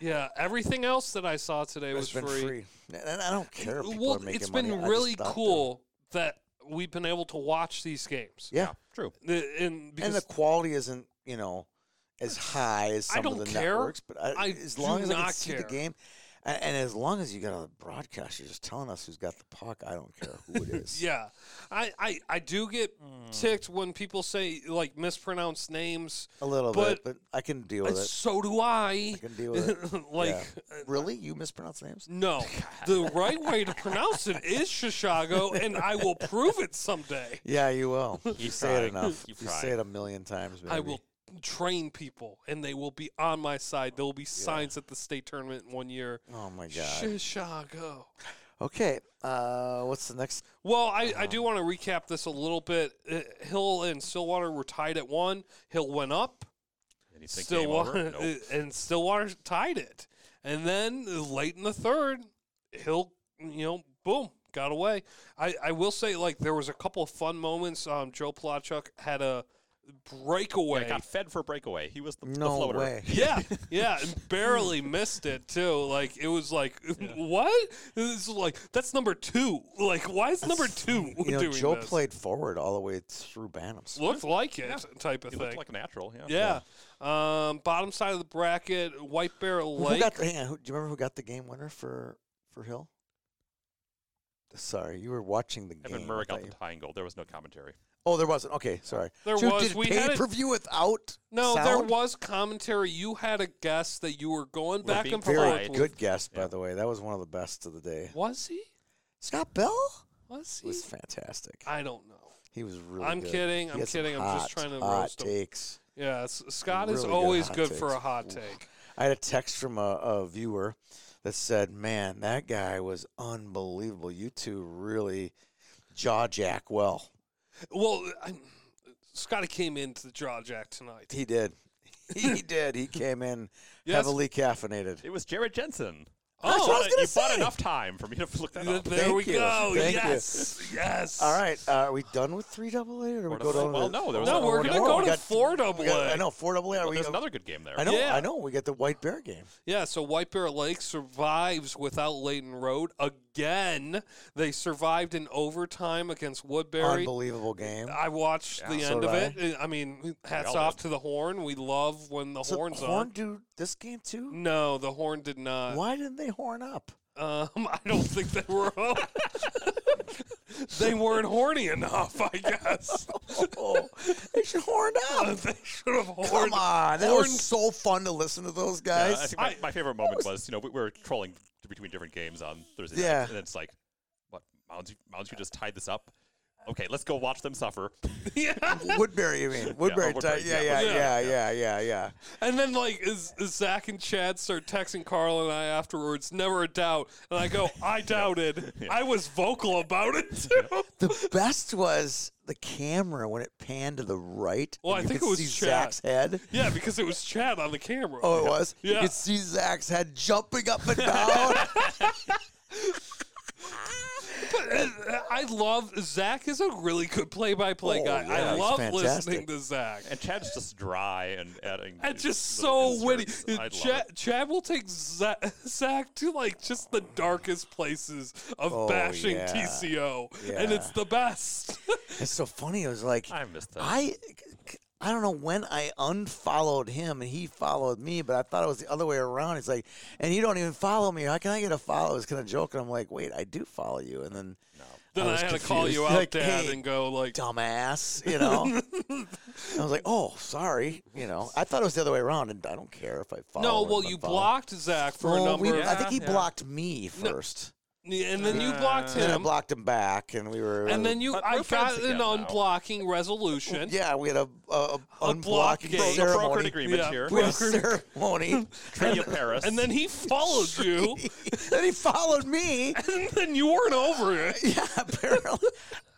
C: yeah everything else that i saw today
A: it's
C: was
A: been
C: free,
A: free. And I don't care. If people
C: well
A: are making
C: it's been
A: money. I just
C: really
A: thought that-
C: cool that we've been able to watch these games
A: Yeah,
D: Yeah, true.
C: The- and because
A: and the quality isn't you know as high as some
C: I don't
A: of the
C: care.
A: networks, but I,
C: I
A: as long
C: do
A: as I can
C: not
A: see the
C: care.
A: game, and, and as long as you got a broadcast, you're just telling us who's got the puck. I don't care who it is.
C: Yeah, I, I, I do get ticked when people say like mispronounced names.
A: a little bit,
C: But-
A: but I can deal with
C: Uh,
A: it.
C: So do I.
A: I can deal with it.
C: like uh,
A: Yeah. really, you mispronounce names?
C: no, the right way to pronounce it is Chicago, and I will prove it someday.
A: Yeah, you will. You, say it
D: trying.
A: enough.
D: Keep
A: you say
D: trying.
A: it a million times. Maybe.
C: I will train people, and they will be on my side. There will be signs at the state tournament one year.
A: Oh my god.
C: Chicago.
A: Okay. Uh, what's the next?
C: Well, I, I
A: Uh-huh.
C: do want to recap this a little bit. Uh, Hill and Stillwater were tied at one. Hill went up.
D: Anything game over?
C: Stillwater
D: Nope.
C: and Stillwater tied it, and then uh, late in the third, Hill, you know, boom, got away. I, I will say, like there was a couple of fun moments. Um, Joe Plachuk had a breakaway.
D: I got fed for a breakaway. He was the, the
A: No
D: floater.
A: way.
C: Yeah, yeah, and barely missed it too. Like it was like what? This is like that's number two. Like why is number two
A: You know,
C: doing
A: Joe
C: this?
A: played forward all the way through Bantams.
C: looked like it type of
D: He
C: thing.
D: looked like a natural. Yeah.
C: yeah. Um, bottom side of the bracket, White Bear
A: Who
C: Lake.
A: got the, hang on, who, do you remember who got the game winner for for Hill? Sorry, you were watching the
D: Evan
A: game.
D: Murray
A: I
D: got
A: thought
D: the
A: you-
D: tying goal. There was no commentary.
A: oh, there wasn't. Okay, sorry.
C: There
A: Dude,
C: was.
A: Did
C: We had
A: pay
C: it-
A: per view without.
C: no, there
A: sound?
C: was commentary. You had a guess that you were going back
D: being
C: and
A: Very
C: forth.
D: polite.
A: good guess, by
D: Yeah.
A: the way. That was one of the best of the day.
C: Was he?
A: Scott Bell
C: Was he?
A: was fantastic.
C: I don't know.
A: He was really.
C: I'm
A: good.
C: kidding,
A: He
C: I'm
A: had some
C: kidding, I'm
A: hot,
C: just trying to
A: hot
C: roast him.
A: takes.
C: Yeah, S- Scott is
A: Really good
C: always
A: hot
C: good for
A: takes.
C: a hot
A: Oof.
C: take.
A: I had a text from a, a viewer that said, "Man, that guy was unbelievable. You two really jaw jack well."
C: Well, I, Scotty came into the jaw jack tonight.
A: He did. He did. He came in
C: Yes.
A: heavily caffeinated.
D: It was Jared Jensen.
A: That's
C: Oh,
A: what I was
D: You
A: gonna
D: bought
A: say.
D: enough time for me to look that
C: th-
D: up.
C: there
A: Thank
C: we
A: you.
C: go.
A: Thank you.
C: yes, yes.
A: All right, uh, are we done with three double A, or do we
D: Four
A: go
D: double A?
A: down?
D: Well,
A: to,
D: no, there was
C: No,
D: another
C: we're
D: one.
C: gonna
A: No,
C: go
A: we
C: to
A: got-
C: four
A: we
C: double
A: got-
C: A.
A: I know four double A. Are
D: Well,
A: we?
D: there's another good game there.
A: I know.
C: Yeah.
A: I know. We get the white bear game.
C: Yeah, so White Bear Lake survives without Leighton Road again. They survived in overtime against Woodbury.
A: Unbelievable game.
C: I watched the
A: so
C: end of
A: did
C: it. I mean, hats
D: all
C: off
D: did.
C: to the horn. We love when the
A: So
C: horn's
A: horn
C: on.
A: do this game too.
C: No, the horn did
D: uh,
C: not.
A: Why didn't they horn up?
C: Um, I don't think they were. up. they weren't horny enough, I guess.
A: Oh, they should horn up.
C: they should have horned.
A: Come on, that
C: horn-
A: was so fun to listen to those
D: Yeah,
A: guys.
D: I think my,
C: I-
D: my favorite moment was you know we we were trolling between different games on Thursday. night,
A: Yeah.
D: and it's like, what Mounds? Mounds, you just tied this up. Okay, let's go watch them suffer.
C: yeah.
A: Woodbury, you mean? Woodbury. Yeah,
D: Woodbury,
A: yeah, yeah,
D: yeah,
A: yeah, yeah,
D: Woodbury,
A: yeah, yeah, yeah.
C: And then like is, is Zach and Chad start texting Carl and I afterwards, never a doubt. And I go, I doubted. I was vocal about it too.
A: The best was the camera when it panned to the right.
C: Well,
A: and
C: I
A: you
C: think
A: could
C: it was
A: see
C: Chad.
A: Zach's head.
C: yeah, because it was Chad on the camera.
A: Oh, it was. You
C: Yeah.
A: could see Zach's head jumping up and down.
C: But uh, I love Zach is a really good play-by-play
A: Oh,
C: guy.
A: yeah,
C: I
A: he's
C: love
A: fantastic.
C: listening to Zach.
D: And Chad's just dry and adding.
C: And
D: these
C: just
D: little
C: so witty.
D: inserts. I love it.
C: Chad, Chad will take Za- Zach to like just the darkest places of
A: Oh,
C: bashing
A: yeah.
C: TCO, and
A: Yeah.
C: it's the best.
A: it's so funny. It was like
D: I missed that.
A: I, I don't know when I unfollowed him and he followed me, but I thought it was the other way around. He's like, and you don't even follow me. How can I get a follow? It's kind of joke, and I'm like, wait, I do follow you, and then
C: then I,
A: was
C: had to call you
A: confused.
C: out,
A: Like,
C: Dad,
A: hey,
C: and go like,
A: dumbass, you know. I was like, oh, sorry, you know. I thought it was the other way around, and I don't care if I follow.
C: no,
A: him,
C: well,
A: I
C: you
A: follow.
C: blocked Zach for a
A: Well,
C: number.
A: we-
C: of-
A: I think he
D: yeah.
A: blocked me first,
C: and then you blocked
A: and then I
C: him,
A: blocked him back, and we were.
C: and then you.
D: But
C: I
D: we're friends
C: got an
D: again now.
C: unblocking resolution.
A: yeah, we had a, a, a
C: A block
A: unblocking
C: game.
D: Bro,
C: Well,
D: the brokered
A: ceremony.
D: agreement
C: Yeah.
D: here.
A: We had a
C: Brokered-
A: ceremony,
D: Treaty of Paris.
C: And then he followed you,
A: and he followed me.
C: and then you weren't over it.
A: Yeah, apparently.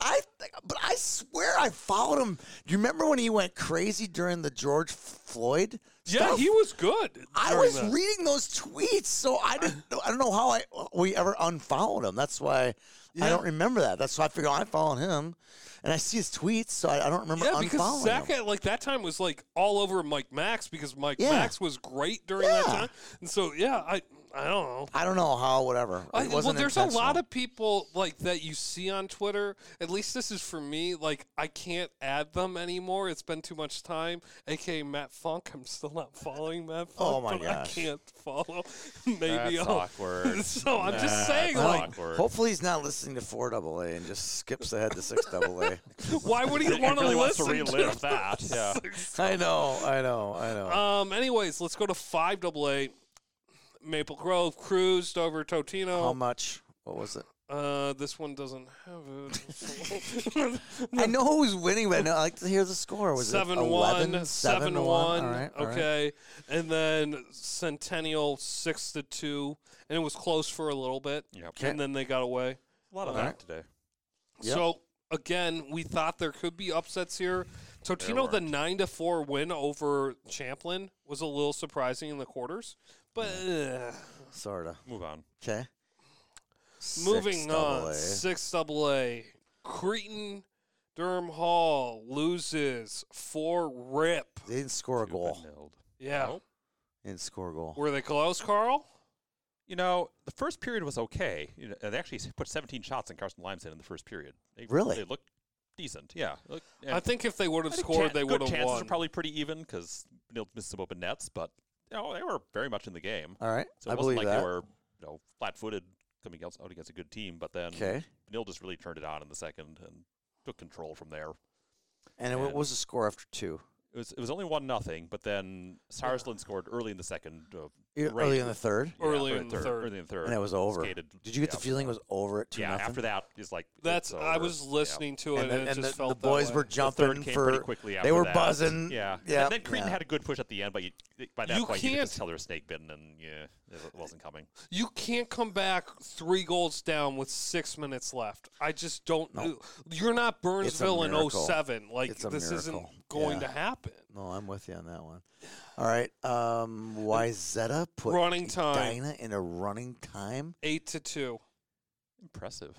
A: I think, but I swear I followed him. Do you remember when he went crazy during the George Floyd?
C: Yeah,
A: stuff?
C: he was good.
A: I
C: during
A: was
C: that.
A: reading those tweets, so I didn't. Know, I don't know how I we ever unfollowed him. That's why I don't remember that. That's why I figured I followed him, and I see his tweets, so I, I don't remember
C: Yeah, because
A: unfollowing
C: Zach
A: him.
C: at like that time was like all over Mike Max because Mike
A: Yeah.
C: Max was great during that
A: Yeah.
C: time, and so yeah, I I don't know.
A: I don't know how. Whatever.
C: I,
A: it
C: well,
A: wasn't
C: there's a lot
A: intentional.
C: of people like that you see on Twitter. At least this is for me. Like I can't add them anymore. It's been too much time. AKA Matt Funk. I'm still not following Matt Funk.
A: Oh, my
C: but
A: gosh.
C: I can't follow. Maybe
D: That's
C: I'll.
D: awkward.
C: so I'm just saying,
A: Well,
C: like,
D: awkward.
A: Hopefully, he's not listening to four AA and just skips ahead to six AA.
C: why would he
D: he
C: want
D: really
C: to
D: wants to
C: listen
D: relive that. Yeah.
A: I know. I know. I know.
C: Um. Anyways, let's go to five double eight. Maple Grove cruised over
A: how
C: Totino.
A: much? What was it?
C: uh, this one doesn't have it.
A: I know who's winning, but I know- I like to hear the score. Was it
C: Seven
A: 11, 7-1?
C: one, seven
A: All
C: one.
A: right, all right.
C: okay, and then Centennial six to two, and it was close for a little bit,
D: Yep.
A: Okay.
C: and then they got away.
D: A lot of
A: All
D: that
A: right.
D: today.
A: Yep.
C: So again, we thought there could be upsets here. Totino, the nine to four win over Champlin was a little surprising in the quarters, but uh,
A: Sorta.
D: Move on.
A: Okay.
C: Moving on, six double A. Creighton Durham Hall loses four rip.
A: They didn't score a
D: Two
A: goal.
D: nilled.
C: Yeah,
D: Nope.
A: They didn't score a goal.
C: were they close, Carl?
D: You know, the first period was okay. You know, they actually s- put 17 shots in Carson Limeson in the first period. They,
A: Really?
D: They looked decent. Yeah. Look- and
C: I think if they would
D: I
C: have
D: think
C: scored,
D: chan-
C: they would
D: Good
C: have
D: chances
C: won.
D: are probably pretty even because Neil missed some open nets, but you know, they were very much in the game.
A: All right.
D: So it
A: I
D: wasn't
A: believe
D: like
A: that.
D: they were you know, flat-footed coming out, out against a good team, but then
A: okay.
D: Neil just really turned it on in the second and took control from there.
A: And what
D: Yeah.
A: was the score after two?
D: It was it was only one nothing, but then Sarsland scored early in the second. Uh,
A: E-
D: right.
A: Early in the third?
D: yeah,
C: Early in the third.
D: Early in the third.
A: And it was over.
D: Skated,
A: Did you get the
D: yeah.
A: feeling it was over at 2
D: yeah,
A: nothing?
D: after that, it's like
C: That's.
D: it's
C: I
D: over.
C: was
D: Yeah.
C: listening to it,
A: and
C: and,
A: then,
C: it
A: and
C: just
A: the,
C: felt
A: the
C: that
A: boys
C: way.
A: were
D: The third
A: jumping
D: came
A: for.
D: pretty quickly.
A: they
D: after
A: were
D: that.
A: buzzing.
D: Yeah,
A: Yeah.
D: And then Creighton had a good push at the end, but you, by that
C: You
D: point you could
C: can't-
D: just tell they were snake bitten, and yeah, it wasn't coming.
C: You can't come back three goals down with six minutes left. I just don't. You're not Burnsville in
A: miracle.
C: 07. Like
A: It's a
C: this isn't
A: miracle.
C: going
A: Yeah.
C: to happen.
A: No, I'm with you on that one. All right. Um, Wyzetta put
C: Running time
A: Dinah in a running time.
C: eight to two.
D: Impressive.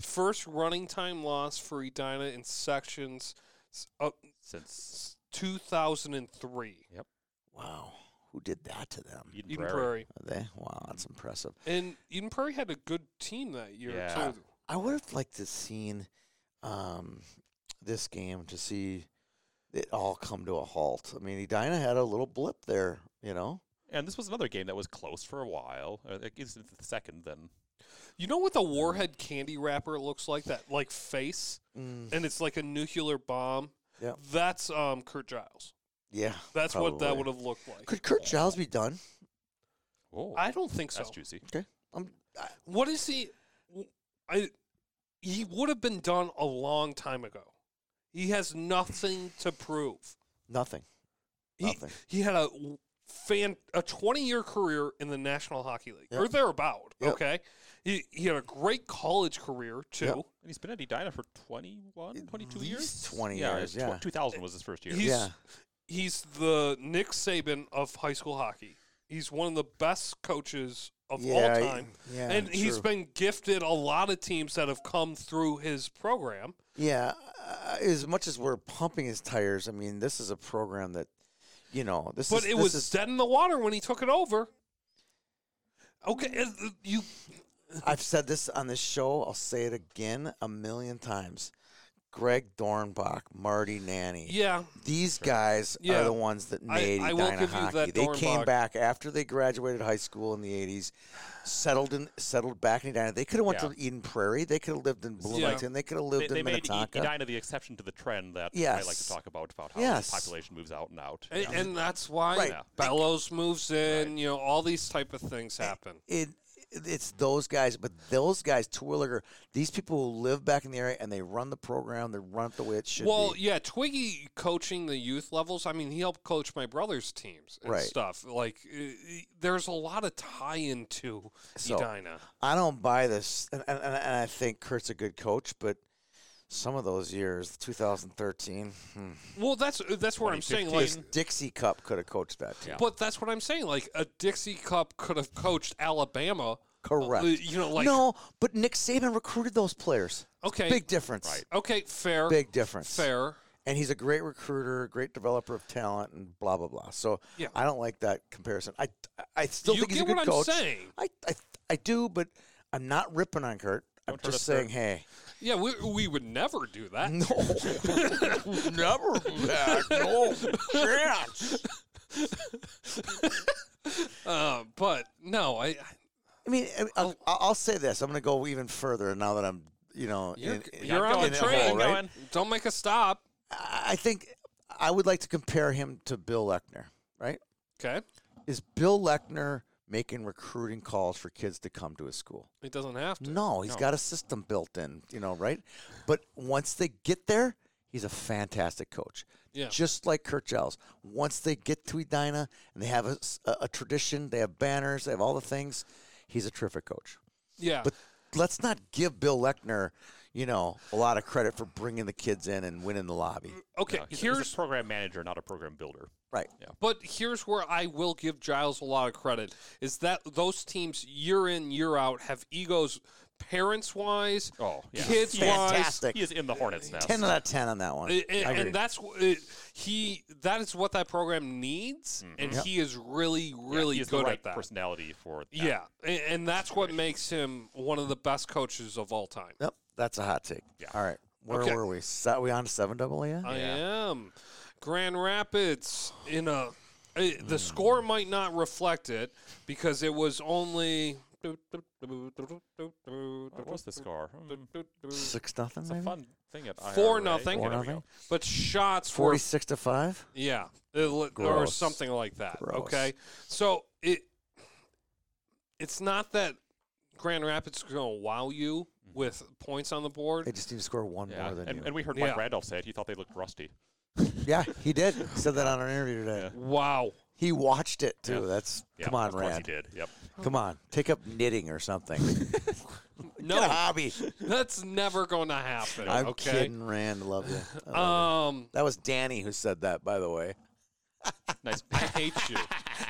C: First running time loss for Edina in sections s- up
D: Since
C: 2003.
A: Wow. Who did that to them?
D: Eden,
C: Eden
D: Prairie.
C: Prairie.
A: Are they? Wow, that's impressive.
C: And Eden Prairie had a good team that year,
D: Yeah.
C: too.
A: I would have liked to seen um, this game to see it all come to a halt. I mean, Edina had a little blip there, you know.
D: and this was another game that was close for a while. Uh, it gets into the second, then
C: You know what the Warhead candy wrapper looks like? That, like, face?
A: Mm,
C: and it's like a nuclear bomb.
A: Yep.
C: That's um Kurt Giles.
A: yeah,
C: That's what that
A: probably.
C: would have looked like.
A: Could Kurt Giles be done?
D: oh,
C: I don't think so.
D: that's juicy.
A: Okay, I'm,
C: What is he? I he would have been done a long time ago. He has nothing to prove.
A: Nothing.
C: He,
A: Nothing.
C: he had a fan a 20 year career in the National Hockey League or
A: Yep.
C: thereabout.
A: Yep.
C: Okay, he, he had a great college career too.
A: Yep.
D: And he's been at Edina for 21, 22 years?
A: least 20 years,
D: tw-
A: yeah.
D: 2000 was his first year.
C: He's
A: Yeah.
C: he's the Nick Saban of high school hockey. He's one of the best coaches of
A: Yeah,
C: all time.
A: yeah,
C: and he's
A: true.
C: been gifted a lot of teams that have come through his program.
A: Yeah, uh, as much as we're pumping his tires, I mean, this is a program that, you know, this is
C: But it
A: this
C: was
A: is-
C: dead in the water when he took it over. Okay, uh, uh, you
A: I've said this on this show. I'll say it again a million times. Greg Dornbach, Marty Nanny.
C: yeah.
A: These guys
C: Yeah.
A: are the ones that
C: I-
A: made
C: I will
A: Edina
C: give you
A: hockey.
C: that
A: they came
C: Dornbach.
A: back after they graduated high school in the '80s, settled in, settled back in Edina. They could have went
D: Yeah.
A: to Eden Prairie. They could have lived in
C: like-
A: Bloomington. They could have lived
D: They,
A: in
D: they made E-
A: Minnetonka.
D: Edina the exception to the trend that I like
A: Yes.
D: to talk about, about how
A: Yes.
D: the population moves out and out.
C: And, and that's why
A: Right.
D: Yeah.
C: Bellows moves in. You know, all these type of things happen.
A: it it's those guys, but those guys, Twilliger, these people who live back in the area and they run the program, they run it the way it should
C: Well,
A: be.
C: yeah, Twiggy coaching the youth levels. I mean, he helped coach my brother's teams and
A: Right.
C: stuff. Like, uh, there's a lot of tie into
A: So-
C: Edina.
A: I don't buy this, and, and, and and I think Kurt's a good coach, but some of those years, 2013, hmm,
C: Well, that's uh, that's where I'm saying. Like,
A: this Dixie Cup could have coached that team.
D: Yeah.
C: but that's what I'm saying. Like, a Dixie Cup could have coached Alabama.
A: Correct.
C: Uh, you know, like
A: no, but Nick Saban recruited those players.
C: okay,
A: Big difference.
D: Right.
C: okay, fair,
A: Big difference.
C: fair.
A: And he's a great recruiter, great developer of talent, and blah blah blah. So
C: Yeah.
A: I don't like that comparison. I I still
C: you
A: think he's
C: get
A: a good
C: what
A: coach.
C: I'm saying?
A: I, I, I do, but I'm not ripping on Kurt. I'm
D: Don't hurt
A: just
D: us,
A: saying,
D: Kurt.
A: hey,
C: Yeah, we, we would never do that.
A: no, never back, no chance.
C: Uh, but no, I, I
A: I mean, I- I'll,
C: Oh.
A: I'll say this. I'm going to go even further now that I'm, you know,
C: you're,
A: in- in-
C: you're
D: I'm
C: on
A: in
C: a
A: the
D: I'm
C: train.
A: hole, right?
D: going.
C: Don't make a stop.
A: I I think I would like to compare him to Bill Lechner. Right?
C: Okay,
A: Is Bill Lechner making recruiting calls for kids to come to his school?
C: it doesn't have to.
A: No, he's
D: No.
A: got a system built in, you know, right? But once they get there, he's a fantastic coach.
C: Yeah.
A: Just like Kurt Giles. Once they get to Edina and they have a, s- a- a tradition, they have banners, they have all the things, he's a terrific coach.
C: Yeah,
A: But let's not give Bill Lechner, you know, a lot of credit for bringing the kids in and winning the lobby.
C: Okay,
D: Yeah, he's, a- he's
C: here's
D: a program manager, not a program builder.
A: Right.
C: but here's where I will give Giles a lot of credit is that those teams year in year out have egos parents wise,
D: Oh, yeah.
C: kids wise,
A: Fantastic.
D: He is in the Hornets nest.
A: 10 out of 10 on that one.
C: and,
A: I agree.
C: and that's wh- it, he that is what that program needs, and he is really
D: Mm-hmm. Yeah,
C: really
D: he is
C: good
D: the right
C: at that.
D: personality for that.
C: yeah, and, and that's what makes him one of the best coaches of all time.
A: yep, that's a hot take.
D: Yeah. Uh,
A: All right. Where
C: Okay.
A: were we? Sat we on 7 double A? yet?
C: I
D: Yeah.
C: am. Grand Rapids in a eh, the score might not reflect it because it was only
D: What was the score? Hmm,
A: 6 nothing
D: It's a
A: maybe?
D: fun thing at IRA.
C: four nothing.
A: Four
D: Okay, there we
A: nothing?
D: go.
C: but shots were
A: 46 to 5?
C: yeah it li- or
A: Gross.
C: something like that.
A: Gross.
C: Okay, so it it's not that Grand Rapids is going to wow you
A: Mm-hmm.
C: with points on the board.
A: They just need to score one
D: Yeah.
A: more than
D: And,
A: you.
D: and we heard
C: Yeah.
D: Mike Randolph say it. He thought they looked rusty.
A: yeah, he did. He said that on our interview today.
C: Wow.
A: He watched it too.
D: Yeah.
A: That's
D: Yeah,
A: come on,
D: of course
A: Rand.
D: he did. Yep.
A: Come on, take up knitting or something. Get a
C: No,
A: hobby.
C: that's never going to happen.
A: I'm
C: okay.
A: kidding, Rand. Love you. I love you.
C: Um,
A: that was Danny who said that, by the way.
D: Nice.
C: I hate you.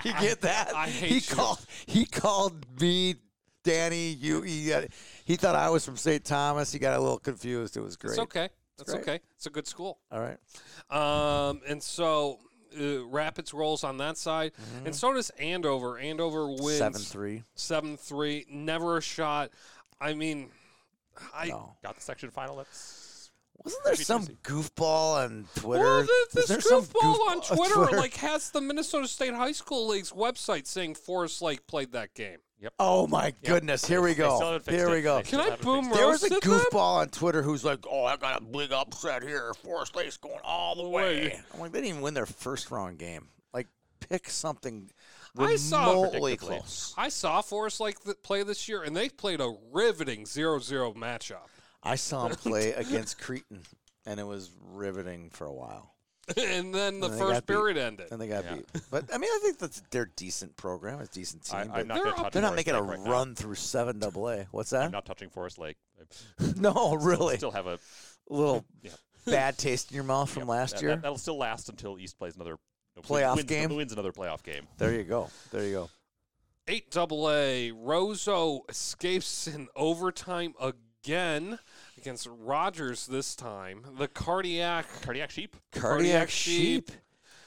A: You get that?
C: I hate
A: he
C: you.
A: called. He called me. Danny, you, he, got, he thought I was from St. Thomas. He got a little confused. It was great.
C: It's okay. That's
A: great.
C: okay. It's a good school.
A: All right.
C: Um, and so uh, Rapids rolls on that side,
A: Mm-hmm.
C: and so does Andover. Andover wins
A: 7 3.
C: seven three. Never a shot. I mean, I
A: No.
D: Got the section final. That's
A: Wasn't there
D: Pretty
A: some
D: juicy.
A: goofball on Twitter?
C: well, th-
A: Is
C: this
A: there some
C: goofball on
A: goofball
C: Twitter, like has the Minnesota State High School League's website saying Forest Lake played that game.
A: oh my goodness, here we
D: still
A: go.
D: haven't fixed
A: Here
D: it.
A: we go.
D: They
C: Can
D: Still
C: I
D: haven't
C: boom
A: There was a
C: roasted them?
A: goofball on Twitter who's like, "Oh, I got a big upset here. Forest Lake's going all the way." I'm like, they didn't even win their first round game. Like, pick something
C: I saw-
A: remotely
D: Predictably.
A: close.
C: I saw Forest Lake th- play this year, and they played a riveting 0-0 matchup.
A: I saw him play against Creighton, and it was riveting for a while.
C: and then the
A: And they got
C: first
A: beat.
C: period ended.
A: Then they got
D: Yeah.
A: beat. But I mean, I think that's their decent program, a decent team.
D: I,
A: but
D: I'm not
C: they're
D: gonna
C: up-
D: touch
A: they're not
D: Forest
A: making a
D: Lake right now.
A: run through seven double A. What's that?
D: I'm not touching Forest Lake. I
A: no, really.
D: Still have a
A: little
D: Yeah.
A: bad taste in your mouth from
D: yeah,
A: last
D: that-
A: year.
D: That, will still last until East plays another no, wins-
A: Playoff
D: wins,
A: game?
D: Wins another playoff game.
A: There you go. There you go.
C: Eight double A. Rozo escapes in overtime again against Rogers this time. The cardiac.
D: Cardiac sheep.
A: Cardiac,
C: Cardiac
A: sheep.
C: sheep.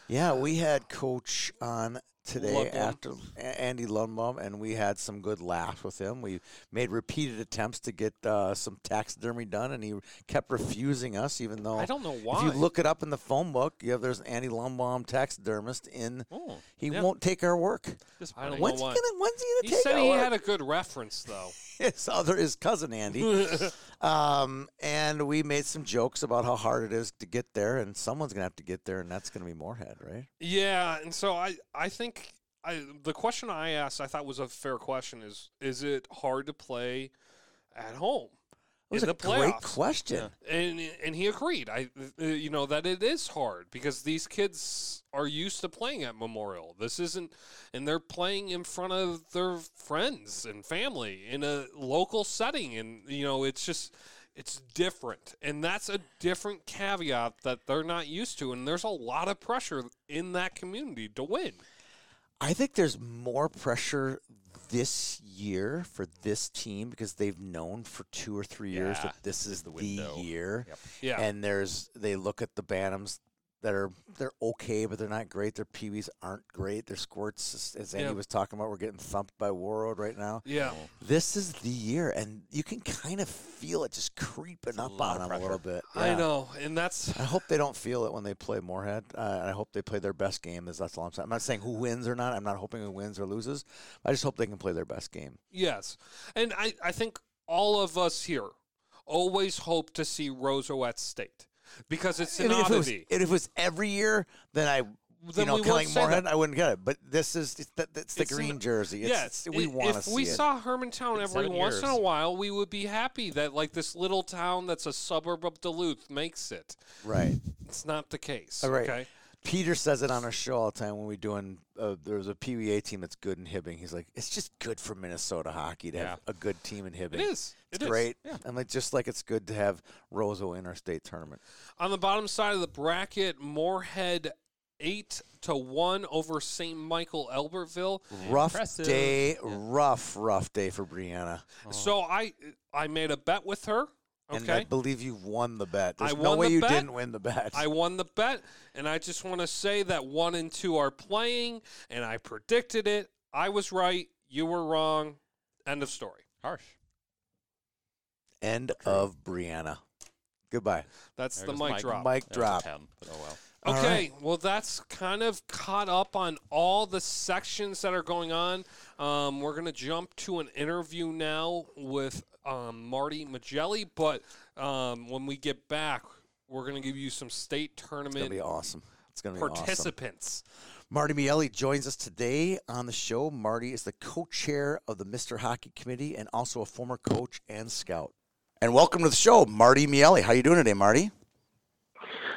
A: Yeah, we had Coach on today
C: Lundblom.
A: after A- Andy Lundbaum, and we had some good laughs with him. We made repeated attempts to get uh, some taxidermy done, and he kept refusing us, even though
C: I don't know
A: if
C: why.
A: you look it up in the phone book, you have there's an Andy Lundbaum taxidermist in.
D: Oh,
A: He
C: yeah.
A: won't take our work.
C: I don't
A: When's he
C: know why.
A: gonna? When's he
C: He
A: gonna take
C: said
A: our
C: he
A: work?
C: had a good reference though.
A: his other his cousin Andy. um, and we made some jokes about how hard it is to get there, and someone's gonna have to get there, and that's gonna be Moorhead, right?
C: Yeah, and so I I think I the question I asked I thought was a fair question is is it hard to play at home
A: It was
C: in
A: a
C: the
A: great
C: playoffs?
A: question.
C: and and he agreed. I uh, you know that it is hard because these kids are used to playing at Memorial. This isn't, and they're playing in front of their friends and family in a local setting, and you know it's just it's different, and that's a different caveat that they're not used to, and there's a lot of pressure in that community to win.
A: I think there's more pressure this year for this team because they've known for two or three years
D: Yeah,
A: that this is
D: the
A: the,
D: window.
A: year.
D: Yep.
C: Yeah,
A: And there's they look at the Bantams that are they're okay, but they're not great. Their peewees aren't great. Their squirts, as- as Andy
C: Yeah.
A: was talking about, we're getting thumped by Warroad right now.
C: yeah.
A: this is the year, and you can kind of feel it just creeping up
D: lot
A: on
D: of
A: them a
D: pressure.
A: little bit.
C: I
A: Yeah.
C: know, and that's
A: I hope they don't feel it when they play Moorhead. Uh, and I hope they play their best game. That's, that's all I'm saying. I'm not saying who wins or not. I'm not hoping who wins or loses. I just hope they can play their best game.
C: Yes. And I, I think all of us here always hope to see Roseau at state because it's an
A: And if, it was,
C: oddity.
A: and if it was every year, then I,
C: Then
A: you know,
C: we wouldn't
A: killing
C: say
A: Moorhead,
C: that.
A: I wouldn't get it. But this is it's the, it's the
C: It's
A: green
C: n-
A: jersey. It's,
C: Yes,
A: it's- we
C: i-
A: want to
C: If
A: see
C: we
A: it.
C: saw Hermantown
D: It's
C: every
D: seven
C: once in a
D: years.
C: while, we would be happy that like this little town that's a suburb of Duluth makes it.
A: right.
C: It's not the case.
A: All right.
C: Okay.
A: Peter says it on our show all the time when we're doing. Uh, there's a PBA team that's good in Hibbing. He's like, it's just good for Minnesota hockey to have a good team in Hibbing.
C: It is.
A: It's
C: It is.
A: great. And like, just like it's good to have Roseau in our state tournament.
C: On the bottom side of the bracket, Moorhead eight to one over St. Michael Elbertville.
A: Rough
D: Impressive.
A: day, rough, rough day for Brianna.
C: So I I made a bet with her. Okay.
A: Uh-huh. And I believe you won the bet.
C: I
A: There's no
C: won
A: way
C: the
A: you
C: bet.
A: didn't win the bet.
C: I won the bet, and I just want to say that one and two are playing, and I predicted it. I was right. You were wrong. End of story.
D: Harsh.
A: End of Brianna. Goodbye.
C: That's
D: There
C: the
D: goes
C: mic,
D: Mike.
A: Mic
C: drop.
D: That was a
A: drop.
D: 10, but oh well.
A: All
C: Okay,
A: right.
C: well, that's kind of caught up on all the sections that are going on. Um, we're going to jump to an interview now with um, Marty Magelli, but um, when we get back, we're going to give you some state
A: It's going to
C: tournament
A: be awesome. It's going to be awesome.
C: participants.
A: Marty Miele joins us today on the show. Marty is the co-chair of the Mr. Hockey Committee and also a former coach and scout. And welcome to the show, Marty Miele. How you doing today, Marty?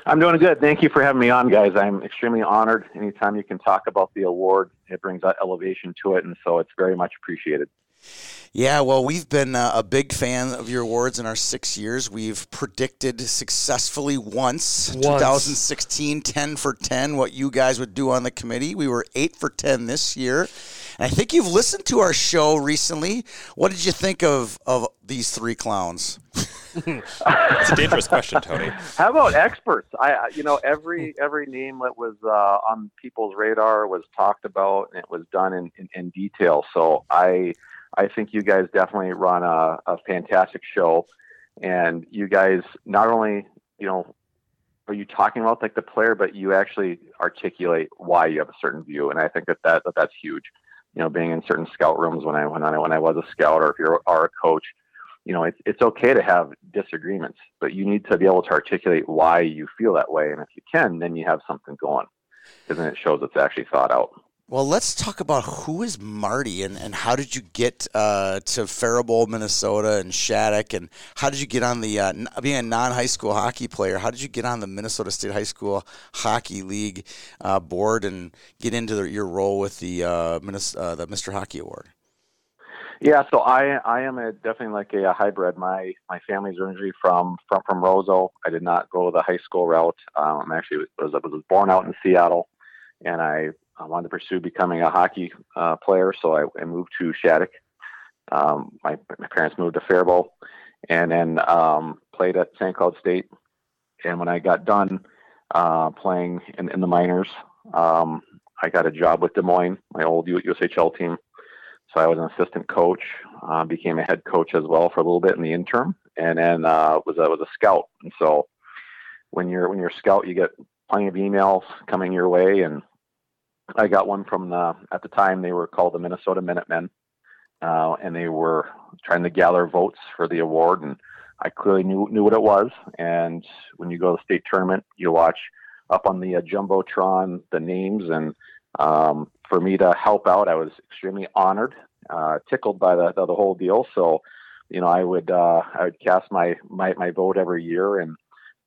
E: I'm doing good. Thank you for having me on, guys. I'm extremely honored. Anytime you can talk about the award, it brings that elevation to it, and so it's very much appreciated.
A: Yeah, well, we've been uh, a big fan of your awards in our six years. We've predicted successfully once, 2016, 10 for 10, what you guys would do on the committee. We were 8 for 10 this year. And I think you've listened to our show recently. What did you think of, of these three clowns?
D: It's a dangerous question, Tony. Hmm.
E: How about experts? I, I- you know, every every name that was uh, on people's radar was talked about, and it was done in, in, in detail. So I I think you guys definitely run a, a fantastic show, and you guys not only you know are you talking about like the player, but you actually articulate why you have a certain view, and I think that, that, that that's huge. You know, being in certain scout rooms when I when I when I was a scout, or if you are a coach, you know, it's it's okay to have disagreements, but you need to be able to articulate why you feel that way, and if you can, then you have something going, because then it shows it's actually thought out.
A: Well, let's talk about who is Marty and, and how did you get uh, to Faribault, Minnesota, and Shattuck, and how did you get on the uh, n- being a non high school hockey player? How did you get on the Minnesota State High School Hockey League uh, board and get into the, your role with the uh, Minnes- uh, the Mr. Hockey Award?
E: Yeah, so I I am a, definitely like a, hybrid. My my family's originally from from from Roseau. I did not go the high school route. Um, I actually was was was born out in Seattle, and I, I wanted to pursue becoming a hockey uh, player. So I, I moved to Shattuck. Um, my my parents moved to Faribault, and then um, played at St. Cloud State. And when I got done uh, playing in, in the minors, um, I got a job with Des Moines, my old U- USHL team. So I was an assistant coach, uh, became a head coach as well for a little bit in the interim, and then uh, was I was a scout. And so when you're when you're a scout, you get plenty of emails coming your way, and I got one from the at the time they were called the Minnesota Minutemen, uh, and they were trying to gather votes for the award, and I clearly knew knew what it was. And when you go to the state tournament, you watch up on the uh, jumbotron the names and. Um, for me to help out, I was extremely honored uh, tickled by the, the the whole deal. So, you know, I would uh, I would cast my, my my vote every year, and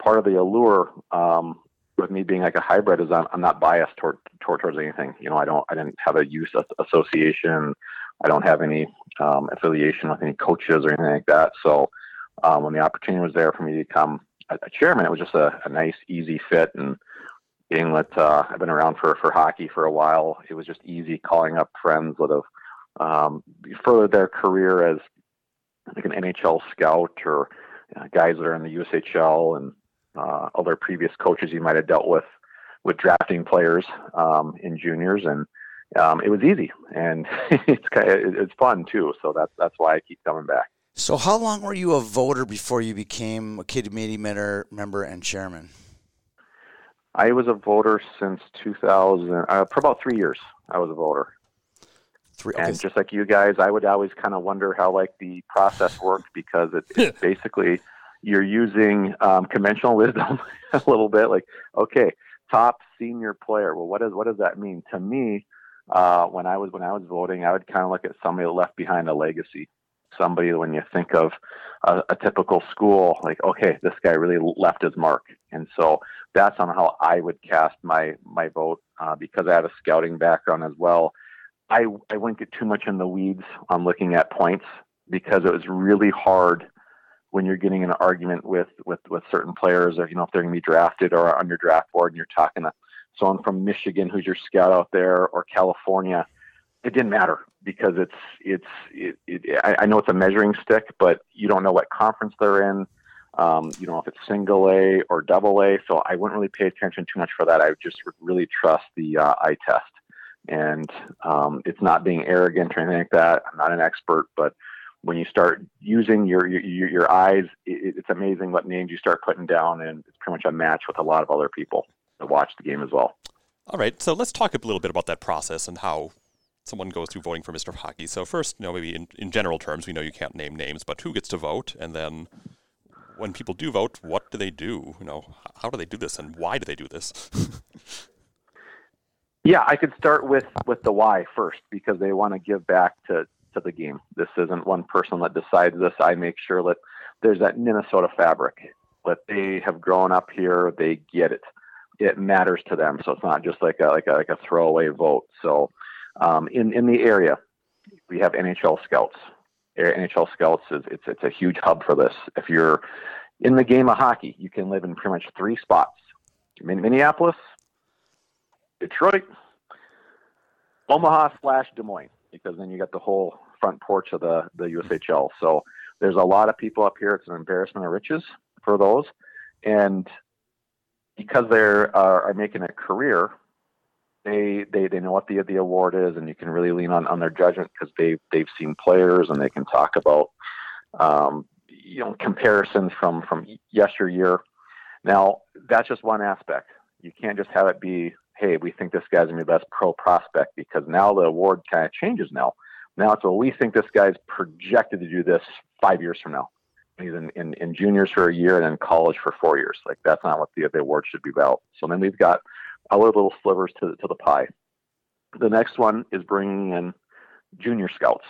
E: part of the allure um, with me being like a hybrid is I'm, I'm not biased toward, toward towards anything. You know, I don't I didn't have a youth as- association, I don't have any um, affiliation with any coaches or anything like that. So, um, when the opportunity was there for me to become a, a chairman, it was just a, a nice easy fit and being that uh, I've been around for, for hockey for a while, it was just easy calling up friends that have um, furthered their career as like an NHL scout or uh, guys that are in the USHL and uh, other previous coaches you might have dealt with with drafting players um, in juniors and um, it was easy and it's kind of, it's fun too so that's that's why I keep coming back.
A: So, how long were you a voter before you became a committee member, member and chairman?
E: I was a voter since 2000 uh, for about three years. I was a voter.
A: Three. Okay.
E: And just like you guys, I would always kind of wonder how like the process worked because it, it's basically you're using um, conventional wisdom a little bit. Like, okay, top senior player. Well, what does what does that mean to me? Uh, when I was when I was voting, I would kind of look at somebody that left behind a legacy. Somebody when you think of a, a typical school, like okay, this guy really left his mark, and so that's on how I would cast my my vote uh, because I had a scouting background as well. I, I wouldn't get too much in the weeds on looking at points because it was really hard when you're getting in an argument with, with, with certain players or, you know, if they're going to be drafted or on your draft board and you're talking to someone from Michigan who's your scout out there or California, it didn't matter because it's, it's, it, it, I, I know it's a measuring stick, but you don't know what conference they're in. Um, you know, if it's single A or double A. So I wouldn't really pay attention too much for that. I would just really trust the uh, eye test and um, it's not being arrogant or anything like that. I'm not an expert, but when you start using your your, your eyes, it, it's amazing what names you start putting down, and it's pretty much a match with a lot of other people that watch the game as well.
D: All right, so let's talk a little bit about that process and how someone goes through voting for Mr. Hockey. So first, you know, maybe in, in general terms, we know you can't name names, but who gets to vote, and then when people do vote, what do they do? You know, h- how do they do this, and why do they do this?
E: Yeah, I could start with with the why first because they want to give back to to the game. This isn't one person that decides this. I make sure that there's that Minnesota fabric that they have grown up here. They get it. It matters to them, so it's not just like a like a, like a throwaway vote. So, um, in in the area, we have NHL scouts. Air- NHL scouts is it's it's a huge hub for this. If you're in the game of hockey, you can live in pretty much three spots: Min- Minneapolis, Detroit, Omaha slash Des Moines, because then you got the whole front porch of the, the USHL. So there's a lot of people up here. It's an embarrassment of riches for those. And because they're are, are making a career, they, they they know what the the award is, and you can really lean on, on their judgment because they they've seen players and they can talk about um, you know comparisons from from yesteryear. Now that's just one aspect you can't just have it be, hey, we think this guy's gonna be the best pro prospect because now the award kind of changes now. Now it's well, we think this guy's projected to do this five years from now. He's in, in, in juniors for a year and then college for four years. Like that's not what the, the award should be about. So then we've got other little slivers to the, to the pie. the next one is bringing in junior scouts.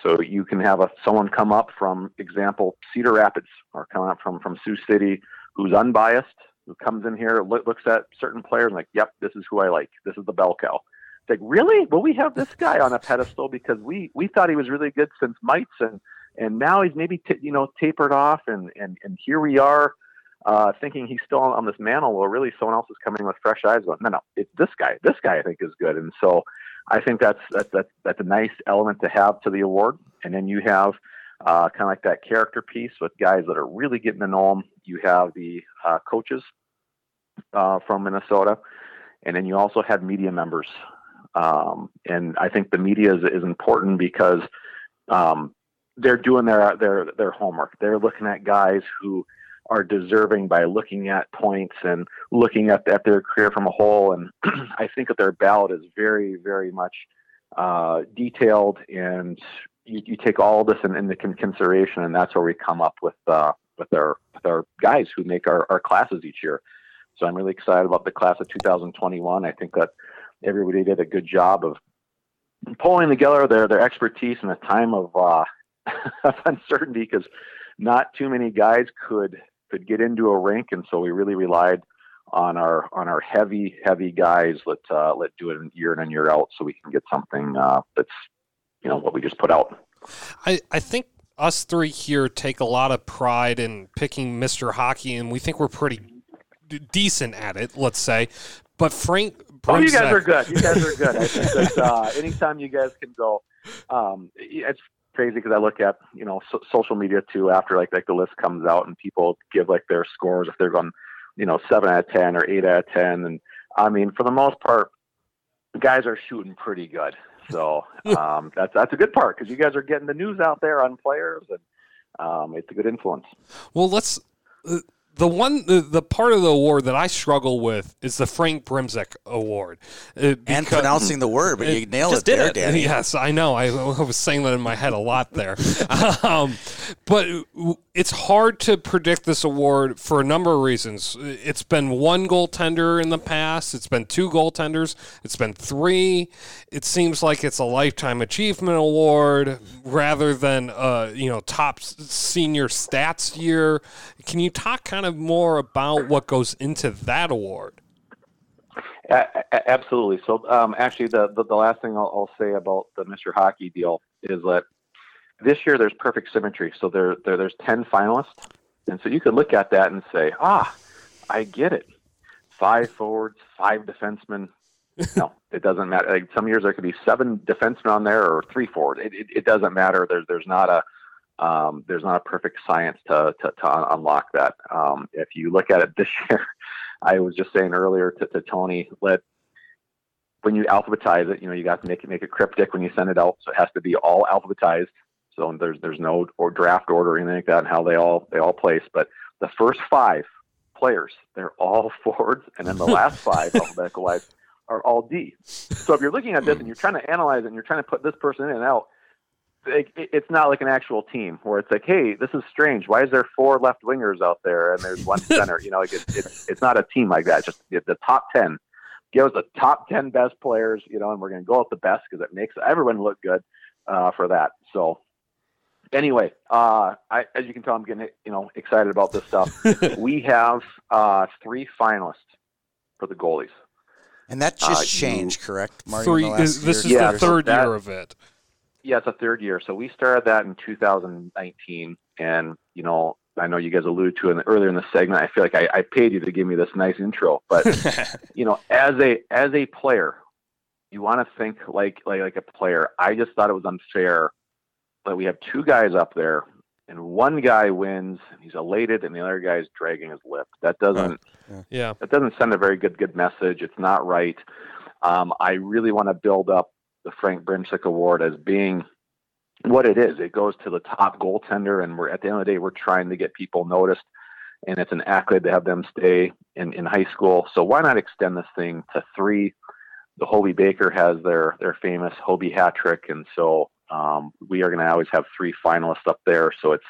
E: So you can have a, someone come up from example Cedar Rapids or come up from from Sioux City who's unbiased, who comes in here, loo- looks at certain players and like, yep, this is who I like. This is the bell cow. It's like, really? Well, we have this guy on a pedestal because we we thought he was really good since Mites and and now he's maybe t- you know tapered off and and and here we are uh, thinking he's still on, on this mantle. Well, really, someone else is coming with fresh eyes. Going, no, no, it's this guy. This guy I think is good. And so, I think that's that's that's, that's a nice element to have to the award. And then you have uh, kind of like that character piece with guys that are really getting to know them. You have the uh, coaches uh, from Minnesota, and then you also have media members. Um, and I think the media is, is important because um, they're doing their their their homework. They're looking at guys who are deserving by looking at points and looking at, at their career from a whole. And I think that their ballot is very, very much uh, detailed, and you, you take all this in, into con- consideration, and that's where we come up with uh, with our with our guys who make our, our classes each year. So I'm really excited about the class of 2021. I think that everybody did a good job of pulling together their their expertise in a time of uh, of uncertainty because not too many guys could could get into a rink, and so we really relied on our on our heavy heavy guys. Let uh, let do it year in and year out, so we can get something uh, that's you know what we just put out.
C: I, I think us three here take a lot of pride in picking Mr. Hockey, and we think we're pretty d- decent at it, let's say. But Frank
E: Oh, you
C: brings
E: guys
C: that-
E: are good. You guys are good. I think that uh, anytime you guys can go, um, it's crazy because I look at you know so- social media too. After like like the list comes out and people give like their scores if they're going, you know, seven out of ten or eight out of ten, and I mean for the most part, guys are shooting pretty good. So um, that's that's a good part because you guys are getting the news out there on players and. Um, it's a good influence.
C: Well, let's. uh, The one, the, the part of the award that I struggle with is the Frank Brimsek Award, uh,
A: and
C: because-
A: pronouncing the word, but you nailed it
D: just did
A: there,
D: it.
A: Danny.
C: Yes, I know. I, I was saying that in my head a lot there. um, but it's hard to predict this award for a number of reasons. It's been one goaltender in the past, it's been two goaltenders, it's been three. It seems like it's a lifetime achievement award rather than uh, you know top s- senior stats year. Can you talk kind of more about what goes into that award?
E: A- a- absolutely. So, um, actually, the, the the last thing I'll, I'll say about the Mr. Hockey deal is that this year there's perfect symmetry. So there, there there's ten finalists, and so you could look at that and say, ah, I get it. Five forwards, five defensemen. No, it doesn't matter. Like some years there could be seven defensemen on there or three forwards. It, it, it doesn't matter. There's there's not a um, there's not a perfect science to to, to un- unlock that. Um, if you look at it this year, I was just saying earlier to, to Tony that when you alphabetize it, you know, you got to make it make it cryptic when you send it out. So it has to be all alphabetized. So there's there's no or draft order or anything like that and how they all they all place. But the first five players, they're all forwards, and then the last five alphabetical wise are all D. So if you're looking at this and you're trying to analyze it and you're trying to put this person in and out, it, it- it's not like an actual team where it's like, hey, this is strange. Why is there four left wingers out there and there's one center? You know, like it's it's it's not a team like that. It's just the the top ten. Give us the top ten best players, you know, and we're going to go with the best because it makes everyone look good uh, for that. So anyway, uh, I, as you can tell, I'm getting you know excited about this stuff. we have uh, three finalists for the goalies.
A: And that
E: Uh,
A: just
E: you-
A: changed, correct? Marty, in
C: Three.
A: the last
C: Is, this is
A: year?
E: Yeah,
C: the
E: so
C: third
E: that-
C: year of it.
E: Yeah, it's a third year. So we started that in 2019, and you know, I know you guys alluded to it in- earlier in the segment. I feel like I, I paid you to give me this nice intro, but you know, as a as a player, you want to think like like like a player. I just thought it was unfair that we have two guys up there, and one guy wins, and he's elated, and the other guy's dragging his lip. That doesn't
C: Yeah.
E: that doesn't send a very good good message. It's not right. Um, I really want to build up the Frank Brimsick Award as being what it is. It goes to the top goaltender, and we're at the end of the day, we're trying to get people noticed, and it's an accolade to have them stay in, in high school. So why not extend this thing to three? The Hobie Baker has their their famous Hobie hat trick, and so um, we are going to always have three finalists up there. So it's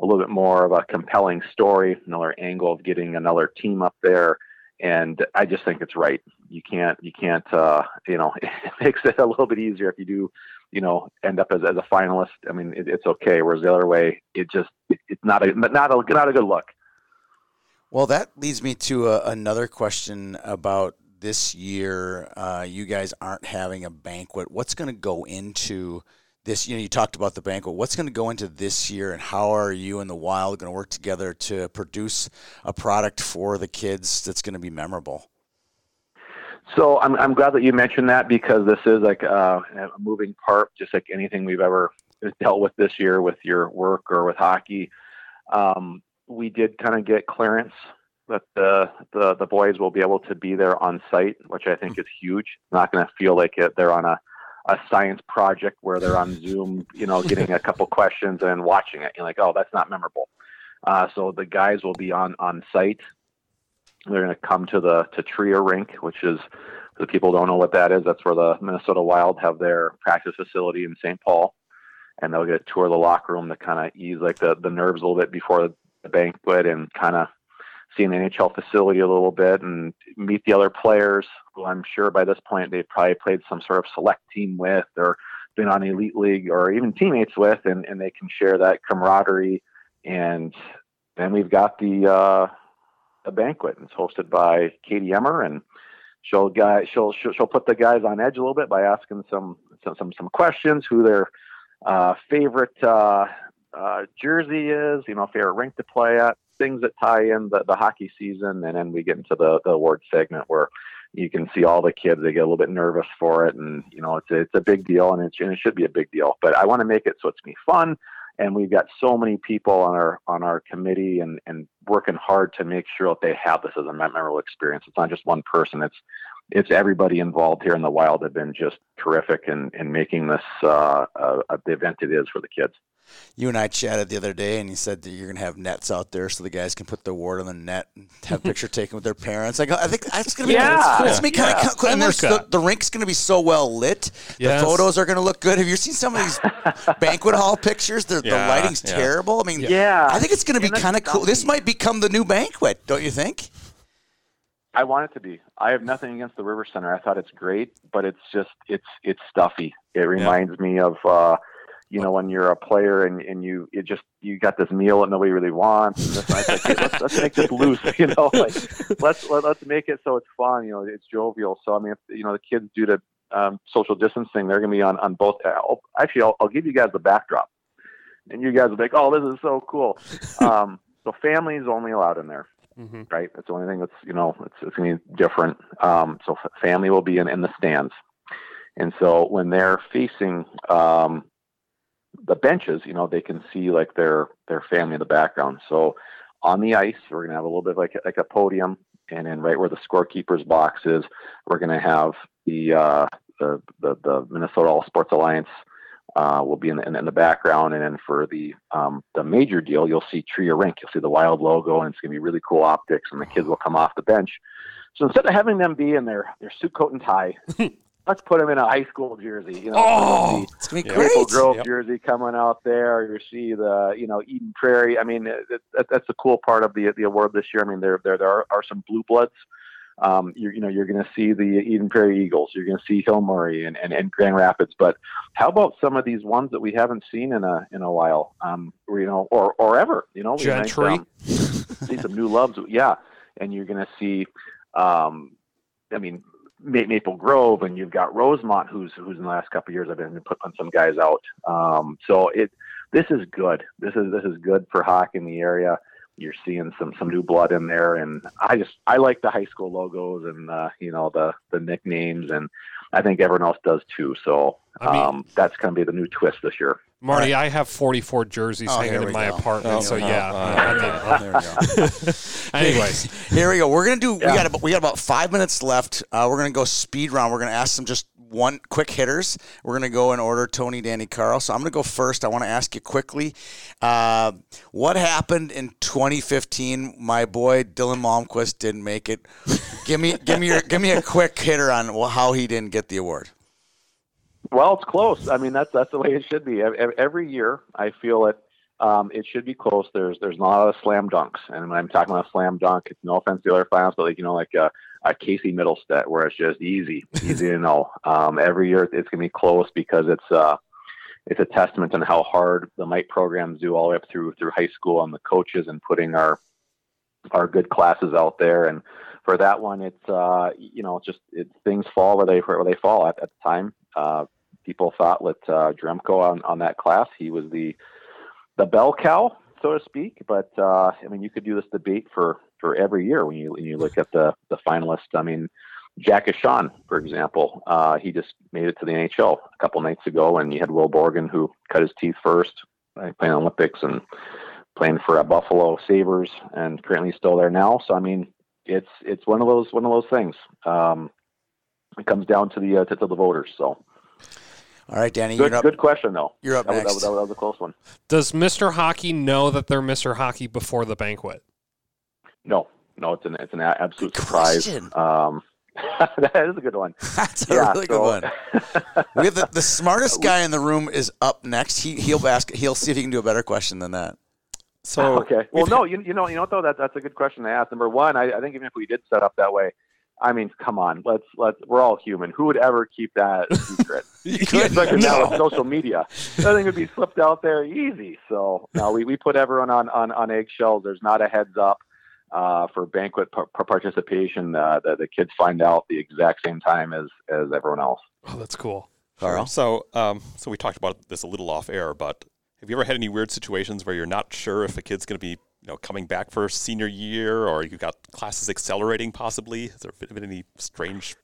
E: a little bit more of a compelling story, another angle of getting another team up there. And I just think it's right. you can't you can't uh, you know it makes it a little bit easier if you do you know end up as, as a finalist. I mean it, it's okay. Whereas the other way, it just it, it's not a not a not a good look.
A: Well, that leads me to a, another question about this year. Uh, you guys aren't having a banquet. What's going to go into this? You know, you talked about the banquet. What's going to go into this year, and how are you and the Wild going to work together to produce a product for the kids that's going to be memorable?
E: So I'm, I'm glad that you mentioned that because this is like uh, a moving part, just like anything we've ever dealt with this year with your work or with hockey. Um, we did kind of get clearance that the, the the boys will be able to be there on site, which I think is huge. Not going to feel like it, they're on a a science project where they're on Zoom, you know, getting a couple questions and watching it. You're like, oh, that's not memorable. Uh, so the guys will be on on site. They're going to come to the to Tria Rink, which is the people don't know what that is. That's where the Minnesota Wild have their practice facility in St. Paul, and they'll get a tour of the locker room to kind of ease like the the nerves a little bit before the banquet and kind of see an NHL facility a little bit and meet the other players who I'm sure by this point they've probably played some sort of select team with or been on elite league or even teammates with and, and they can share that camaraderie and then we've got the uh a banquet it's hosted by Katie Emmer and she'll guy she'll, she'll she'll put the guys on edge a little bit by asking some some some, some questions who their uh favorite uh uh, jersey is, you know, favorite rink to play at, things that tie in the, the hockey season, and then we get into the, the award segment where you can see all the kids. They get a little bit nervous for it, and you know, it's a, it's a big deal, and, it's, and it should be a big deal. But I want to make it so it's gonna be fun, and we've got so many people on our on our committee and and working hard to make sure that they have this as a memorable experience. It's not just one person. It's it's everybody involved here in the wild have been just terrific in, in making this uh, uh, the event it is for the kids
A: you and I chatted the other day, and you said that you're gonna have nets out there so the guys can put the ward on the net and have a picture taken with their parents. Like, I think that's gonna be
E: Yeah.
A: cool. That's gonna be kind
C: Yeah.
A: of cool. And
C: I
A: there's,
C: like
A: the,
C: that.
A: the rink's gonna be so well lit.
C: Yes.
A: The photos are gonna look good. Have you seen some of these banquet hall pictures? The, the
D: Yeah,
A: lighting's
D: yeah.
A: terrible. I mean,
E: Yeah.
A: I think it's gonna be
E: And that's
A: kind of cool. This
E: stumpy.
A: might become the new banquet, don't you think?
E: I want it to be. I have nothing against the River Center. I thought it's great, but it's just it's it's stuffy. It reminds me of uh, you know when you're a player and, and you it just you got this meal that nobody really wants. And this, and it's like, hey, let's, let's make this loose, you know. Like let's let, let's make it so it's fun. You know, it's jovial. So I mean, if, you know, the kids due to um, social distancing, they're going to be on on both. I'll, actually, I'll, I'll give you guys the backdrop, and you guys will be like, "Oh, this is so cool." um, so family is only allowed in there
C: Mm-hmm.
E: right? That's the only thing that's you know it's, it's going to be different. Um, so f- family will be in, in the stands, and so when they're facing um, the benches, you know they can see like their their family in the background. So on the ice, we're going to have a little bit like a- like a podium, and then right where the scorekeeper's box is, we're going to have the uh, the, the the Minnesota All Sports Alliance. Uh, will be in the, in the background, and then for the um, the major deal, you'll see Tree or Rink. You'll see the Wild logo, and it's going to be really cool optics. And the kids will come off the bench. So instead of having them be in their their suit, coat, and tie, let's put them in a high school jersey. You know,
C: Oh,
A: It's gonna be
D: Yeah.
A: great.
E: Maple Grove
D: Yep.
E: jersey coming out there. You see the you know Eden Prairie. I mean that, that, that's the cool part of the the award this year. I mean there there there are, are some blue bloods. Um, you're, you know you're going to see the Eden Prairie Eagles. You're going to see Hill Murray and, and, and Grand Rapids. But how about some of these ones that we haven't seen in a in a while? Um, or, you know or or ever. You know we might,
C: Gentry.
E: um, see some new loves. Yeah, and you're going to see. Um, I mean, Ma- Maple Grove, and you've got Rosemont, who's who's in the last couple of years I've been putting some guys out. Um, so it this is good. This is this is good for hockey in the area. You're seeing some some new blood in there, and I just I like the high school logos and uh, you know the the nicknames, and I think everyone else does too. So
C: I mean-
E: um, that's going to be the new twist this year.
C: Marty, I have 44 jerseys
A: Oh, here
C: hanging
A: we
C: in my
A: go.
C: apartment,
D: Oh,
C: so
D: oh,
C: yeah.
D: oh,
C: I-
A: Oh, there we go.
C: I mean- anyways,
A: Here we go. We're gonna do. We
E: Yeah.
A: got about, we got about five minutes left. Uh, we're gonna go speed round. We're gonna ask some just one quick hitters. We're gonna go in order: Tony, Danny, Carl. So I'm gonna go first. I want to ask you quickly, uh, what happened in 2015? My boy Dylan Malmquist didn't make it. Give me, give me your, give me a quick hitter on wh- how he didn't get the award.
E: Well, it's close. I mean, that's that's the way it should be. Ev- ev- Every year, I feel it. Um, it should be close. There's there's not a lot of slam dunks, and when I'm talking about slam dunk, it's no offense to the other finals, but like you know, like uh, uh, Casey Middlestat, where it's just easy, easy to know. Um, every year it's gonna be close because it's uh, it's a testament on how hard the Mike programs do all the way up through through high school and the coaches and putting our our good classes out there. And for that one, it's uh, you know, it's just it, things fall where they where they fall at, at the time. Uh, people thought with uh, Dremko on on that class, he was the the bell cow, so to speak. But uh, I mean, you could do this debate for for every year when you when you look at the the finalists. I mean, Jack Ashan, for example, uh, he just made it to the NHL a couple nights ago, and you had Will Borgen who cut his teeth first uh, playing Olympics and playing for uh, Buffalo Sabers, and currently still there now. So I mean, it's it's one of those one of those things. Um, it comes down to the uh, to, to the voters. So
A: All right, Danny,
E: good
A: you're up.
E: good question though.
A: You're up
E: That was, that
A: next.
E: was- that was a close one.
C: Does Mr. Hockey know that they're Mr. Hockey before the banquet?
E: No, no, it's an it's an a- absolute
A: Good
E: surprise.
A: question.
E: Um, that is a good one.
A: That's a
E: yeah,
A: really
E: so-
A: good one. We have the, the smartest guy in the room is up next. He he'll ask he'll see if he can do a better question than that.
D: So
E: okay. Well, no, you, you know, you know what though? That that's a good question to ask. Number one, I, I think even if we did set up that way, I mean, come on, let's let's we're all human. Who would ever keep that a secret? Especially now with social media, that thing would be slipped out there easy. So no, we, we put everyone on on on eggshells. There's not a heads up. Uh, for banquet par- par- participation, uh, the, the kids find out the exact same time as, as everyone else.
C: Oh, that's cool.
A: Carl,
D: So, um, so we talked about this a little off air, but have you ever had any weird situations where you're not sure if a kid's going to be, you know, coming back for senior year, or you've got classes accelerating possibly? Has there been- been any strange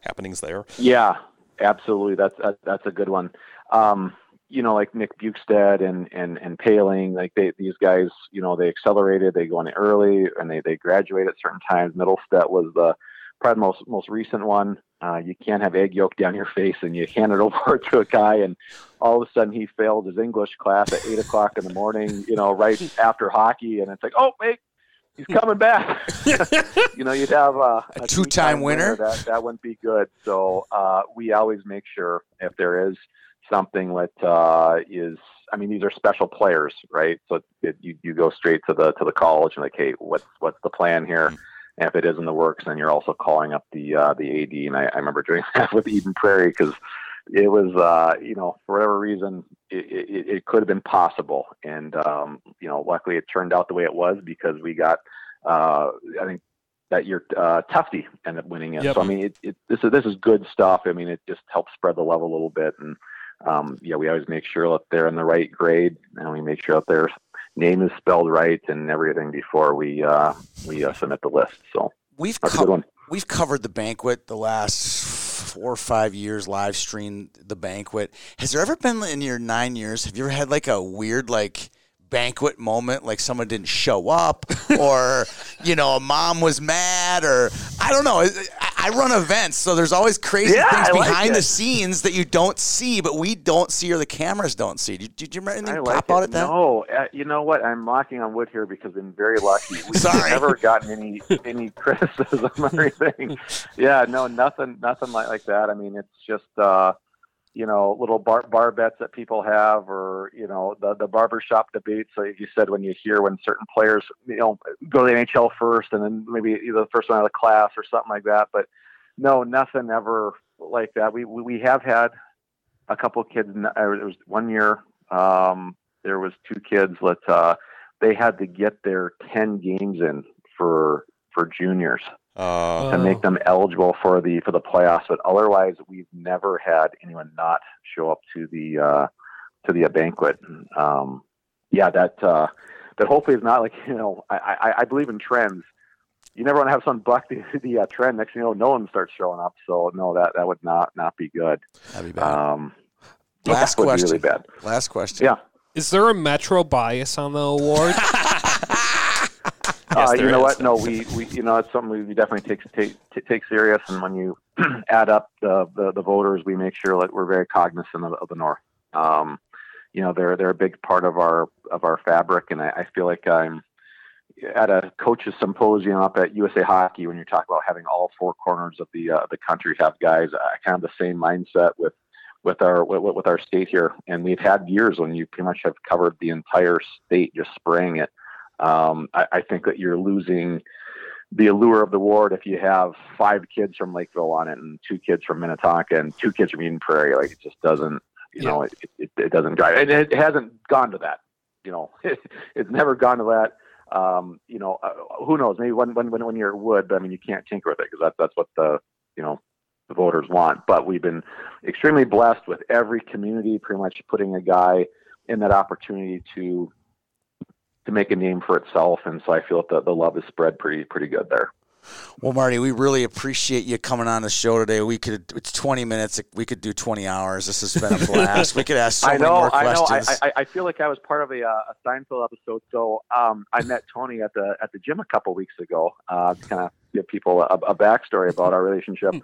D: happenings there?
E: Yeah, absolutely. That's that, that's a good one. Um, you know, like Nick Bukestead and and and Paling, like they these guys, you know, they accelerated, they go in early, and they they graduate at certain times. Middlestead was the probably the most most recent one. Uh, you can't have egg yolk down your face, and you hand it over to a guy, and all of a sudden he failed his English class at eight o'clock in the morning. You know, right after hockey, and it's like, oh wait, he's coming back. you know, you'd have uh,
A: A two-time winner.
E: That that wouldn't be good. So uh, we always make sure if there is something that uh, is. I mean, these are special players, right? So it, you you go straight to the to the college and like, hey, what's what's the plan here?
A: Mm-hmm.
E: And if it is in the works, then you're also calling up the uh, the AD. And I, I remember doing that with Eden Prairie because it was uh, you know for whatever reason it, it, it could have been possible, and um, you know luckily it turned out the way it was because we got uh, I think that year uh, Tufty ended up winning it.
C: Yep.
E: So I mean it, it, this is this is good stuff. I mean it just helps spread the love a little bit, and um, yeah we always make sure that they're in the right grade, and we make sure that their name is spelled right and everything before we uh, we uh, submit the list. So
A: we've
E: that's a good
A: co-
E: one.
A: we've covered the banquet the last four or five years. Live streamed the banquet. Has there ever been in your nine years? Have you ever had like a weird like banquet moment, like someone didn't show up, or you know, a mom was mad, or I don't know. I, I run events, so there's always crazy
E: Yeah,
A: things
E: I like
A: behind the
E: it.
A: scenes that you don't see, but we don't see or the cameras don't see. Did, did you remember anything
E: I like
A: pop out
E: it.
A: at that?
E: No, uh, you know what? I'm knocking on wood here because I'm very lucky. We've
A: Sorry.
E: never gotten any any criticism or anything. Yeah, no, nothing, nothing like, like that. I mean, it's just uh, you know little bar bar bets that people have, or you know the the barbershop debates. Like you said, when you hear when certain players you know go to the NHL first, and then maybe either the first one out of the class or something like that. But no, nothing ever like that. We we, we have had a couple of kids. n- uh, It was one year. Um, there was two kids that uh, they had to get their ten games in for for juniors
D: Uh,
E: to
C: Oh.
E: make them eligible for the for the playoffs. But otherwise, we've never had anyone not show up to the uh, to the banquet. Um, yeah, that uh, that hopefully is not like you know. I, I, I believe in trends. You never want to have someone buck the, the uh, trend. Next thing you know, no one starts showing up. So no, that that would not not be good.
A: That'd be bad.
E: Um,
A: Last
E: that would be
A: question.
E: Really bad.
A: Last question.
E: Yeah.
C: Is there a Metro bias on the award?
D: Yes,
E: uh,
D: there
E: you know
D: is.
E: what? No, we, we you know it's something we- we definitely take take, t- take serious, and when you add up the, the the voters, we make sure that we're very cognizant of, of the North. Um, you know, they're they're a big part of our of our fabric, and I, I feel like I'm at a coaches symposium up at USA Hockey when you talk about having all four corners of the uh, the country have guys. I kind of have the same mindset with with our with, with our state here, and we've had years when you pretty much have covered the entire state just spraying it. Um, I, I think that you're losing the allure of the ward if you have five kids from Lakeville on it and two kids from Minnetonka and two kids from Eden Prairie. Like it just doesn't, you know, it, it, it doesn't drive. And it hasn't gone to that. You know, it's never gone to that. Um, you know, uh, who knows? Maybe when when when when you're at wood, but I mean, you can't tinker with it because that, that's what the you know the voters want. But we've been extremely blessed with every community pretty much putting a guy in that opportunity to to make a name for itself, and so I feel that the, the love is spread pretty pretty good there.
F: Well, Marty, we really appreciate you coming on the show today. We could it's twenty minutes. We could do twenty hours. This has been a blast. we could ask so
E: I
F: many
E: know,
F: more
E: I know. I,
F: questions.
E: I, I feel like I was part of a, uh, a Seinfeld episode. So um, I met Tony at the at the gym a couple weeks ago uh, to kind of give people a, a backstory about our relationship.
F: Hmm.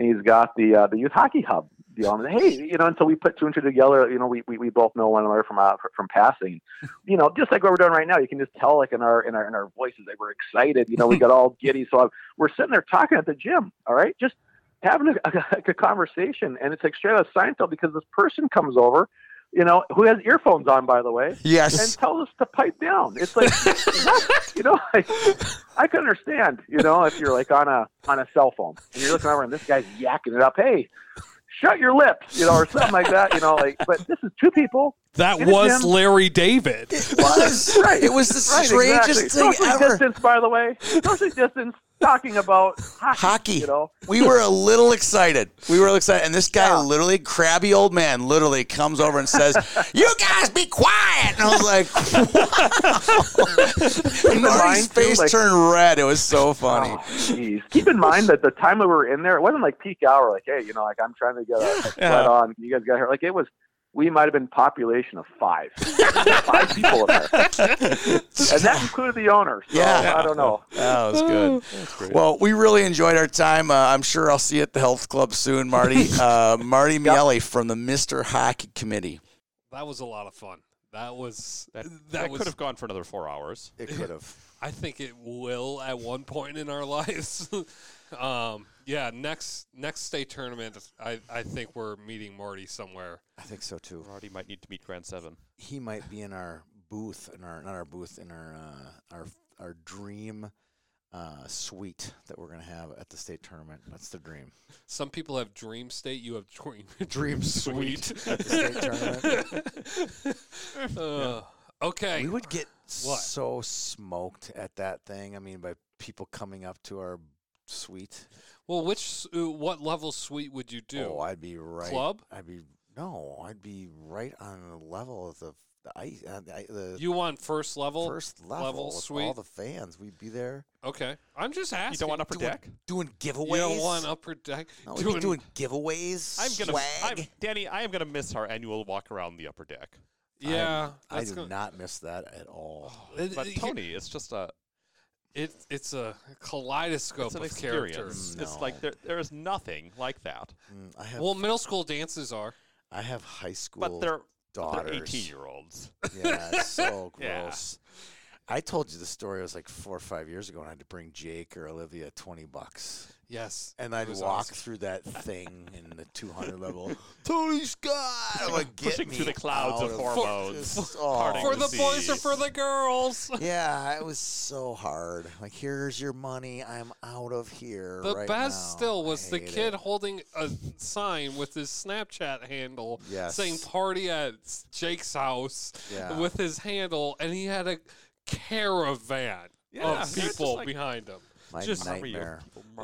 E: and he's got the uh, the youth hockey hub deal. And hey, you know, and so we put two and two together. You know, we, we, we both know one another from uh, from passing. You know, just like what we're doing right now, you can just tell like in our in our in our voices that we're excited. You know, we got all giddy. So I'm, we're sitting there talking at the gym. All right, just having a, a, a conversation, and it's like straight out of Seinfeld because this person comes over. You know, who has earphones on, by the way, and
F: yes.
E: tells us to pipe down. It's like, what? you know, like, I can understand, you know, if you're like on a on a cell phone and you're looking over and this guy's yakking it up, hey, shut your lips, you know, or something like that, you know, like. But this is two people.
C: That
E: Hit it,
C: was
E: Jim.
C: Larry David.
F: It was,
E: Right.
F: it was the
E: Right,
F: strangest
E: exactly.
F: thing
E: Socially
F: ever.
E: distance, by the way. Socially distance. Talking about hockey,
F: Hockey.
E: you know.
F: We were a little excited. We were excited, and this guy,
E: Yeah.
F: literally crabby old man, literally comes over and says, "You guys be quiet!" And I was like, wow. And Marty's
E: mind, too,
F: face
E: like-
F: turned red. It was so funny.
E: Oh, jeez. Keep in mind that the time that we were in there, it wasn't like peak hour. Like, hey, you know, like I'm trying to get a, a sweat
C: Yeah.
E: on. You guys got here. Like it was. We might have been population of five, five people in there, and that included the owner. So
F: Yeah.
E: I don't know.
F: That was Oh, good. Well, we really enjoyed our time. Uh, I'm sure I'll see you at the health club soon, Marty. Uh, Marty Miele from the Mr. Hockey Committee.
C: That was a lot of fun. That was
D: That,
C: that,
D: that,
C: was.
D: could have gone for another four hours.
F: It could have.
C: I think it will at one point in our lives. um, yeah, next next state tournament, I I think we're meeting Marty somewhere.
F: I think so too.
D: Already might need to meet Grand Seven.
F: He might be in our booth, in our not our booth, in our uh, our our dream uh, suite that we're gonna have at the state tournament. That's the dream.
C: Some people have dream state. You have dream dream suite.
F: state tournament.
C: Uh, okay.
F: We would get
C: What?
F: so smoked at that thing. I mean, by people coming up to our suite.
C: well, which s- uh, what level suite would you do?
F: Oh, I'd be right.
C: Club?
F: I'd be no. I'd be right on the level of the the ice, uh, the, i- the
C: you want first level?
F: first level,
C: level
F: with all
C: suite?
F: the fans. We'd be there
C: Okay. I'm just asking.
D: You don't want upper
F: doing,
D: deck?
F: doing giveaways.
C: You don't want upper deck.
F: No, we'd be doing giveaways.
D: I'm gonna,
F: swag.
D: I'm, Danny. I am gonna miss our annual walk around the upper deck.
C: yeah.
F: I
C: that's
F: do
C: gonna-
F: not miss that at all.
C: It-
D: But
C: it-
D: Tony, it's just a
C: It, it's a kaleidoscope
D: it's an
C: of
D: experience.
C: characters.
D: It's
F: No.
D: like there there is nothing like that.
F: Mm, I have
C: Well, middle school dances are.
F: I have high school.
D: But they're
F: daughters.
D: they're eighteen year olds.
F: Yeah, it's so
D: Yeah.
F: gross. I told you the story. It was like four or five years ago, and I had to bring Jake or Olivia twenty bucks,
C: Yes.
F: and I'd
C: was
F: walk
C: awesome.
F: through that thing in the two hundred level. Tony Scott, I'm like, "Get
D: pushing
F: me
D: through the clouds
F: out
D: of hormones.
F: this-
D: Parting
F: oh,
C: For the
D: Overseas.
C: boys or for the girls?
F: yeah, it was so hard. Like, here's your money. I'm out of here.
C: The
F: right
C: best
F: now.
C: still
F: I
C: was the
F: hate
C: kid
F: It.
C: holding a sign with his Snapchat handle
F: Yes.
C: saying party at Jake's house
F: Yeah.
C: with his handle, and he had a caravan
D: Yeah,
C: of
D: they're just
C: people
D: like-
C: behind him.
F: My
D: just
F: nightmare.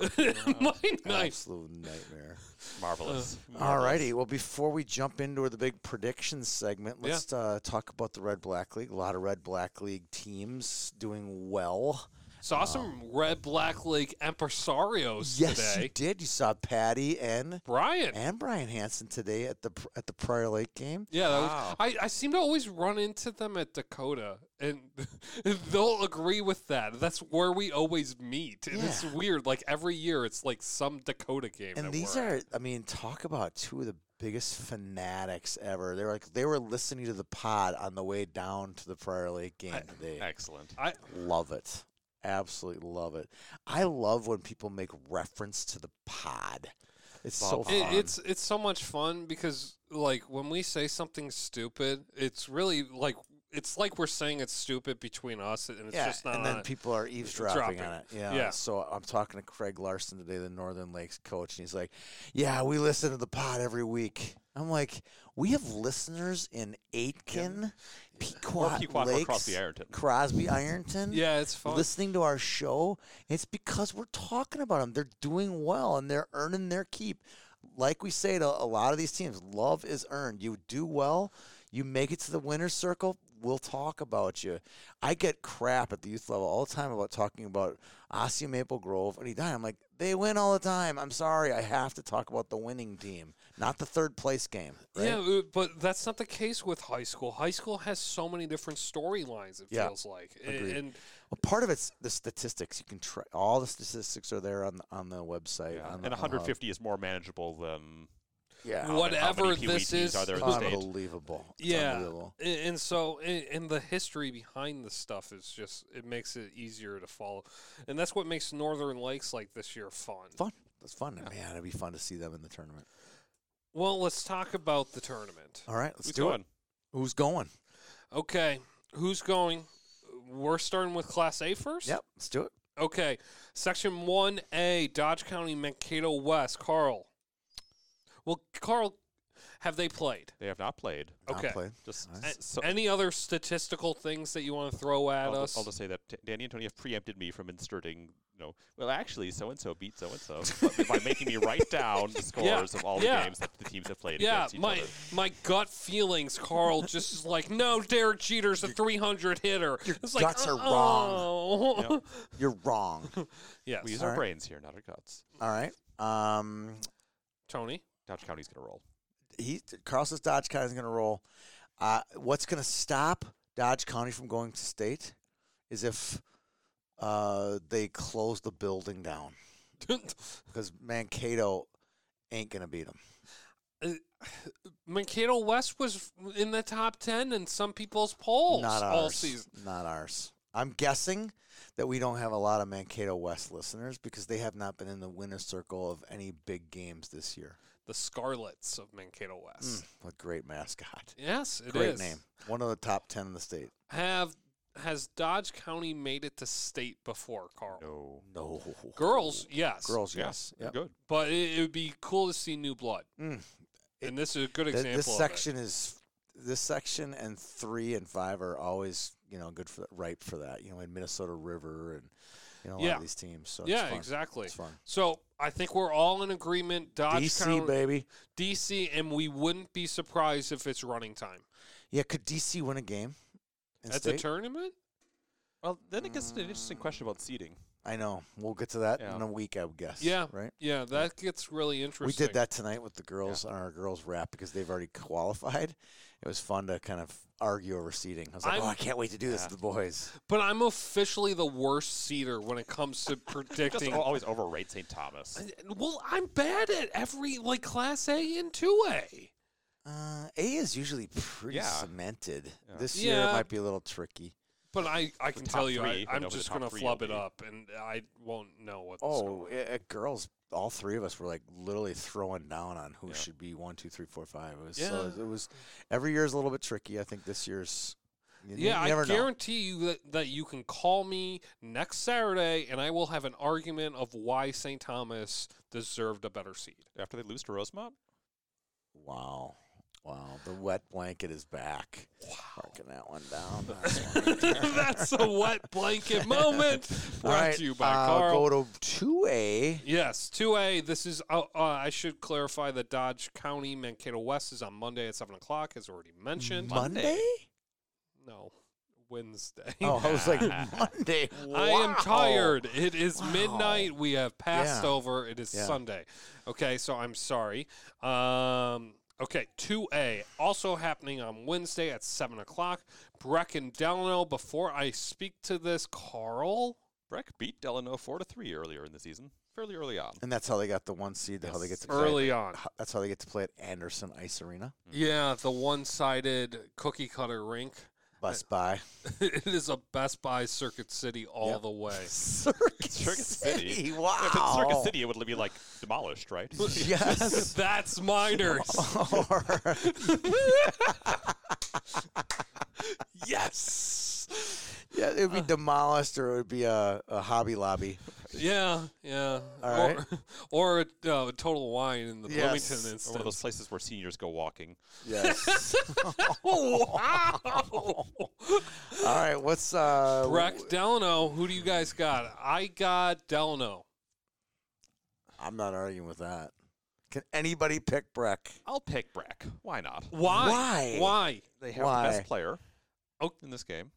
C: My nice.
F: Absolute nightmare.
D: marvelous.
F: All righty. Well, before we jump into the big predictions segment,
C: Yeah.
F: let's uh, talk about the Red Black League. A lot of Red Black League teams doing well.
C: Saw some Red Black League empresarios
F: Yes, you
C: today.
F: did. You saw Patty and
C: Brian.
F: and Brian Hansen today at the at the Prior Lake game.
C: Yeah, that was-
D: Wow.
C: I, I seem to always run into them at Dakota, and they'll agree with that. That's where we always meet. And it's
F: Yeah.
C: weird. Like every year, it's like some Dakota game.
F: And
C: that
F: these
C: we're at.
F: are, I mean, talk about two of the biggest fanatics ever. They're like they were listening to the pod on the way down to the Prior Lake game today.
D: Excellent.
C: I
F: Love it. Absolutely love it. I love when people make reference to the pod. It's so
D: Bob.
F: fun.
C: it, it's it's so much fun because like when we say something stupid, it's really like it's like we're saying it's stupid between us, and it's
F: yeah,
C: just not.
F: and
C: on
F: then
C: it.
F: people are eavesdropping on it.
C: dropping.
F: Yeah.
C: Yeah.
F: So I'm talking to Craig Larson today, the Northern Lakes coach, and he's like, "Yeah, we listen to the pod every week." I'm like, "We have listeners in Aitken,
D: Or
F: Pequot,
D: Pequot
F: Lakes,
D: or Crosby Ironton.
F: Crosby, Ironton."
C: yeah, it's fun.
F: Listening to our show, it's because we're talking about them. They're doing well and they're earning their keep. Like we say to a lot of these teams, love is earned. You do well, you make it to the winner's circle, we'll talk about you. I get crap at the youth level all the time about talking about Osseo Maple Grove and he died. I'm like, they win all the time. I'm sorry. I have to talk about the winning team, not the third place game. right?
C: Yeah, uh, but that's not the case with high school. High school has so many different storylines. It
F: Yeah,
C: feels like, A-
F: agreed.
C: and
F: Well, part of it's the statistics. You can try all the statistics are there on the, on the website.
D: Yeah. And
F: on the- on the hub.
D: 150 is more manageable than
F: Yeah.
D: how many- how
C: Whatever
D: many Pee Wee
C: this
D: teams
C: is-
D: Are there in the state?
F: unbelievable. It's
C: yeah,
F: unbelievable.
C: a- and so a- and the history behind the stuff is just it makes it easier to follow, and that's what makes Northern Lakes like this year fun.
F: Fun. That's fun. Man, it'd be fun to see them in the tournament.
C: Well, let's talk about the tournament.
F: All right, let's
D: Who's
F: do
D: going?
F: it. Who's going?
C: Okay, who's going? We're starting with Class A first.
F: Yep, let's do it.
C: Okay, Section One A, Dodge County, Mankato West. Carl. Well, Carl, have they played?
D: They have not played.
F: Not
C: Okay.
F: played.
D: Just
F: All
D: s-
F: right.
D: so,
C: Any other statistical things that you want to throw at
D: I'll,
C: us?
D: I'll just say that t- Danny and Tony have preempted me from inserting. You know, well, actually, so and so beat so and so by making me write down the scores of all the
C: yeah.
D: games that the teams have played
C: yeah,
D: against each
C: my
D: other.
C: my gut feelings, Carl, just is like, no, Derek Jeter's a 300 hitter. It's like,
F: guts are
C: oh.
D: wrong.
F: You're wrong.
C: yes.
D: We use
F: All
D: our
F: right.
D: brains here, not our guts.
F: All right. Um,
C: Tony.
D: Dodge County's gonna roll.
F: he Carl says Dodge County's going to roll. Uh, what's going to stop Dodge County from going to state is if uh, they close the building down because Mankato ain't going to beat them.
C: Mankato West was in the top 10 in some people's polls
F: Not ours.
C: all season.
F: Not ours. I'm guessing that we don't have a lot of Mankato West listeners because they have not been in the winner circle of any big games this year.
C: The Scarlets of Mankato West.
F: What great mascot.
C: Yes, it is.
F: Mm. great name. One of the top 10 in the state.
C: Have has Dodge County made it to state before, Carl?
D: No.
F: No.
C: Girls, yes.
F: Girls,
D: Yeah,
F: yes.
D: they're
F: Yep.
D: Good.
C: But it, it would be cool to see new blood.
F: Mm.
C: and this is a good
F: Th-
C: example.
F: This
C: of it.
F: section is this section and three and five are always, you know, good for that, ripe for that. You know, in Minnesota River and, you know, a lot
C: Yeah.
F: of these teams. So it's
C: Yeah,
F: fun.
C: exactly.
F: It's fun.
C: So I think we're all in agreement. Dodge
F: DC,
C: County,
F: baby.
C: DC, and we wouldn't be surprised if it's running time.
F: Yeah, could DC win a game? in
C: That's
F: state?
C: a tournament.
D: Well, then it gets to an interesting question about seeding.
F: I know. We'll get to that in
D: Yeah.
F: a week, I would guess.
C: Yeah,
F: Right?
C: Yeah, that gets really
F: We
C: interesting.
F: did that tonight with the girls on our girls' rap because they've already qualified. It was fun to kind of argue over seating. I was like,
C: I'm-
F: oh, I can't wait to do this with the boys.
C: but I'm officially the worst seeder when it comes to
D: Just
C: predicting.
D: al- always overrate St. Thomas.
C: well, I'm bad at every like Class A and Two A.
F: Uh, A is usually pretty
D: Yeah.
F: cemented.
D: Yeah.
F: This year it
C: Yeah.
F: might be a little tricky.
C: But I, I can
D: top
C: tell you,
D: three,
C: I,
D: but
C: I'm
D: over the
C: just
D: top
C: gonna
D: three
C: flub
D: will
C: it
D: be-
C: up, and I won't know what.
F: Oh, uh, girls, all three of us were like literally throwing down on who
D: Yeah.
F: should be one, two, three, four, five. It was so
C: Yeah.
F: it was every year's a little bit tricky. I think this year's you, you
C: Yeah,
F: never
C: I
F: know.
C: guarantee you that, that you can call me next Saturday and I will have an argument of why St. Thomas deserved a better seed.
D: After they lose to Rosemont,
F: Wow. Wow. The wet blanket is back. Wow. Marking that one down.
C: That's a wet blanket moment
F: All
C: brought
F: right.
C: to you by
F: uh,
C: Carl.
F: Go to 2A.
C: Yes, 2A. This is, uh, uh, I should clarify that Dodge County Mankato West is on Monday at 7 o'clock, as already mentioned.
F: Monday?
C: no, Wednesday.
F: Oh, I was like, Monday.
C: I am
F: Wow.
C: tired. It is
F: Wow.
C: midnight. We have passed
F: Yeah.
C: over. It is
F: Yeah.
C: Sunday. Okay, so I'm sorry. Um, okay, 2A, also happening on Wednesday at 7 o'clock. Breck and Delano, before I speak to this, Carl.
D: Breck beat Delano four to three earlier in the season, fairly early on.
F: And that's how they got the one seed, how they get
D: Yes.
F: to play.
C: Early on.
F: how- That's Mm-hmm. how they get to play at Anderson Ice Arena.
C: Yeah, the one sided cookie cutter rink.
F: Bus by
C: it is a Best Buy Circuit City all
F: Yep.
C: the way.
F: Circuit,
D: Circuit City.
F: Wow.
D: If it's Circuit City, it would be like demolished, right?
F: Yes.
C: That's minors.
F: Or-
C: yes.
F: yeah, it would be demolished or it would be a, a Hobby Lobby.
C: Yeah, yeah.
F: All
C: or or a, uh, Total Wine in the
F: Yes.
C: Bloomington
D: Or one of
C: instance.
D: those places where seniors go walking.
F: Yes.
C: wow.
F: All right. What's uh?
C: Breck, Delano, who do you guys got? I got Delano.
F: I'm not arguing with that. Can anybody pick Breck?
D: I'll pick Brack. Why not?
C: Why?
F: Why?
C: Why?
D: They have
F: Why?
D: the best player
C: Oh.
D: in this game.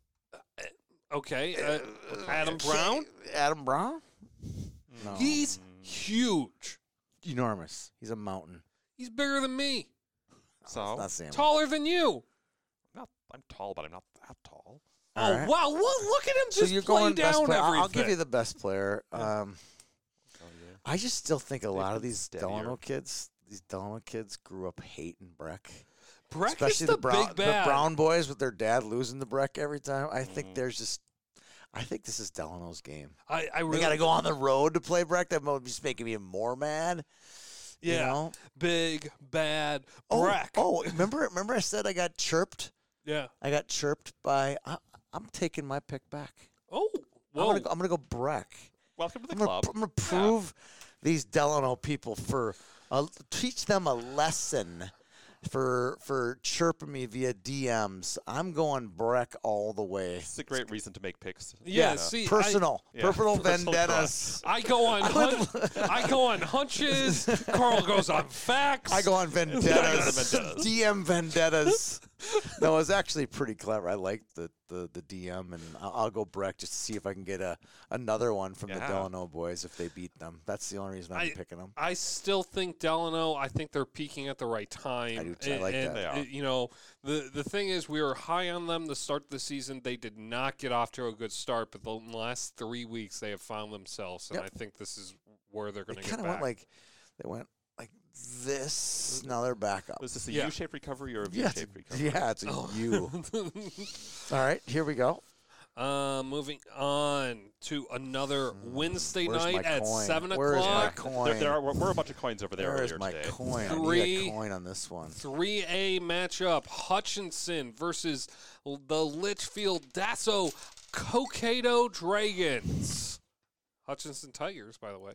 C: Okay. Uh, Adam Brown?
F: Adam Brown? No.
C: He's huge.
F: enormous. He's a mountain.
C: He's bigger than me,
F: Oh,
D: So
F: Not Sam.
C: taller than you.
D: not, I'm tall, but I'm not that tall.
F: All
C: Oh
F: right.
C: wow! Well, look at him just
F: So you're
C: play
F: going best
C: down
F: player. I'll-
C: everything.
F: I'll give you the best player. Um,
D: Oh, yeah.
F: I just still think a lot of
D: been
F: these
D: steadier.
F: Delano kids, these Delano kids, grew up hating Breck,
C: Breck is
F: especially
C: the,
F: Brown,
C: big
F: the
C: bad. Mm-hmm.
F: Brown boys with their dad losing the Breck every time. I think
D: Mhm.
F: there's just, I think this is Delano's game.
C: I, I
F: We
C: really
F: got to go on the road to play Breck. That would just making me even more mad. you
C: Yeah.
F: know?
C: big bad
F: Oh,
C: Breck.
F: oh, remember, remember, I said I got chirped.
C: yeah.
F: I got chirped by. I, I'm taking my pick back.
C: Oh,
F: I'm
C: whoa.
F: gonna, go- I'm gonna go Breck.
D: Welcome to the
F: I'm gonna,
D: club.
F: I'm gonna prove these Delano people for uh, teach them a lesson for for chirping me via DMs. I'm going Breck all the way.
D: It's a great reason to make picks.
C: yeah, See, I-
F: Personal,
D: yeah,
F: personal
D: personal
F: vendettas.
C: I, go on. Hun- I go on hunches. Carl goes on facts.
F: I go on vendettas.
D: vendettas.
F: DM vendettas. no, it was actually pretty clever. I liked the, the, the DM, and I'll, I'll go Breck just to see if I can get a another one from the
D: Yeah.
F: Delano boys if they beat them. That's the only reason I'm
C: I-
F: picking them.
C: I still think Delano. I think they're peaking at the right time.
F: I do too. I like
C: and,
F: that.
D: They are.
C: uh, you know, the the thing is, we were high on them to start the season. They did not get off to a good start, but the last three weeks they have found themselves, and
F: Yep.
C: I think this is where they're
F: They
C: going to get
F: kind
C: back.
F: of went like they went like this. Now they're back up.
D: Was this a
C: Yeah.
D: shaped recovery or a
F: Yeah, it's,
D: V-shaped recovery? Oh.
F: yeah, it's a U. All right, here we go.
C: Uh, moving on to another Wednesday
F: Hmm. Where's my
C: night at
F: coin?
C: seven
F: Where's my
C: o'clock.
F: coin?
D: There, there are, were a bunch of coins over there
F: Where is
D: earlier
F: my
D: today.
F: coin? I need
C: Three.
F: a coin on this one.
C: Three A matchup: Hutchinson versus l- the Litchfield Dasso Cocado Dragons. Hutchinson Tigers, by the way.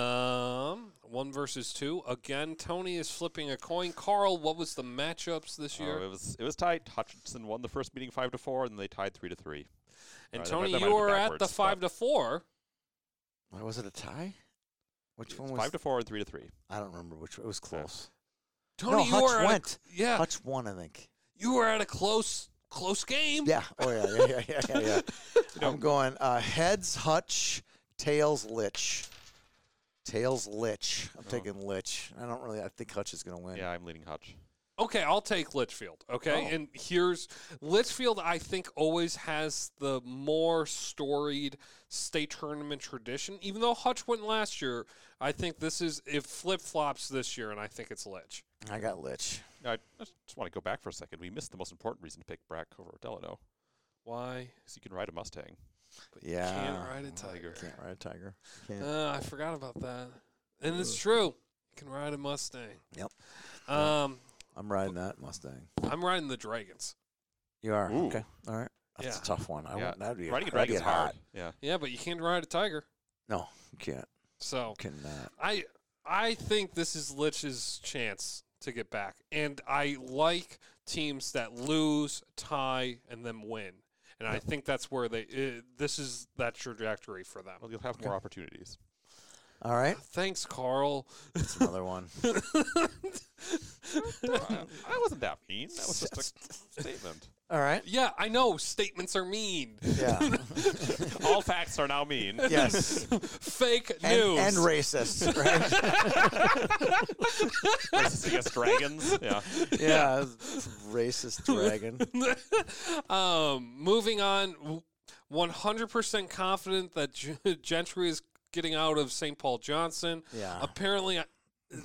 C: Um, one versus two. Again, Tony is flipping a coin. Carl, what was the matchups this
D: Oh,
C: year?
D: it was it was tight. Hutchinson won the first meeting five to four, and they tied three to three.
C: and
D: right, that
C: Tony,
D: might-
C: you
D: that might be
C: were at the
D: backwards,
C: five
D: but-
C: to four.
F: Why was it a tie? Which one
D: It's
F: was?
D: five to four and three to three.
F: I don't remember which. It was close.
C: Tony, you
F: Hutch
C: were at a-
F: went.
C: yeah,
F: Hutch won, I think.
C: you were at a close close game.
F: Yeah. Oh yeah. Yeah. Yeah. Yeah. Yeah. yeah. I'm going uh, heads Hutch, tails Lich, tails Lich. I'm taking Lich. I don't really. I think Hutch is going to win.
D: Uh-huh. Yeah, I'm leading Hutch.
C: Okay, I'll take Litchfield. Okay,
F: Oh.
C: and here's Litchfield. I think always has the more storied state tournament tradition. Even though Hutch went last year, I think this is it flip flops this year, and I think it's Litch.
F: I got Lich.
D: I just want to go back for a second. We missed the most important reason to pick Brack over Delano,
C: Why?
D: because you can ride a Mustang.
F: Yeah.
C: Can't ride a
F: Well,
C: tiger.
F: Can't ride a tiger. Can't.
C: Uh, I forgot about that, and it's true. You can ride a Mustang.
F: Yep.
C: Um,
F: I'm riding that Mustang.
C: I'm riding the Dragons.
F: You are
D: Ooh.
F: okay. All right. That's
C: Yeah.
F: a tough one. I
D: Yeah.
F: wouldn't. That'd be
D: Riding a
F: that'd
D: dragon is
F: get
D: hard.
F: hot.
D: Yeah.
C: Yeah, but you can't ride a Tiger.
F: No, you can't.
C: So
F: Cannot.
C: I I think this is Lich's chance to get back, and I like teams that lose, tie, and then win, and I think that's where they. Uh, this is that trajectory for them.
D: Well, you'll have more opportunities.
F: All right.
C: Thanks, Carl.
F: That's another one.
D: I, I wasn't that mean. That was just a statement.
F: All right.
C: Yeah, I know statements are mean.
F: Yeah.
D: All facts are now mean.
F: yes.
C: Fake
F: And,
C: news.
F: and racist. Right.
D: Racist against dragons. Yeah.
F: yeah. Racist dragon.
C: um, moving on, one hundred percent confident that G- Gentry is getting out of St. Paul Johnson.
F: Yeah.
C: Apparently, I-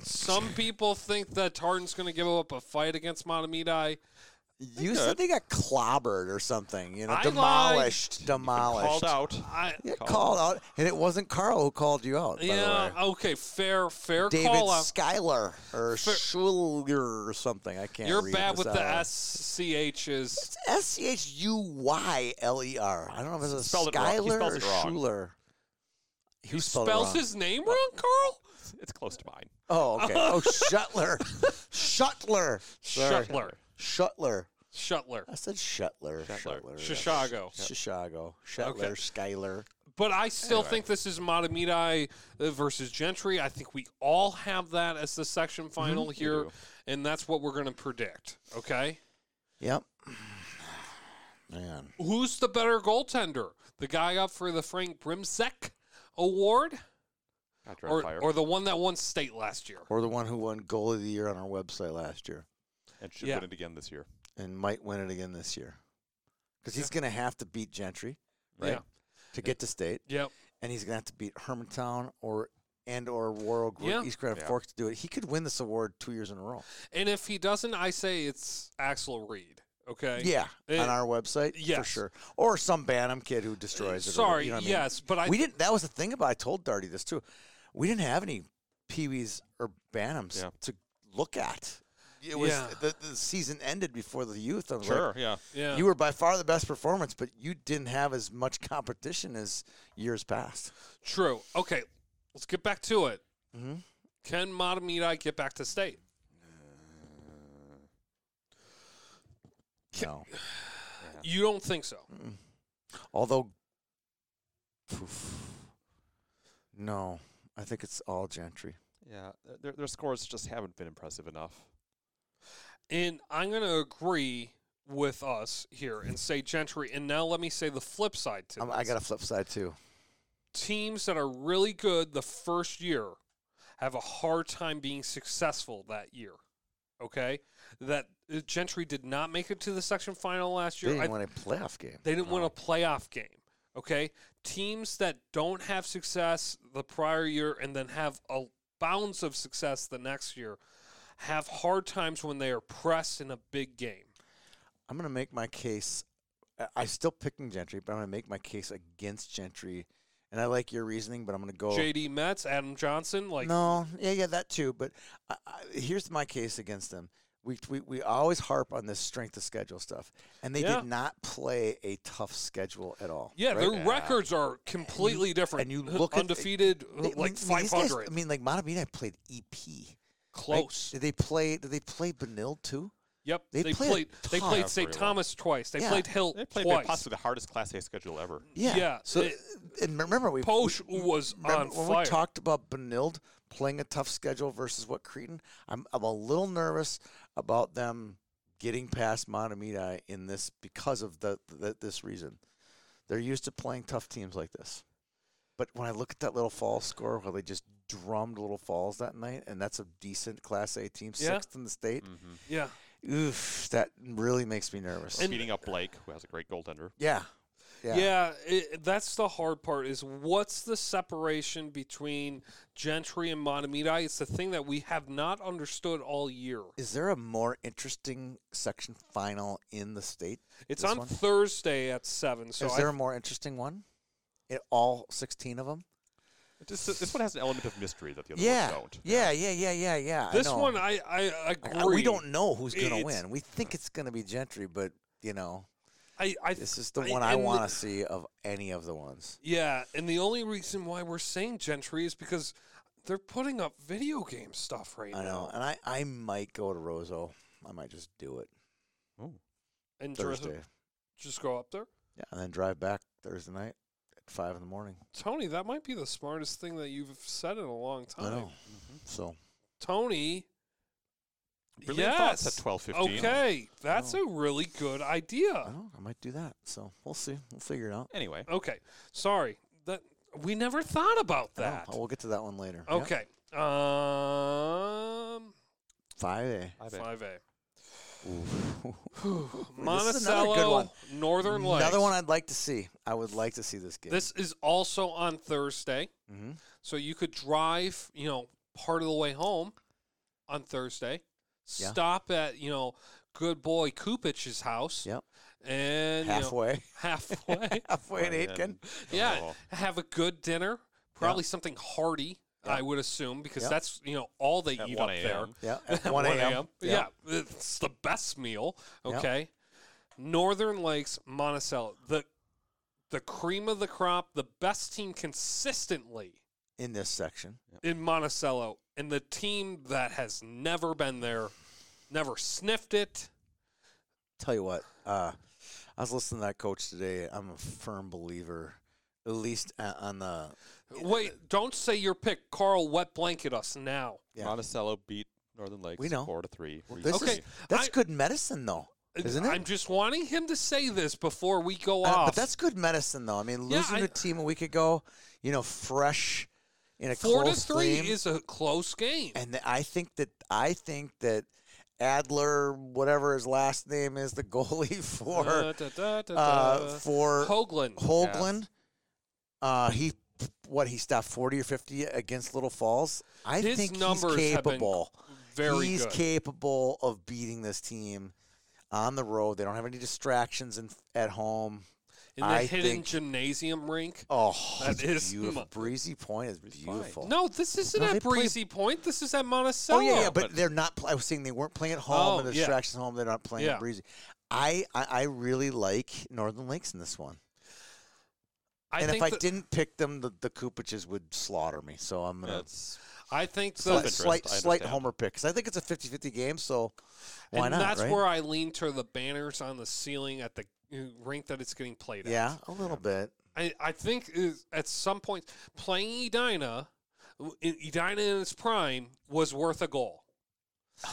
C: some people think that Tartan's going to give up a fight against Matamidi.
F: You said
D: good.
F: they got clobbered or something. You know,
C: I lied.
F: demolished, demolished.
D: Called out.
C: I,
F: Yeah,
D: Called.
F: called out, and it wasn't Carl who called you out. By
C: yeah.
F: the way.
C: Okay. Fair. Fair
F: David
C: call out.
F: Schuyler or
C: Fair-
F: Schuler or something. I can't.
C: You're
F: read
C: bad
F: this
C: with the
F: out.
C: SCHs.
F: It's S C H U Y L E R. I don't know if it's a
D: Spelled it wrong. He
F: Schuyler
D: spells
F: or
D: it wrong.
F: Schuler. Who
C: He
F: spelled it
C: spells
F: wrong?
C: his name wrong, Carl?
D: It's close to mine.
F: Oh, okay. Oh, Shuttler. Shuttler. Sorry.
C: Shuttler.
F: Shuttler.
C: Shuttler.
F: I said Shuttler.
D: Shuttler.
F: Shuttler.
C: Chicago.
F: Chicago. Shuttler. Schuyler.
C: But I still
D: Anyway.
C: think this is Matamidi uh, versus Gentry. I think we all have that as the
F: Mm-hmm.
C: section final here,
D: do.
C: and that's what we're going to predict. Okay,
F: Yep. Man.
C: who's the better goaltender? The guy up for the Frank Brimsek Award,
D: God, you're on
C: or,
D: fire.
C: or the one that won state last year?
F: Or the one who won goal of the year on our website last year
D: and should
C: Yeah.
D: win it again this year.
F: and might win it again this year. Because he's going to have to beat Gentry, right?
C: Yeah.
F: To get to state.
C: Yep.
F: and he's gonna have to beat Hermantown or and or Warwick,
C: Yeah.
F: East Grand
D: Yeah.
F: Forks to do it. He could win this award two years in a row.
C: And if he doesn't, I say it's Axel Reed. Okay.
F: Yeah,
C: Eh,
F: on our website, for
C: yes.
F: sure. Or some Bantam kid who destroys it. or whatever,
C: Sorry.
F: you know what I mean?
C: yes, but I
F: we didn't. That was the thing about. I told Darty this too. We didn't have any peewees or Bantams
D: Yeah.
F: to look at. It was
C: Yeah.
F: the, the season ended before the youth. I was like,
D: Sure, yeah.
C: yeah.
F: you were by far the best performance, but you didn't have as much competition as years past.
C: True. Okay, let's get back to it.
F: Mhm.
C: Can Matamidi get back to state?
F: No.
C: You don't think so?
F: Although, oof. no, I think it's all Gentry.
D: Yeah, th- their, their scores just haven't been impressive enough.
C: And I'm going to agree with us here and say Gentry. And now let me say the flip side to
F: Um,
C: this.
F: I got a flip side too.
C: Teams that are really good the first year have a hard time being successful that year. Okay? That uh, Gentry did not make it to the section final last
F: They
C: year.
F: didn't
C: I-
F: win a playoff game.
C: They didn't win a playoff game. Okay, teams that don't have success the prior year and then have a bounds of success the next year have hard times when they are pressed in a big game.
F: I'm going to make my case. I- I'm still picking Gentry, but I'm going to make my case against Gentry. And I like your reasoning, but I'm going to go.
C: JD Metz, Adam Johnson, like
F: no, yeah, yeah, that too. But I, I, here's my case against them. We, we, we always harp on this strength of schedule stuff, and they
C: Yeah.
F: did not play a tough schedule at all.
C: yeah,
F: right?
C: their records are completely different.
F: and you look at-
C: undefeated,
F: They- I
C: like
F: mean, these
C: five
F: guys-
C: hundred,
F: I mean, like Matabina played EP. right?
C: close.
F: Did they play? Did they play Benil too?
C: yep,
F: they
C: they,
F: played a
C: played. They
F: ton.
C: played
F: Yeah,
C: St.
D: pretty well.
C: Thomas twice. They
F: Yeah.
C: played Hill
D: They played
C: twice.
D: possibly the hardest Class A schedule ever.
C: Yeah,
F: So uh,
C: it-
F: and remember we
C: Posh was
F: remember
C: on
F: when
C: fire.
F: we talked about Benilde playing a tough schedule versus what Creighton. I'm I'm a little nervous about them getting past Matamidi in this because of the, the this reason. They're used to playing tough teams like this. But when I look at that little Falls score, where they just drummed Little Falls that night, and that's a decent Class A team,
C: Yeah.
F: sixth in the state.
C: yeah,
F: Oof, that really makes me nervous.
C: And-
D: Beating up Blake, who has a great goaltender.
F: yeah,
C: Yeah, it, that's the hard part. Is what's the separation between Gentry and Matamidi? It's the thing that we have not understood all year.
F: Is there a more interesting section final in the state?
C: It's
F: This
C: on
F: one?
C: Thursday at seven. So
F: Is
C: I,
F: there a more interesting one? In all 16 of them?
D: It just, this one has an element of mystery that the other
F: Yeah.
D: ones don't.
F: Yeah, yeah, yeah, yeah, yeah. I
C: this
F: know.
C: one, I I
F: Like,
C: agree.
F: I- we don't know who's going to
C: It's-
F: win. We think it's going to be Gentry, but, you know,
C: I, I
F: this is the
C: I-
F: one I
C: and
F: want to see of any of the ones.
C: Yeah, and the only reason why we're saying Gentry is because they're putting up video game stuff right
F: I know.
C: now.
F: And I, I might go to Roseau. I might just do it
C: And just-
F: Thursday.
C: just go up there,
F: Yeah, and then drive back Thursday night at 5 in the morning.
C: Tony. That might be the smartest thing that you've said in a long
F: I know.
C: time,
F: So,
C: Tony.
D: Brilliant thoughts
C: Yes.
D: at 12.15.
C: Okay, that's a really good
F: I,
C: idea.
F: don't know, Oh. I might do that. So, we'll see. We'll figure it out.
D: Anyway,
C: Okay, sorry that we never thought about
F: I know.
C: that.
F: We'll get to that one later. Yep.
C: Okay, um,
F: 5A.
D: I bet.
C: five A,
F: This is another good one.
C: Monticello, Northern Lights.
F: Another one I'd like to see. I would like to see this game.
C: This is also on Thursday,
F: hmm
C: so you could drive, you know, part of the way home on Thursday.
F: Yeah.
C: Stop at you know good boy Kupich's house.
F: Yep.
C: And you know,
F: halfway,
C: halfway.
F: halfway in
D: And-
F: Aitken.
C: yeah.
D: Oh.
C: Have a good dinner. Probably something hearty, I would assume, because
F: Yep.
C: that's you know all they
D: At
C: eat
D: 1
C: up there.
D: a.m..
F: Yeah, at one a.m.
C: Yeah. it's the best meal.
F: Yep.
C: Okay, Northern Lakes Monticello, the the cream of the crop, the best team consistently
F: in this section.
C: in Monticello, and the team that has never been there, never sniffed it.
F: Tell you what, uh, I was listening to that coach today. I'm a firm believer, at least uh, on the
C: Wait, don't say your pick, Carl. Wet blanket us now.
F: Yeah.
D: Monticello beat Northern Lakes
F: We know.
D: four to three.
F: This
D: recently.
F: is, that's
C: I-
F: good medicine, though, isn't it?
C: I'm just wanting him to say this before we go
F: Uh,
C: off.
F: but that's good medicine, though. I mean,
C: Yeah,
F: losing
C: I-
F: to a team a week ago, you know, fresh in a
C: four to
F: close
C: three
F: game,
C: is a close game.
F: and th- I think that I think that Adler, whatever his last name is, the goalie for uh,
C: Da-da-da-da-da.
F: for
C: Hoagland.
F: Holgren, uh, he what he stopped forty or fifty against Little Falls. I
C: His
F: think he's
C: numbers have been
F: capable.
C: Very
F: he's
C: good.
F: capable of beating this team on the road. They don't have any distractions in, at home.
C: In the
F: I
C: hidden
F: think-
C: gymnasium rink.
F: Oh,
C: That
F: it's
C: is
F: beautiful.
C: mu-
F: Breezy Point is
D: Breezy Point.
F: beautiful.
C: No, this isn't
F: Oh. No, they
C: at
F: play-
C: Breezy Point. This is at Monticello.
F: oh yeah, yeah, but,
D: but-
F: they're not. Play, I was saying they weren't playing at home,
C: Oh,
F: and the
C: yeah.
F: distractions at home. They're not playing
C: Yeah.
F: at Breezy. I, I I really like Northern Lakes in this one.
C: I
F: and
C: think
F: if I
C: the-
F: didn't pick them, the the Kupiches would slaughter me. So I'm gonna
D: That's
C: I think the,
D: Self
F: slight
D: interest,
F: slight,
D: I
F: slight
D: understand.
F: homer pick because I think it's a 50-50 game. So why
C: and
F: not?
C: that's
F: right?
C: where I lean to the banners on the ceiling at the uh, rink that it's getting played at.
F: yeah, a little bit.
C: I, I think is at some point playing Edina, w- in- Edina in its prime was worth a goal.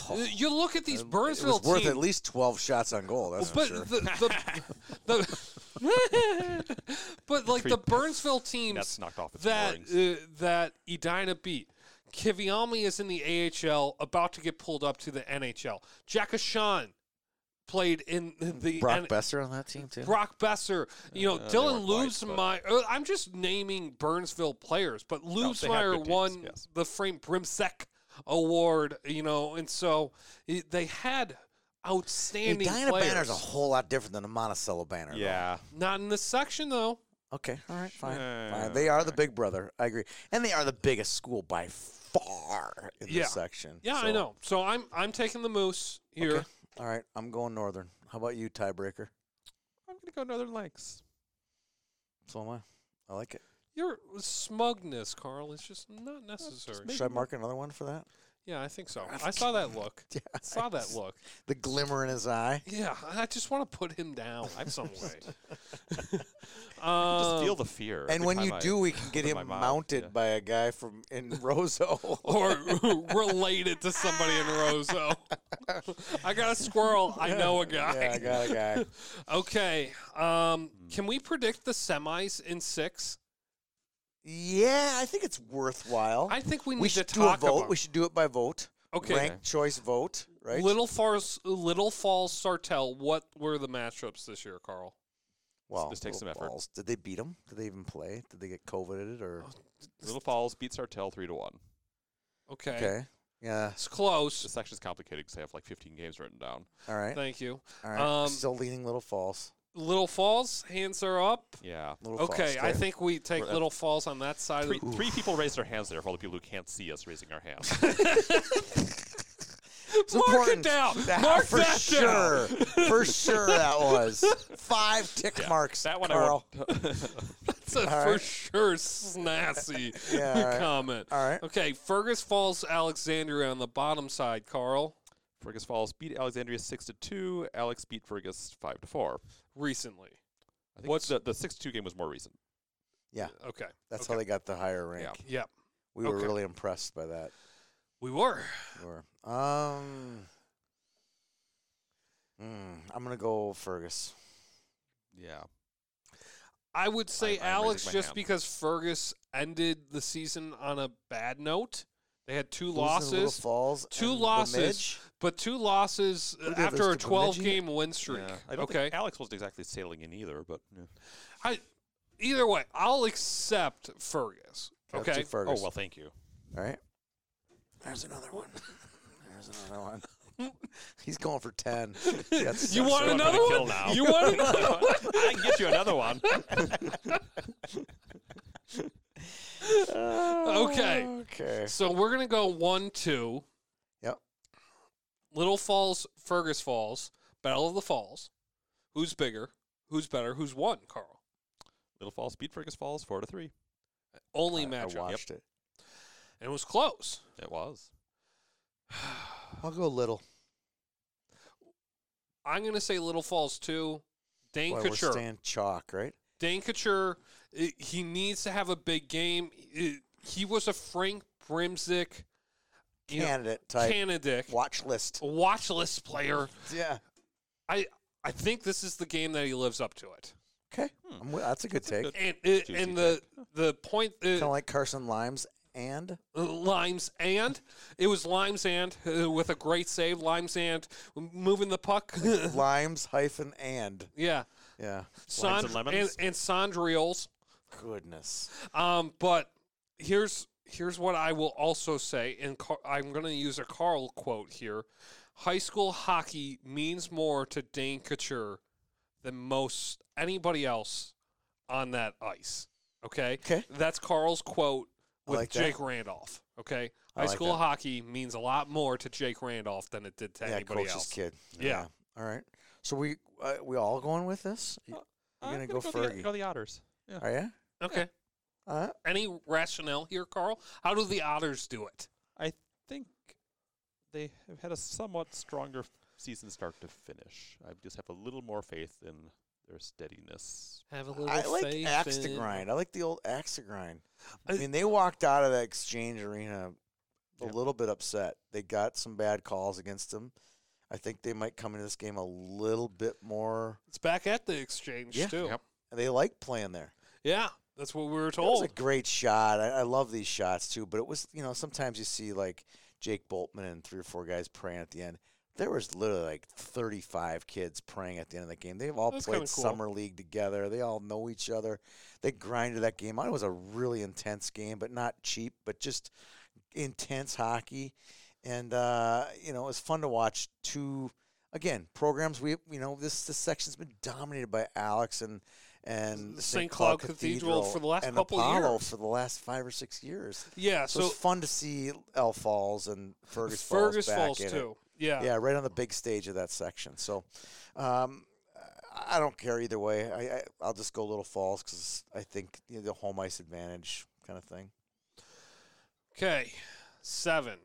F: Oh,
C: You look at these
F: it
C: Burnsville
F: was worth
C: teams.
F: at least twelve shots on goal. That's for
C: but
F: sure.
C: the, the, the but like the
D: Treat-
C: Burnsville teams
D: that's knocked off its
C: that
D: moorings.
C: uh, that Edina beat. Kivialmi is in the AHL, about to get pulled up to the NHL. Jack Ashan played in the
F: Brock
C: N-
F: Besser on that team too.
C: Brock Besser. You know,
D: Uh, they
C: Dylan
D: weren't quite, but-
C: Lubsmeyer. uh, I'm just naming Burnsville players, but
D: they had
C: Lubsmeyer
D: good teams,
C: won
D: yes.
C: the Frank Brimsek Award. You know, and so it, they had
F: Hey,
C: outstanding
F: Diana
C: players.
F: banner's a whole lot different than a Monticello banner. though.
D: yeah.
C: Not in this section though.
F: Okay. All right. Fine.
C: Uh,
D: Sure.
F: fine. They are the big brother. I agree. And they are the biggest school by far in
C: Yeah.
F: this section.
C: Yeah, I
F: So,
C: know. So I'm I'm taking the moose here.
F: Okay. All right. I'm going northern. How about you, tiebreaker?
D: I'm gonna go Northern Lakes.
F: So am I. I like it.
C: Your smugness, Carl, is just not necessary.
F: Should I mark another one for that?
C: yeah, I think so. I saw that look.
F: Yeah.
C: I saw that look.
F: The glimmer in his eye.
C: Yeah, I just want to put him down in some way.
D: Just
C: Um,
D: feel the fear.
F: And
D: every
F: when you
D: time I-
F: do, we can get
D: open
F: him
D: my mouth,
F: mounted
D: yeah.
F: by a guy from in Roseau.
C: or related to somebody in Roseau. I got a squirrel. I know a guy.
F: yeah, I got Hmm. a guy.
C: Okay. Um, can we predict the semis in six?
F: Yeah, I think it's worthwhile.
C: I think we need
F: we
C: to
F: should do a
C: talk
F: vote.
C: about.
F: We should do it by vote.
C: okay.
F: Rank choice vote, right?
C: Little Falls, Little Falls, Sartell. What were the matchups this year, Carl?
F: Well,
D: This takes
F: Little
D: some effort.
F: Falls. Did they beat them? Did they even play? Did they get coveted or?
D: Little Falls beats Sartell three to one.
C: Okay,
F: Okay. Yeah.
C: it's close.
D: This section's complicated because I have like 15 games written down.
F: All right.
C: Thank you.
F: All right.
C: um,
F: Still leaning Little Falls.
C: Little Falls, hands are up.
D: Yeah.
F: Little
C: Okay,
F: Falls.
C: I think we take
D: We're at-
C: Little Falls on that side.
D: Three,
C: of the,
D: three people raised their hands there for all the people who can't see us raising our hands.
F: It's
C: Mark
F: important.
C: it down.
F: That-
C: Mark
F: for
C: that down.
F: sure. for sure that was five tick marks.
D: that one
F: Carl.
D: I won't.
C: That's a
F: All
C: for
F: right.
C: sure snazzy
F: Yeah, all right.
C: comment.
F: All right.
C: Okay, Fergus Falls, Alexandria on the bottom side, Carl,
D: Fergus Falls beat Alexandria six to two. Alex beat Fergus five to four.
C: recently.
D: I think
C: What's-
D: the the six to two game was more recent.
C: Okay.
F: That's
C: okay.
F: how they got the higher rank.
C: Yep.
F: We were
C: Okay.
F: really impressed by that.
C: We were.
F: We were. Um. mm, I'm gonna go Fergus.
D: Yeah.
C: I would say
D: I'm
C: Alex
D: raising my
C: just
D: hand.
C: because Fergus ended the season on a bad note. They had two
F: Losing to Little
C: losses,
F: Falls.
C: two
F: and
C: losses.
F: Bemidji.
C: but two losses uh,
F: Who did they
C: after a
F: lose to? Bemidji?
C: 12 game win streak.
D: Yeah. I don't
C: okay.
D: think Alex wasn't exactly sailing in either, but Oh, yeah.
C: I, either way, I'll accept Fergus.
F: Got two
C: Okay.
F: Fergus.
D: oh well, thank you.
F: All right. There's another one. There's another one. He's going for ten. That's
C: You
F: so-
C: want
D: so I'm
C: another
D: gonna kill
C: one?
D: now.
C: You want another one?
D: I can get you another one.
C: Okay.
F: Okay.
C: So we're gonna go one, two.
F: Yep.
C: Little Falls, Fergus Falls, Battle of the Falls. Who's bigger? Who's better? Who's won, Carl?
D: Little Falls beat Fergus Falls four to three.
C: Only
F: I
C: matchup.
F: watched it.
C: And it was close.
D: It was.
F: I'll go little.
C: I'm gonna say Little Falls two. Dane
F: Boy, we're
C: Couture.
F: staying chalk, right?
C: Dane Couture, i- he needs to have a big game. I- He was a Frank Brimsick you know,
F: Candidate type
C: candidate,
F: watch list.
C: a watch list player.
F: Yeah.
C: I I think this is the game that he lives up to it.
F: Okay.
C: Hmm.
F: I'm wi- that's a good take.
D: good-
C: And it,
D: Juicy
C: and the the point
F: Kind of
C: uh,
F: like Carson Limes and
C: Limes and it was Limes and uh, with a great save. Limes and moving the puck.
F: Limes hyphen and.
C: yeah,
F: Yeah.
C: Sand-
D: and lemons?
C: and, and Sandriels.
F: Goodness.
C: Um, but here's here's what I will also say, and Car- I'm going to use a Carl quote here: "High school hockey means more to Dane Couture than most anybody else on that ice." Okay,
F: Okay.
C: that's Carl's quote
F: I
C: with
F: like that.
C: Jake Randolph. Okay,
F: I
C: high
F: like
C: school
F: that.
C: hockey means a lot more to Jake Randolph than it did to
F: yeah,
C: anybody
F: coach's
C: else.
F: kid.
C: Yeah.
F: All right. So we uh, we all going with
C: Uh,
F: this? You- You're
D: I'm
F: gonna go
D: The,
F: Fergie.
D: go the Otters. Yeah.
F: Are you?
C: Okay,
F: Uh,
C: any rationale here, Carl? How do the Otters do it?
D: I think they have had a somewhat stronger f- season start to finish. I just have a little more faith in their steadiness.
C: Have a little
F: I like
C: faith
F: axe to
C: in-
F: grind. I like the old axe to grind. I
C: I-
F: mean, they walked out of the exchange arena a
D: Yeah.
F: little bit upset. They got some bad calls against them. I think they might come into this game a little bit more.
C: It's back at the exchange
F: Yeah.
C: too.
D: Yep.
F: They like playing there.
C: Yeah, that's what we were
F: That was
C: told.
F: a great shot. I, I love these shots too. But it was, you know, sometimes you see like Jake Boltman and three or four guys praying at the end. There was literally like 35 kids praying at the end of the game. They've all
C: That's
F: played
C: kinda cool.
F: summer league together. They all know each other. They grinded that game out. It was a really intense game, but not cheap, but just intense hockey. And uh, you know, it was fun to watch two again programs. We you know this this section's been dominated by Alex and and
C: S-
F: St.
C: St. Cloud Cathedral for the last
F: and
C: couple
F: Apollo
C: years.
F: for the last five or six years.
C: yeah,
F: So,
C: so
F: it's fun to see El Falls and Fergus Falls
C: Fergus
F: back
C: Falls,
F: in it.
C: too. Yeah.
F: Yeah, right on the big stage of that section. So, um, I- I don't care either way. I, I I'll just go Little Falls because I think you know, the home ice advantage kind of thing.
C: Okay, seven.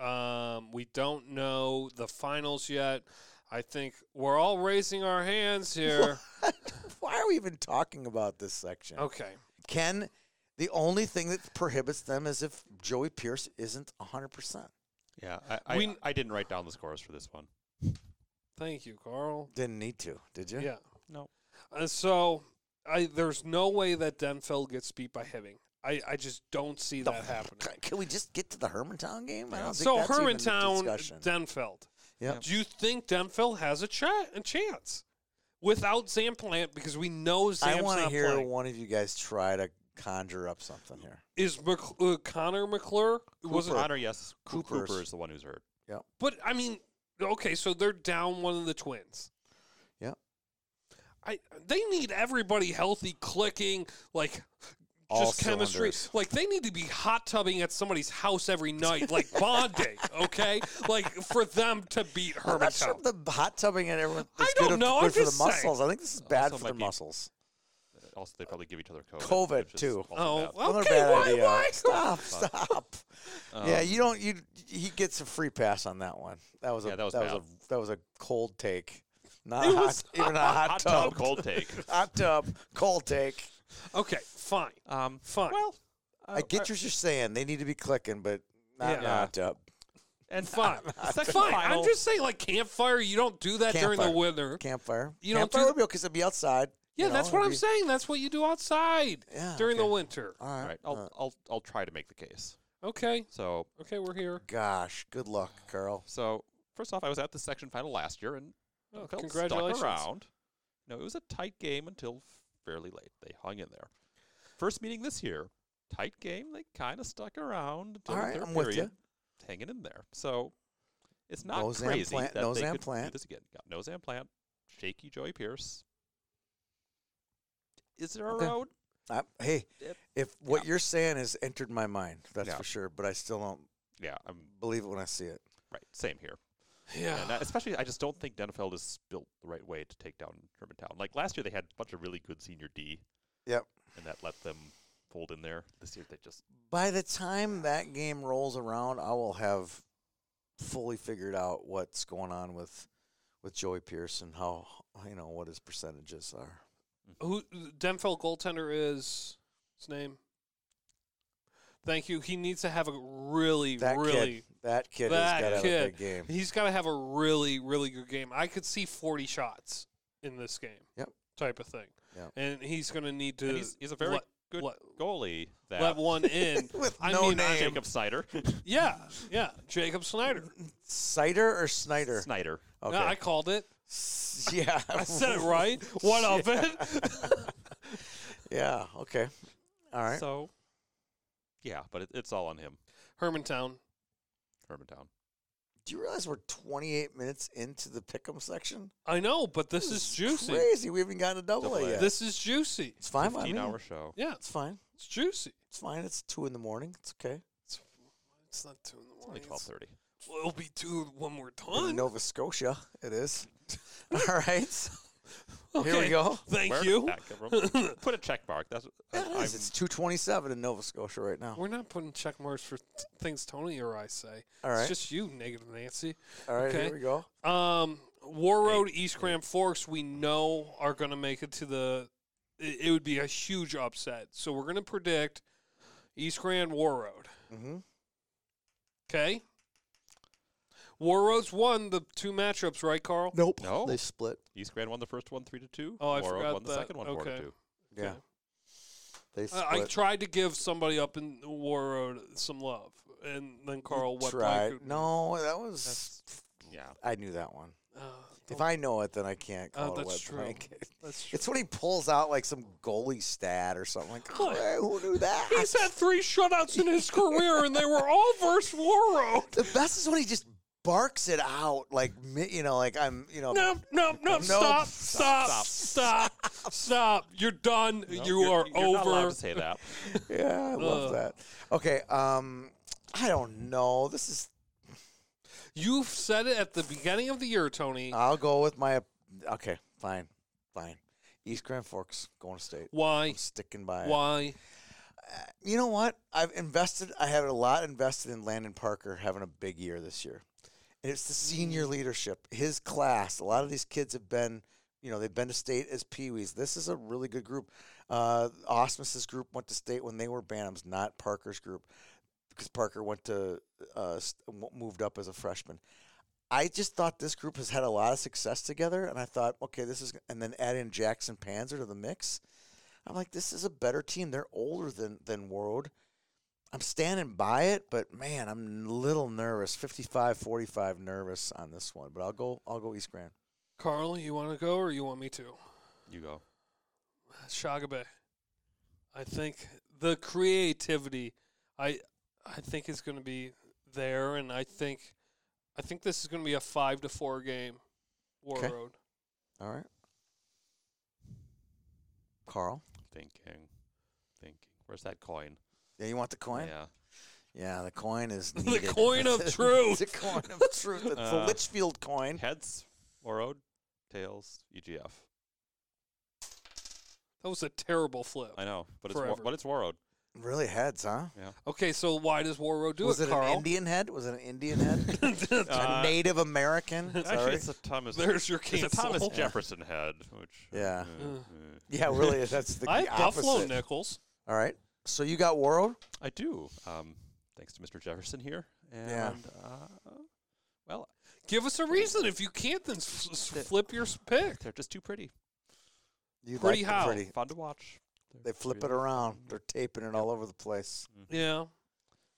C: Um, we don't know the finals yet. I think we're all raising our hands here.
F: Why are we even talking about this section?
C: okay.
F: Ken, the only thing that prohibits them is if Joey Pierce isn't 100%.
D: Yeah, I I,
C: We-
D: I didn't write down the scores for this one.
C: Thank you, Carl.
F: Didn't need to, did you?
C: Yeah.
D: No.
C: Uh, so I there's no way that Denfeld gets beat by Hibbing. I, I just don't see that happening.
F: Can we just get to the Hermantown game? I don't think
C: So
F: that's even a
C: Hermantown,
F: discussion.
C: Denfeld.
F: Yep.
C: Do you think Denfeld has a, cha- a chance without Zamplant? Because we know Zam's
F: I want to
C: not
F: hear
C: playing.
F: one of you guys try to conjure up something here.
C: Is Mc- uh, Connor McClure was
D: Wasn't
C: it?
D: Honor, yes. Coo-
F: Coopers.
D: Cooper is the one who's hurt.
C: But I mean, okay, so they're down one of the twins.
F: Yep.
C: I they need everybody healthy, clicking like.
F: All
C: Just chemistry.
F: cylinders.
C: Like, they need to be hot tubbing at somebody's house every night, like bonding, okay? Like, for them to beat
F: I'm not sure
C: Hermantown.
F: if the hot tubbing and everyone.
C: I
F: is
C: don't
F: good,
C: know,
F: Good
C: I'm
F: for the
C: just saying. Oh,
F: muscles. I think this is bad
D: Also
F: for the
D: might be-
F: muscles.
D: Also, they probably give each other COVID.
F: COVID,
D: which is
F: too.
D: also
C: Oh,
D: bad.
F: Another
C: okay,
F: bad
C: why,
F: idea.
C: why?
F: Stop! Stop! yeah,
D: Um,
F: you don't. You he gets a free pass on that one. That was a
D: Yeah, that was
F: was
D: bad.
F: a that was a cold take. Not
C: It
F: a hot,
C: was
F: even a hot,
D: hot
F: tub.
D: tub, cold take.
F: Hot tub, cold take.
C: Okay, fine.
D: Um,
C: Fine.
D: Well, uh,
F: I get what you're saying. They need to be clicking, but not
C: Oh, Yeah.
F: yeah. hot tub.
D: and
C: Fine.
D: Second
C: Fine.
D: final.
C: I'm just saying, like campfire, you don't do that during
F: Campfire.
C: the winter.
F: Campfire.
C: You don't
F: campfire
C: do-
F: would be because it'd be outside.
C: Yeah,
F: you know,
C: that's what
F: it'd
C: I'm
F: be-
C: saying. That's what you do outside
F: Yeah,
C: during the
F: okay.
C: winter.
F: All
D: All
F: right. Uh,
D: right, I'll, I'll I'll try to make the case.
C: Okay.
D: So
C: Okay, we're here.
F: Gosh, good luck, Carl.
D: so first off, I was at the section final last year and
C: Oh,
D: felt
C: congratulations.
D: stuck around. No, it was a tight game until fairly late. They hung in there. First meeting this year, tight game. They kind of stuck around. Until
F: All
D: the
F: right,
D: third
F: I'm with
D: period,
F: ya.
D: Hanging in there. So It's not
F: Nozan
D: crazy
F: Plant-
D: that they
F: Nozan
D: could do
F: Plant.
D: this again. Got Nozan Plant, shaky Joey Pierce. Is there a
F: Okay.
D: road?
F: I, Uh, hey,
D: Yep.
F: if what you're saying has entered my mind, that's
D: Yeah.
F: for sure. But I still don't
D: Yeah, I'm
F: believe it when I see it.
D: right. Same here.
C: Yeah.
D: And I- especially, I just don't think Denfeld is built the right way to take down Germantown. Like last year, they had a bunch of really good senior D,
F: Yep.
D: and that let them fold in there. This year, they just
F: By the time that game rolls around, I will have fully figured out what's going on with with Joey Pierce and how you know what his percentages are.
C: uh, Who Denfeld goaltender is his name? Thank you. He needs to have a really,
F: That kid,
C: really.
F: that kid
C: That
F: has got to have a
C: kid.
F: big game.
C: He's got to have a really, really good game. I could see forty shots in this game.
F: Yep.
C: Type of thing.
F: Yep.
C: And he's going to need to.
D: and he's, he's a very
C: let,
D: good
C: let,
D: goalie. That
C: let one in.
F: With
C: I
F: no
C: mean, I-
F: name,
D: Jacob Snyder.
C: yeah, yeah. Jacob Snyder.
F: Cider or Snyder?
D: Snyder.
F: Okay.
C: Yeah, I called it.
F: S- yeah,
C: I said it right. What of it?
F: Yeah. Okay. All right.
D: So, yeah, but it, it's all on him,
C: Hermantown.
D: Hermantown.
F: Do you realize we're 28 minutes into the pick'em section?
C: I know, but this, is juicy.
F: Crazy. We haven't gotten a double,
D: Double
F: A
D: A.
F: yet.
C: This is juicy.
F: it's fine. by me.
D: Fifteen-hour show.
C: Yeah,
F: It's fine.
C: it's juicy.
F: It's fine. It's two in the morning. It's okay.
C: It's not two in the
D: It's only
C: morning.
D: twelve thirty.
C: Well, it'll be two when we're
F: In
C: done.
F: Nova Scotia, it is. All right.
C: Okay.
F: Here we go.
C: Thank
D: Where did
C: you.
D: that come from? Put a check mark. That's uh,
F: It
D: I'm-
F: is. It's 227 in Nova Scotia right now.
C: We're not putting check marks for t- things Tony or I say.
F: All right.
C: It's just you, negative Nancy.
F: All right.
C: okay.
F: Here we go.
C: Um, War Road, East Grand Forks, we know are going to make it to the. It, it would be a huge upset. So we're going to predict East Grand War Road.
F: Mm-hmm.
C: Okay. War Roads won the two matchups, right, Carl?
F: Nope.
D: No.
F: They split.
D: East Grand won the first one three to two.
C: Oh, I
D: Morrow
C: forgot
D: won the
C: that.
D: second one four to
C: Okay.
D: two.
F: Yeah.
C: Okay.
F: They
C: I-
F: split.
C: I tried to give somebody up in War Road some love, and then Carl wept
F: Tried.
C: like a-
F: No, that was.
D: Yeah.
F: I knew that one.
C: Uh,
F: If I know it, then I can't
C: Oh,
F: call it a
C: that's
F: wet
C: true.
F: blanket.
C: that's true.
F: It's when he pulls out like some goalie stat or something. Like,
C: What?
F: "Hey, who knew that?
C: He's had three shutouts in his career, and they were all versus War Road.
F: the best is when he just barks it out, like mi- you know, like I'm, you know,
C: No, no, no! Stop! Stop!
D: Stop.
C: Stop! Stop! You're done.
D: No,
C: you
D: you're-
C: are
D: you're Not allowed
C: over.
D: to say that.
F: yeah, I love
C: Ugh.
F: that. Okay, um, I don't know. This is.
C: You've said it at the beginning of the year, Tony.
F: I'll go with my. Okay, fine, fine. East Grand Forks going to state.
C: Why?
F: I'm sticking by. it.
C: Why?
F: You know what? I've invested. I have a lot invested in Landon Parker having a big year this year. And it's the senior leadership, his class. A lot of these kids have been, you know, they've been to state as peewees. This is a really good group. Uh, Osmus's group went to state when they were bantams, not Parker's group, because Parker went to uh, s- w- moved up as a freshman. I just thought this group has had a lot of success together, and I thought, okay, this is, and then add in Jackson Panzer to the mix. I'm like, this is a better team. They're older than than World. I'm standing by it, but man, I'm a little nervous. 55 45 nervous on this one, but I'll go I'll go East Grand.
C: Carl, you want to go or you want me to?
D: You go.
C: Shagabe. I think the creativity I I think is going to be there and I think I think this is going to be a 5 to 4 game War
F: 'Kay.
C: Road.
F: All right. Carl.
D: Thinking, thinking. Where's that coin?
F: Yeah, you want the coin?
D: Yeah.
F: Yeah, the coin is
C: The
F: needed.
C: coin of truth.
F: the coin of truth. It's the
D: Uh,
F: Litchfield coin.
D: Heads, Morrow, tails, E EGF.
C: That was a terrible flip.
D: I know, but it's Wa-
C: Forever.
D: but it's Warroad.
F: Really heads, huh?
C: Okay, so why does War Road do
F: Was
C: it,
F: it an
C: Carl?
F: Indian head? Was it an Indian head? a
D: Uh,
F: Native American?
D: Actually,
F: Sorry.
D: it's a Thomas.
C: There's your
D: it's a Thomas
C: cancel.
D: Jefferson head, which
F: Yeah.
D: uh, uh,
F: Yeah, really. That's the
C: I have Buffalo
F: opposite.
C: Nickels.
F: All right. So you got World?
D: I do. Um, thanks to Mr. Jefferson here, and
F: Yeah.
D: uh, well,
C: Give us a reason. If you can't, then s- s- flip your s- pick.
D: they're just too pretty,
F: You
C: Pretty
F: like them
C: how?
F: pretty.
D: fun to watch. They're
F: They flip it
D: really-
F: around. They're taping it all over the place.
C: Yeah.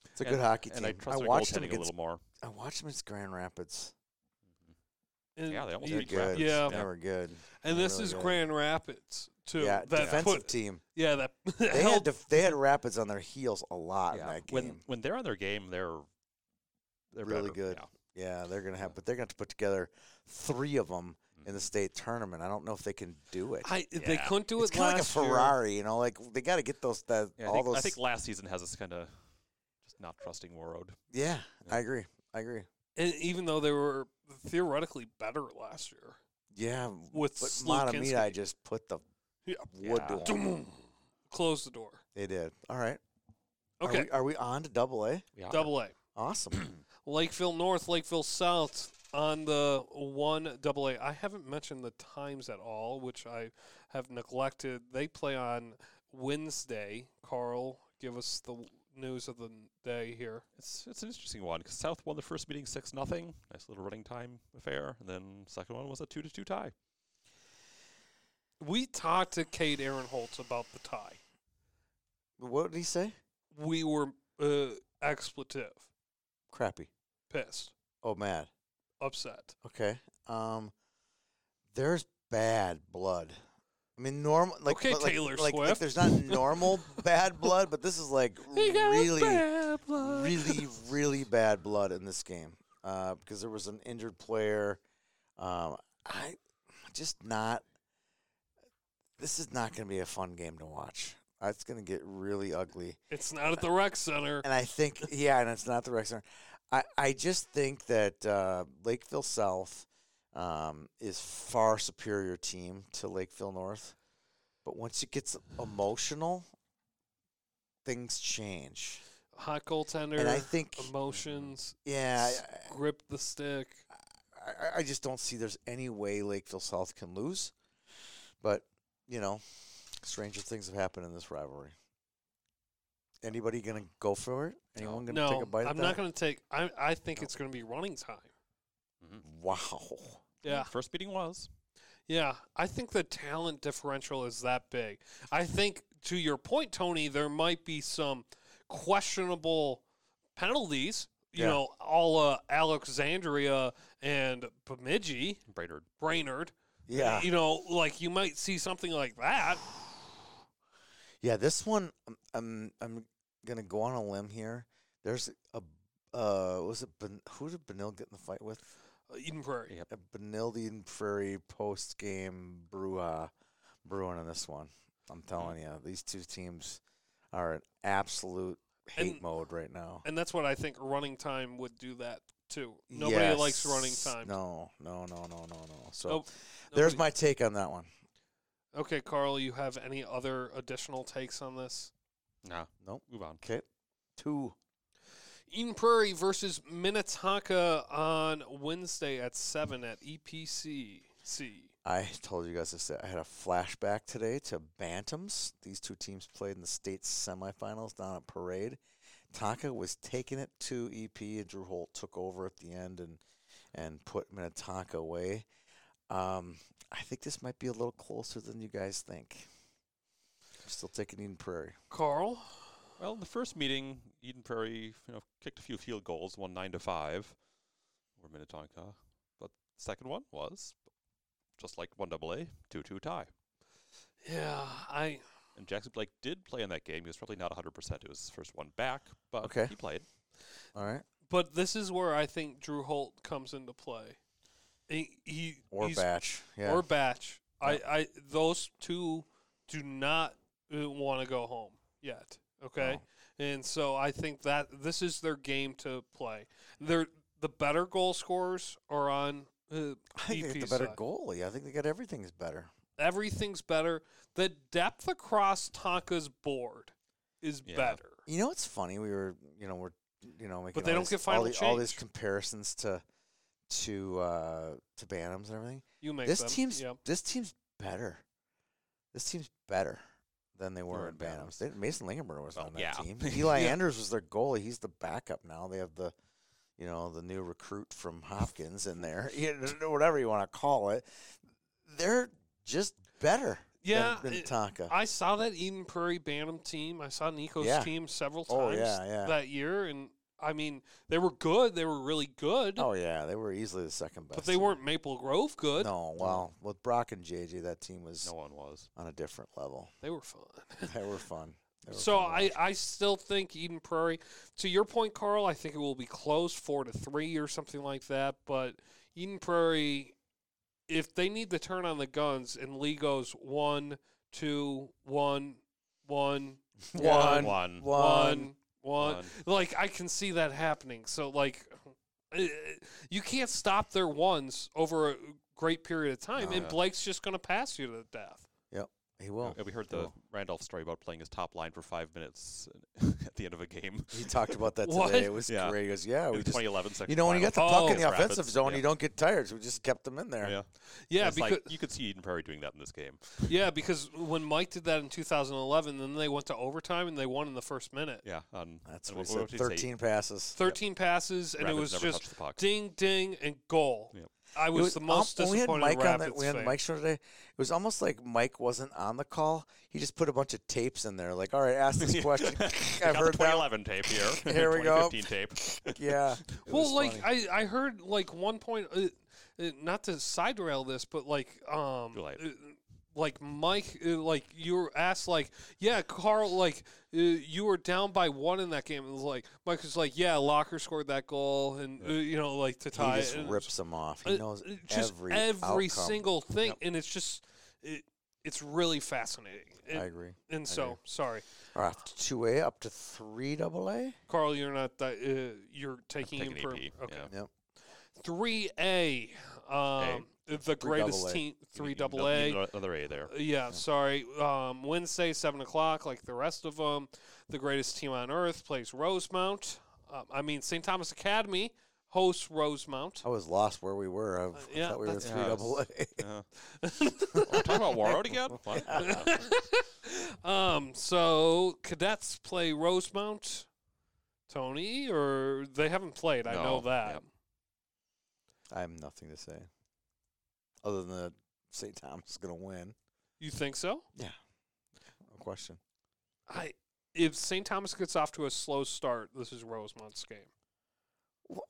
F: It's a
D: And-
F: good hockey team.
D: and I trust their
F: watched them
D: goaltending a
F: against.
D: little more.
F: I watched them against Grand Rapids.
C: And
D: Yeah, they almost
C: you-
F: They're
D: beat
F: good.
D: Rapids.
C: Yeah.
F: they were good.
C: And
F: They're
C: this
F: really
C: is
F: good.
C: Grand Rapids too.
F: yeah,
C: that
F: defensive
C: put,
F: team.
C: Yeah, that
F: They
C: held
F: had def- they had Rapids on their heels a lot in that game.
D: When when they're on their game, they're they're
F: Really
D: better.
F: good.
D: Yeah.
F: Yeah, they're gonna have, but they're gonna have to put together three of them in the state tournament. I don't know if they can do it.
C: I they
D: Yeah.
C: couldn't do
F: it's
C: it
F: kind of like a
C: last year.
F: Ferrari, you know, like they got to get those that
D: Yeah, I,
F: all
D: think,
F: those.
D: I think last season has us kind of just not trusting Warroad.
F: yeah, I agree. I agree.
C: And even though they were theoretically better last year
F: Yeah,
C: with
F: but
C: Slutkinski,
F: Montemita, I just put the
C: Yeah.
F: wood to
D: Yeah.
F: 'em.
C: close the door.
F: They did. All right. Are
C: Okay,
F: we- Are we, on to double A?
D: Yeah.
C: double A.
F: Awesome.
C: Lakeville North, Lakeville South on the one double A. I haven't mentioned the times at all, which I have neglected. They play on Wednesday. Carl, give us the news of the day here.
D: It's it's an interesting one because South won the first meeting six nothing, nice little running time affair, and then second one was a two to two tie.
C: We talked to Kate Aaron Holtz about the tie.
F: what did he say?
C: We were uh, expletive,
F: Crappy.
C: pissed,
F: Oh, mad.
C: upset.
F: Okay. Um, there's bad blood. I mean, normal. Like,
C: Okay,
F: but like,
C: Taylor
F: like, like
C: Swift.
F: there's not normal bad blood, but this is like really, really, really bad blood in this game uh, because there was an injured player. Um, I just not. This is not going to be a fun game to watch. It's going to get really ugly.
C: It's not at the rec center.
F: And I think, yeah, and it's not the rec center. I, I just think that uh, Lakeville South um, is far superior team to Lakeville North. But once it gets emotional, things change.
C: Hot goaltender.
F: And I think,
C: emotions
F: yeah,
C: grip the stick.
F: I, I, I just don't see there's any way Lakeville South can lose. But, you know, stranger things have happened in this rivalry. Anybody going to go for it? Anyone going to
C: no,
F: take a bite
C: I'm
F: at
C: not
F: that?
C: going to take. I I think
F: No.
C: it's going to be running time.
F: Wow.
C: Yeah,
D: first meeting was.
C: yeah. I think the talent differential is that big. I think to your point, Tony, there might be some questionable penalties. You
F: Yeah.
C: know, all uh, Alexandria and Bemidji,
D: Brainerd.
C: Brainerd.
F: Yeah.
C: You know, like you might see something like that.
F: Yeah, this one um, I'm I'm gonna go on a limb here. There's a uh was it ben, who did Benil get in the fight with?
C: Uh, Eden Prairie.
F: A Benil the Eden Prairie post game brew brewing in this one. I'm
C: Hmm.
F: telling you, these two teams are in absolute hate
C: And-
F: mode right now.
C: And that's what I think running time would do that too. Nobody likes
F: Yes.
C: running time.
F: No, no, no, no, no, no. So
C: Nope.
F: there's
C: Nobody-
F: my take on that one.
C: Okay, Carl, you have any other additional takes on this?
D: No.
F: Nope.
D: Move on.
F: Okay, two.
C: Eden Prairie versus Minnetonka on Wednesday at 7 at EPC. C.
F: I told you guys this. I had a flashback today to Bantams. These two teams played in the state semifinals down at Parade. Tonka was taking it to EP, and Drew Holt took over at the end and and put Minnetonka away. Um, I think this might be a little closer than you guys think. I'm still taking Eden Prairie.
C: Carl?
D: Well, in the first meeting, Eden Prairie you know kicked a few field goals, won nine to five, or Minnetonka. But the second one was just like one double A, two two tie.
C: Yeah, I
D: And Jackson Blake did play in that game. He was probably not 100. percent It was his first one back, but
F: Okay.
D: he played.
F: All right,
C: but this is where I think Drew Holt comes into play. He, he
F: or
C: he's-
F: Batch. Yeah,
C: or batch. I, I those two do not want to go home yet. Okay,
F: Oh.
C: and so I think that this is their game to play. They're the better goal scorers are on. Uh,
F: I think they
C: EP
F: got the better
C: side.
F: goalie. I think they got everything's better.
C: Everything's better. The depth across Tonka's board is
D: Yeah.
C: better.
F: You know, it's funny. We were, you know, we're, you know, making
C: they
F: all
C: don't
F: these,
C: get
F: all,
C: final
F: the- all these
C: change.
F: comparisons to to uh, to Bantams and everything.
C: You make
F: this
C: them.
F: team's
C: yeah.
F: this team's better. This team's better than they were,
D: were
F: in
D: in
F: Bantams. They, Mason Lingenberg was
D: Well,
F: on that
D: yeah.
F: team. Eli
C: Yeah.
F: Anders was their goalie. He's the backup now. They have the, you know, the new recruit from Hopkins in there. You know, whatever you want to call it, they're just better.
C: Yeah,
F: than, than
C: it-
F: Tonka.
C: I saw that Eden Prairie Bantam team. I saw Nico's
F: Yeah.
C: team several times
F: Oh, yeah, yeah.
C: that year, and I mean they were good. They were really good,
F: oh yeah, they were easily the second best.
C: but they
F: team.
C: weren't Maple Grove good.
F: No, well, with Brock and JJ, that team was
D: No one was.
F: on a different level.
C: They were fun.
F: They were fun. Never
C: So
F: fun to
C: I,
F: watch.
C: I still think Eden Prairie. To your point, Carl, I think it will be close, four to three or something like that. But Eden Prairie, if they need to turn on the guns and Lee goes one, two, one, one,
F: One.
C: one,
D: One.
C: one,
D: One.
C: like I can see that happening. So like, eh, you can't stop their ones over a great period of time,
F: No.
C: and
D: Yeah.
C: Blake's just going to pass you to death.
F: He will.
D: Yeah, we heard
F: They
D: the
F: will.
D: Randolph story about playing his top line for five minutes at the end of a game.
F: He talked about that
C: What?
F: today. It was
D: Yeah.
F: great. He goes, yeah,
D: in
F: we just.
D: 2011 second
F: You know, when you got the
D: final.
F: puck
C: Oh.
F: in the
D: Rapids,
F: offensive zone,
D: yeah.
F: you don't get tired, so we just kept them in there.
D: yeah,
C: Yeah,
D: It's
C: because
D: like, you could see Eden Prairie doing that in this game.
C: Yeah, because when Mike did that in 2011, then they went to overtime and they won in the first minute.
D: Yeah, on
F: That's
D: and
F: what
D: what- what
F: he said.
D: did he say?
F: 13 passes.
C: 13 passes, and
D: Rapids
C: it was
D: never touched
C: just
D: the puck.
C: ding, ding, and goal.
D: Yep.
C: I
F: It
C: was, the most
F: um, when we had
C: disappointed
F: Mike on
C: Rapids
F: the, we had
C: fan.
F: Mike show today. It was almost like Mike wasn't on the call. He just put a bunch of tapes in there. Like, all right, ask this question.
D: I
F: I've
D: got the
F: heard that.
D: 2011 tape here.
F: Here we go.
D: 2015 tape.
F: Yeah. It was
C: Well, like
F: funny.
C: I, I heard like one point, uh, uh, not to side rail this, but like um,
D: Too late.
C: uh, like Mike, uh, like you were asked like, yeah, Carl, like uh, you were down by one in that game. It was like Mike was like, yeah, Locker scored that goal, and uh, you know like to tie
F: he
C: it.
F: just
C: and-
F: rips them off. He
C: Uh,
F: knows
C: uh, just
F: every
C: every
F: outcome.
C: single thing,
D: Yep.
C: and it's just it, it's really fascinating.
F: I
C: And,
F: agree.
C: and so, sorry,
F: All right, two A up to three double A.
C: Carl, you're not that uh, you're taking
D: Taking
C: him for
D: AP.
C: okay.
D: yeah.
C: Three A, um, the
F: double
C: greatest
F: A.
C: team. Three
D: Need
C: double
D: another-
C: A.
D: need Another A there.
C: Yeah, sorry. Um, Wednesday, seven o'clock, like the rest of them. The greatest team on earth plays Rosemount. Um, I mean, St. Thomas Academy hosts Rosemount.
F: I was lost where we were. I, I
C: Uh, yeah,
F: thought we were
C: that's-
F: three
D: Yeah,
F: double A.
D: Yeah. oh, we're talking about Warroad again? What?
C: Um, so cadets play Rosemount, Tony, or they haven't played. I know
D: No,
C: that.
D: yep.
F: I have nothing to say, other than that St. Thomas is going to win.
C: You think so?
F: No question.
C: I if St. Thomas gets off to a slow start, this is Rosemont's game.
F: Wha-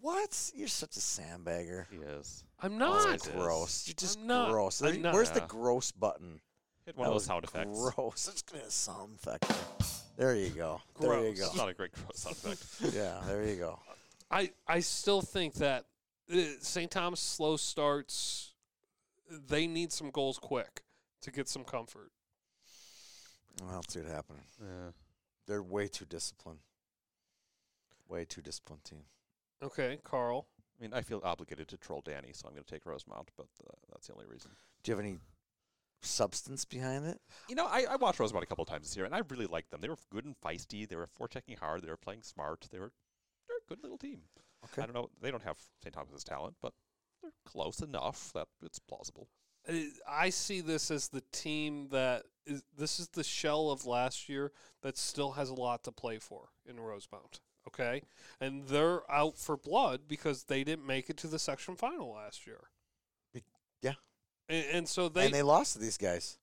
F: What? You're such a sandbagger.
D: He is.
C: I'm
D: Always
C: not.
D: is.
F: Gross. You're just
C: I'm not.
F: gross.
C: I'm not.
F: Where's the
D: Yeah.
F: gross button?
D: Hit one
F: That
D: of
F: was
D: those sound effects.
F: Gross. Let's get a sound effect. There you go. There you
C: Gross.
F: go.
D: That's not a great gross sound effect.
F: Yeah, there you go.
C: I I still think that uh, St. Thomas slow starts. They need some goals quick to get some comfort.
F: Well, I'll see what happens.
D: Yeah.
F: They're way too disciplined. Way too disciplined team.
C: Okay, Carl.
D: I mean, I feel obligated to troll Danny, so I'm going to take Rosemount, but uh, that's the only reason.
F: Do you have any substance behind it?
D: You know, I, I watched Rosemount a couple of times this year, and I really liked them. They were good and feisty. They were forechecking hard. They were playing smart. They were they're a good little team.
F: Okay.
D: I don't know. They don't have St. Thomas's talent, but they're close enough that it's plausible.
C: Uh, I see this as the team that is, this is the shell of last year that still has a lot to play for in Rosemount. Okay, and they're out for blood because they didn't make it to the section final last year.
F: Be- yeah.
C: and, and so they,
F: and they lost to these guys.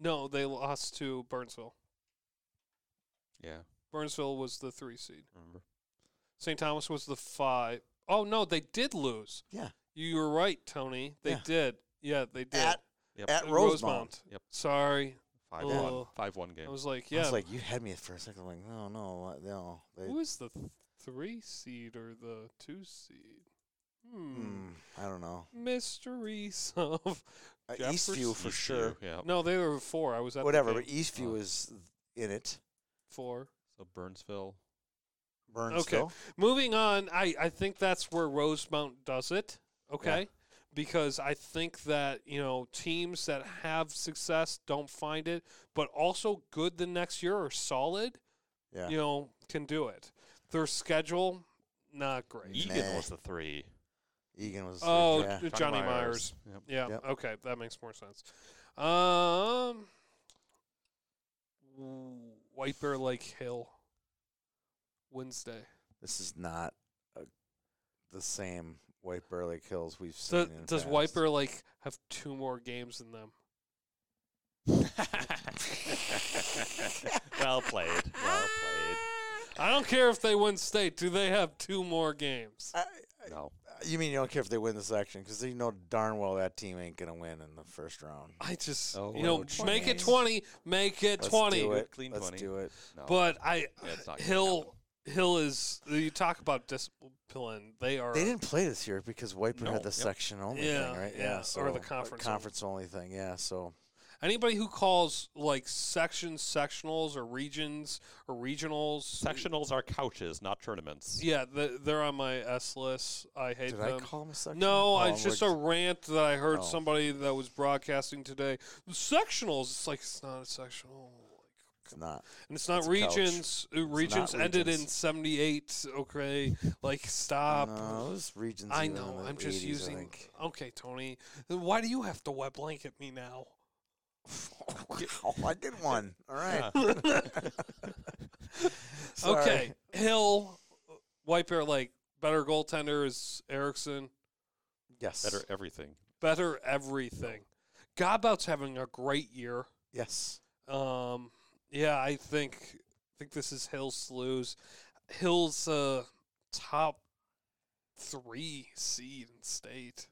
C: no they lost to Burnsville.
D: Yeah,
C: Burnsville was the three seed.
D: remember?
C: St. Thomas was the five. Oh no, they did lose.
F: Yeah.
C: you were right, Tony. They
F: Yeah.
C: did. Yeah, they did.
F: At,
D: Yep.
F: at
C: Uh,
F: Rosemont.
D: Yep.
C: Sorry,
D: Five
C: Oh.
D: one, five one game.
C: I was like,
F: I
C: yeah,
F: was like, you had me for a second. I'm like, no, no, uh, no. They,
C: Who is the th- three seed or the two seed? Hmm.
F: hmm, I don't know.
C: Mysteries of.
F: Uh,
C: Jefferson-
F: Eastview for
D: Eastview,
F: sure.
D: Yeah.
C: No, they were four. I was at the
F: Whatever,
C: game. Uh-huh.
F: but Eastview
D: Oh.
F: is in it.
C: four.
D: So Burnsville.
F: Burns though.
C: Moving on, I, I think that's where Rosemount does it. Okay. Because I think that, you know, teams that have success don't find it, but also good the next year or solid,
F: Yeah.
C: you know, can do it. Their schedule, not great.
D: Egan
F: Nah.
D: was the three.
F: Egan was.
C: Oh,
F: yeah.
C: d- Johnny Myers.
D: Yep.
C: Yeah.
F: Yep.
C: Okay, that makes more sense. Um, White Bear Lake Hill, Wednesday.
F: This is not a, the same White Bear Lake Hills we've seen.
C: So
F: in
C: does
F: past.
C: White Bear Lake have two more games than them?
D: well played. Well played.
C: I don't care if they win state. Do they have two more games?
F: I,
D: No.
F: You mean you don't care if they win the section because you know darn well that team ain't gonna win in the first round.
C: I just
D: Oh,
C: you know
D: ouch.
C: make it twenty, make it
F: Let's
C: twenty.
F: do it.
D: Clean
F: Let's
D: 20.
F: do it.
D: No.
C: But I
D: Yeah, it's not gonna
C: Hill Hill is you talk about discipline. They are
F: They didn't play this year because Wiper
D: No,
F: had the
D: yep.
F: section only
C: Yeah,
F: thing, right?
C: yeah, or
F: so-
C: the conference only.
F: conference only thing. Yeah, so
C: anybody who calls like sections sectionals or regions or regionals.
D: Sectionals are couches, not tournaments.
C: Yeah, the, they're on my S list. I hate
F: did
C: them.
F: I call them a section?
C: um, No,
F: Oh,
C: it's just a
F: we're-
C: rant that I heard
F: Oh.
C: somebody that was broadcasting today. The sectionals, it's like it's not a sectional,
F: it's not.
C: and it's not
F: It's a couch.
C: regions. Uh, regions
F: not
C: ended in
F: regions.
C: '78. Okay, like stop.
F: No, it was regions.
C: uh, I
F: in the- in
C: know.
F: the
C: I'm just
F: 80s, I
C: using.
F: think.
C: Okay, Tony, then why do you have to wet blanket me now?
F: wow, I did one. All right. Sorry.
C: Okay, Hill, White Bear Lake, better goaltender is Erickson.
F: Yes.
D: Better everything.
C: Better everything. Godbout's having a great year.
F: Yes.
C: Um, yeah, I think think this is Hill's to lose. Hill's uh, top three seed in state.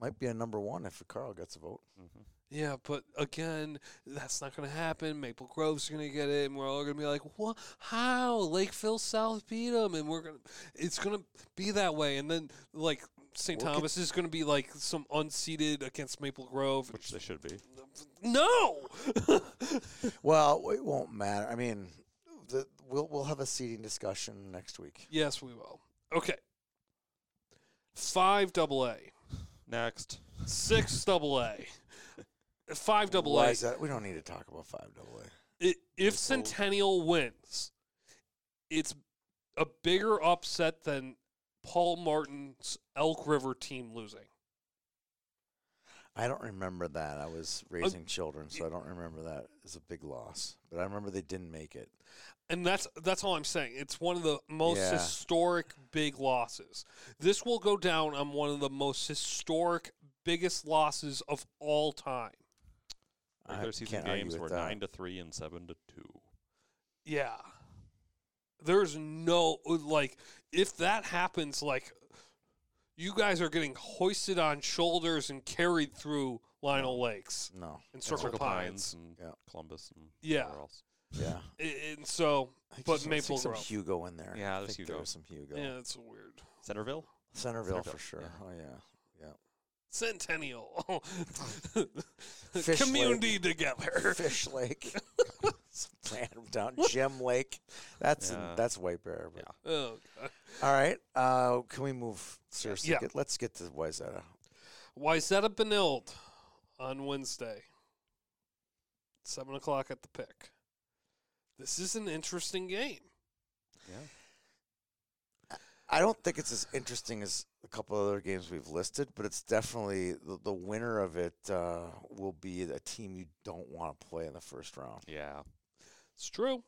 F: Might be a number one if Carl gets a vote.
D: mm-hmm,
C: Yeah, but again, that's not going to happen. Maple Grove's going to get it, and we're all going to be like, "What? How? Lakeville South beat them?" And we're going to it's going to be that way. And then like St.
F: Look at-
C: Thomas is going to be like some unseeded against Maple Grove.
D: Which they should be.
C: No,
F: Well, it won't matter. I mean, the, we'll we'll have a seating discussion next week.
C: Yes, we will. Okay. Five double A,
D: Next.
C: six double A, five double
F: Why
C: A.
F: is that? We don't need to talk about five double A.
C: I- If
D: This
C: Centennial wins, it's a bigger upset than Paul Martin's Elk River team losing.
F: I don't remember that. I was raising children, so I don't remember that as a big loss. But I remember they didn't make it.
C: And that's that's all I'm saying. It's one of the most
F: Yeah.
C: historic big losses. This will go down on one of the most historic biggest losses of all time.
F: I
D: Regular season
F: can't argue
D: games
F: with
D: were
F: that.
D: nine to three and seven to two.
C: Yeah. There's no like if that happens like you guys are getting hoisted on shoulders and carried through Lionel Lakes
F: No.
C: and Circle, Pines.
D: and
F: Yeah.
D: Columbus and
C: Yeah.
D: where else.
F: Yeah.
C: I- And so
F: I
C: But
F: just- I think
C: Maple
F: some
C: Grove.
F: Hugo in there.
D: Yeah,
F: I
D: there's
F: think there
D: Hugo.
F: was some Hugo.
C: yeah, it's weird.
D: Centerville?
F: Centerville,
D: Centerville,
F: for sure.
D: yeah.
F: Oh yeah.
C: Centennial.
F: Fish
C: Community together.
F: Fish Lake, random down Gem Lake. That's in-
D: Yeah.
F: that's White Bear. but-
D: Yeah.
C: Oh, God.
F: All right. Uh, can we move seriously?
C: Yeah.
F: Get, let's get to Wayzata.
C: Wyzetta Benilde on Wednesday, seven o'clock at the pick. This is an interesting game.
F: I don't think it's as interesting as a couple other games we've listed, but it's definitely the, the winner of it uh, will be a team you don't want to play in the first round.
D: Yeah.
C: It's true.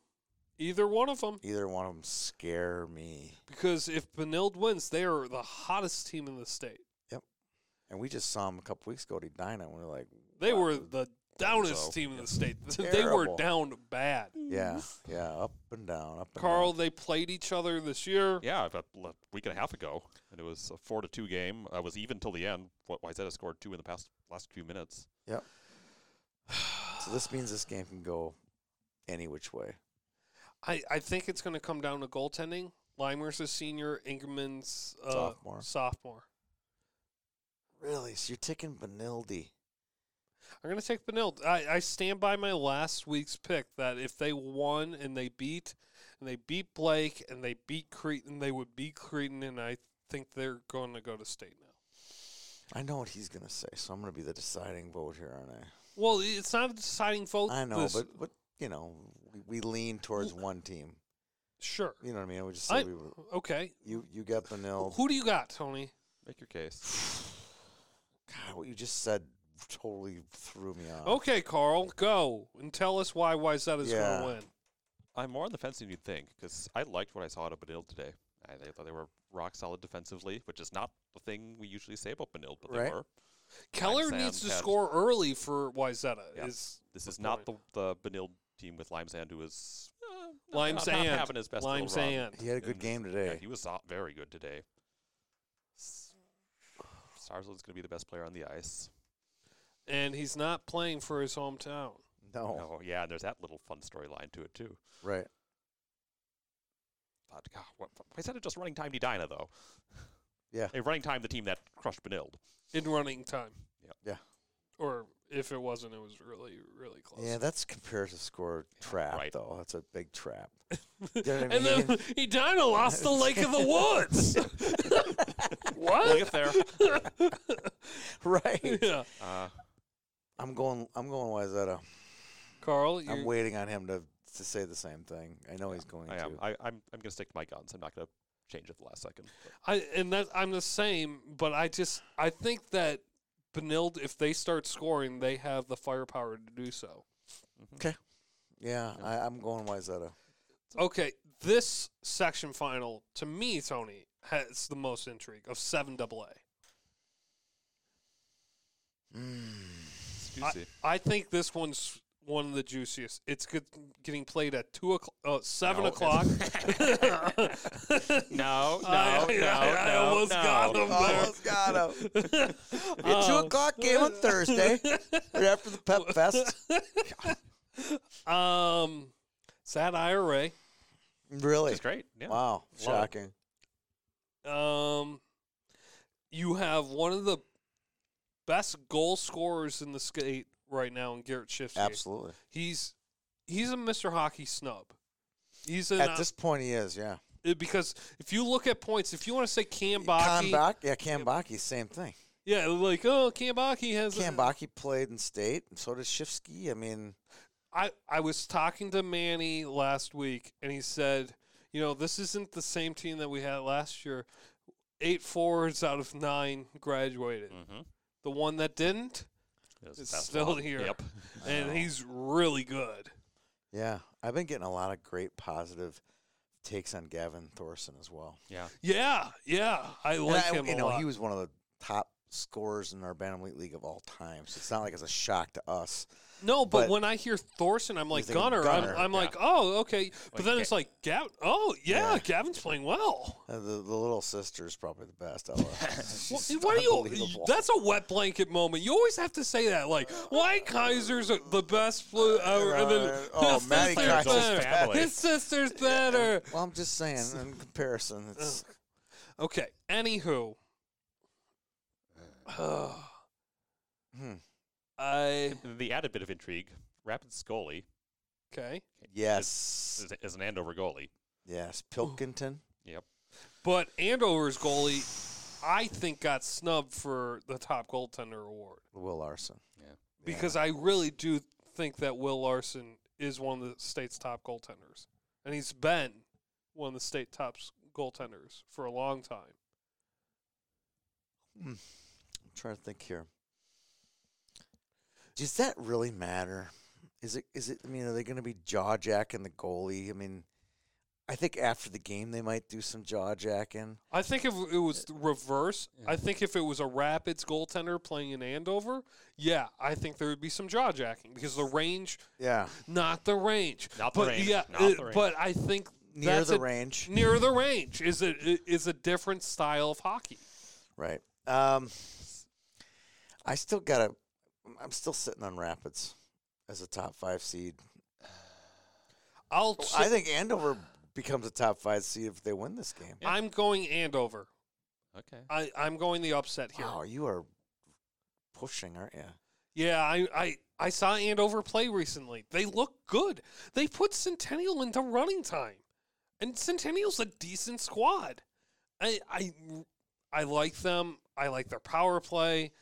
C: Either one of them.
F: Either one of them scare me.
C: Because if Benilde wins, they are the hottest team in the state.
F: And we just saw them a couple weeks ago at Edina, and we are like,
C: They were the downest
D: so.
C: team in the state. they were
F: Terrible.
C: down bad.
F: yeah, yeah, up and down, up and
C: Carl,
F: down.
C: they played each other this year.
D: Yeah, about a week and a half ago, and it was a four to two game. I was even till the end. What Wyzetta scored two in the past last few minutes.
F: So this means this game can go any which way.
C: I, I think it's going to come down to goaltending. Limer's a senior, Ingerman's uh,
F: Sophomore.
C: sophomore.
F: Really? So you're taking Benilde.
C: I'm going to take Benilde. I, I stand by my last week's pick that if they won and they beat, and they beat Blake and they beat Creighton, they would beat Creighton, and I think they're going to go to state now.
F: I know what he's gonna say, so I'm gonna be the deciding vote here, aren't
C: Well, it's not a deciding vote.
F: I? I know,
C: this-
F: but but you know, we, we lean towards one team.
C: sure.
F: You know what I mean? We just say
C: I,
F: we were,
C: okay.
F: you you got Benilde.
C: Who do you got, Tony?
D: Make your case.
F: God, what you just said totally threw me off.
C: Okay, Carl, go and tell us why Wyzetta is
F: Yeah.
C: going to win.
D: I'm more on the fence than you'd think because I liked what I saw out of Benilde today. I they thought they were rock solid defensively, which is not the thing we usually say about Benilde, but
F: Right.
D: they were.
C: Keller
D: Sand
C: needs to
D: had-
C: score early for Wyzetta.
D: Yeah.
C: Is
D: This
C: the
D: is not the
C: point.
D: the Benilde team with Limesand who is uh, not-
C: Lime
D: not,
C: Sand.
D: not having his best little
C: Lime
D: run.
C: Sand.
F: He had a good
D: And-
F: game
D: Yeah,
F: today.
D: he was uh, very good today. Sarsfield's going to be the best player on the ice.
C: and he's not playing for his hometown.
F: No.
D: Oh, yeah, and there's that little fun storyline to it, too.
F: Right.
D: But, God, what, why is that just running time to Dina, though?
F: Yeah.
D: Hey, running time, the team that crushed Benilde.
C: in running time.
D: Yeah.
F: Yeah.
C: Or if it wasn't, it was really, really close.
F: Yeah, that's comparative score trap
D: right.
F: though. That's a big trap. You know what I
C: and
F: mean?
C: then he died and lost the Lake of the Woods.
D: We'll
C: what?
D: get there.
F: right.
C: Yeah.
D: Uh,
F: I'm going. I'm going Wayzata.
C: Carl,
F: I'm
C: you
F: waiting on him to to say the same thing. I know he's going
D: I
F: to.
D: am. I, I'm, I'm going to stick to my guns. I'm not going to change at the last second. but-
C: I and that I'm the same, but I just I think that Benilde, if they start scoring, they have the firepower to do so.
F: yeah, I, I'm going Wayzata.
C: Okay, this section final to me, Tony, has the most intrigue of seven double A.
D: Excuse me.
C: I think this one's one of the juiciest. It's good, getting played at two o'clock, uh, seven
D: No.
C: o'clock.
D: No, no,
C: I- I-
D: no,
C: I
D: no,
C: almost
D: no.
C: got him.
F: Almost got him. Your
D: Oh.
F: two
C: Um,
F: o'clock game on Thursday, right after the pep fest.
C: um, it's at IRA.
F: Really?
D: It's great. Yeah.
F: Wow,
D: it.
F: shocking.
C: Um, you have one of the best goal scorers in the skate right now in Garrett Shifsky.
F: Absolutely.
C: He's he's a Mr. Hockey snub. He's an,
D: uh,
F: At this point, he is. Yeah.
C: uh, because if you look at points, if you want to say Kambaki,
F: Kanbaki, yeah, Kanbaki, same thing.
C: yeah, like oh, Kambaki has a-
F: Kanbaki played in state, and so does Shifsky. I mean,
C: I, I was talking to Manny last week, and he said, you know, this isn't the same team that we had last year. Eight forwards out of nine graduated.
F: Mm.
D: Mhm.
C: The one that didn't
D: It's
C: is
D: fast
C: still
D: one.
C: here.
D: Yep.
C: And he's really good.
F: yeah, I've been getting a lot of great positive takes on Gavin Thorson as well.
D: Yeah.
C: Yeah, yeah. I
F: And
C: like
F: I-
C: him
F: you
C: a
F: know,
C: lot.
F: he was one of the top scorers in our bantamweight league of all time. So it's not like it's a shock to us.
C: no, but,
F: but-
C: when I hear Thorson, I'm like,
F: thinking
C: Gunner.
F: Gunner,
C: I'm, I'm
D: yeah.
C: like, oh, okay. But
D: Like
C: then
D: Ga-
C: it's like, Gav- oh, yeah,
F: Yeah.
C: Gavin's playing well.
F: Uh, the, the little sister is probably the best. I love her.
C: Well,
F: She's
C: why do you?
F: unbelievable.
C: That's a wet blanket moment. You always have to say that. Like, why Kaiser's are the best flu? Uh, and then
F: Oh,
C: his
F: Matty
C: sister's
F: Kaiser's
C: better.
D: family.
C: His sister's better.
F: well, I'm just saying, in comparison, it's
C: Okay. Anywho,
F: hmm,
C: I
D: The added bit of intrigue Rapids goalie
C: okay,
F: yes,
D: is, is an Andover goalie.
F: yes, Pilkington.
D: Yep.
C: but Andover's goalie, I think, got snubbed for the top goaltender award
F: Will Larson.
C: because I really do think that Will Larson is one of the state's top goaltenders, and he's been one of the state top goaltenders for a long time.
F: I'm trying to think here. Does that really matter? Is it? Is it? I mean, are they going to be jaw jacking the goalie? I mean, I think after the game they might do some jaw jacking.
C: I think if it was the
D: Uh,
C: reverse, I think if it was a Rapids goaltender playing in Andover, yeah, I think there would be some jaw jacking because the range,
F: Yeah,
C: not the range,
D: Not the
C: but
D: range,
C: yeah,
D: not
C: uh,
D: the range.
C: but I think
F: near
C: that's
F: the
C: a-
F: range.
C: near the range is a is a different style of hockey.
F: Right. Um, I still got to. I'm still sitting on Rapids as a top five seed.
C: I'll
F: I think Andover becomes a top five seed if they win this game.
C: am going Andover.
D: Okay.
C: I I'm going the upset here.
F: Wow, you are pushing, aren't you?
C: Yeah, I I I saw Andover play recently. They look good. They put Centennial into running time, and Centennial's a decent squad. I I I like them. I like their power play.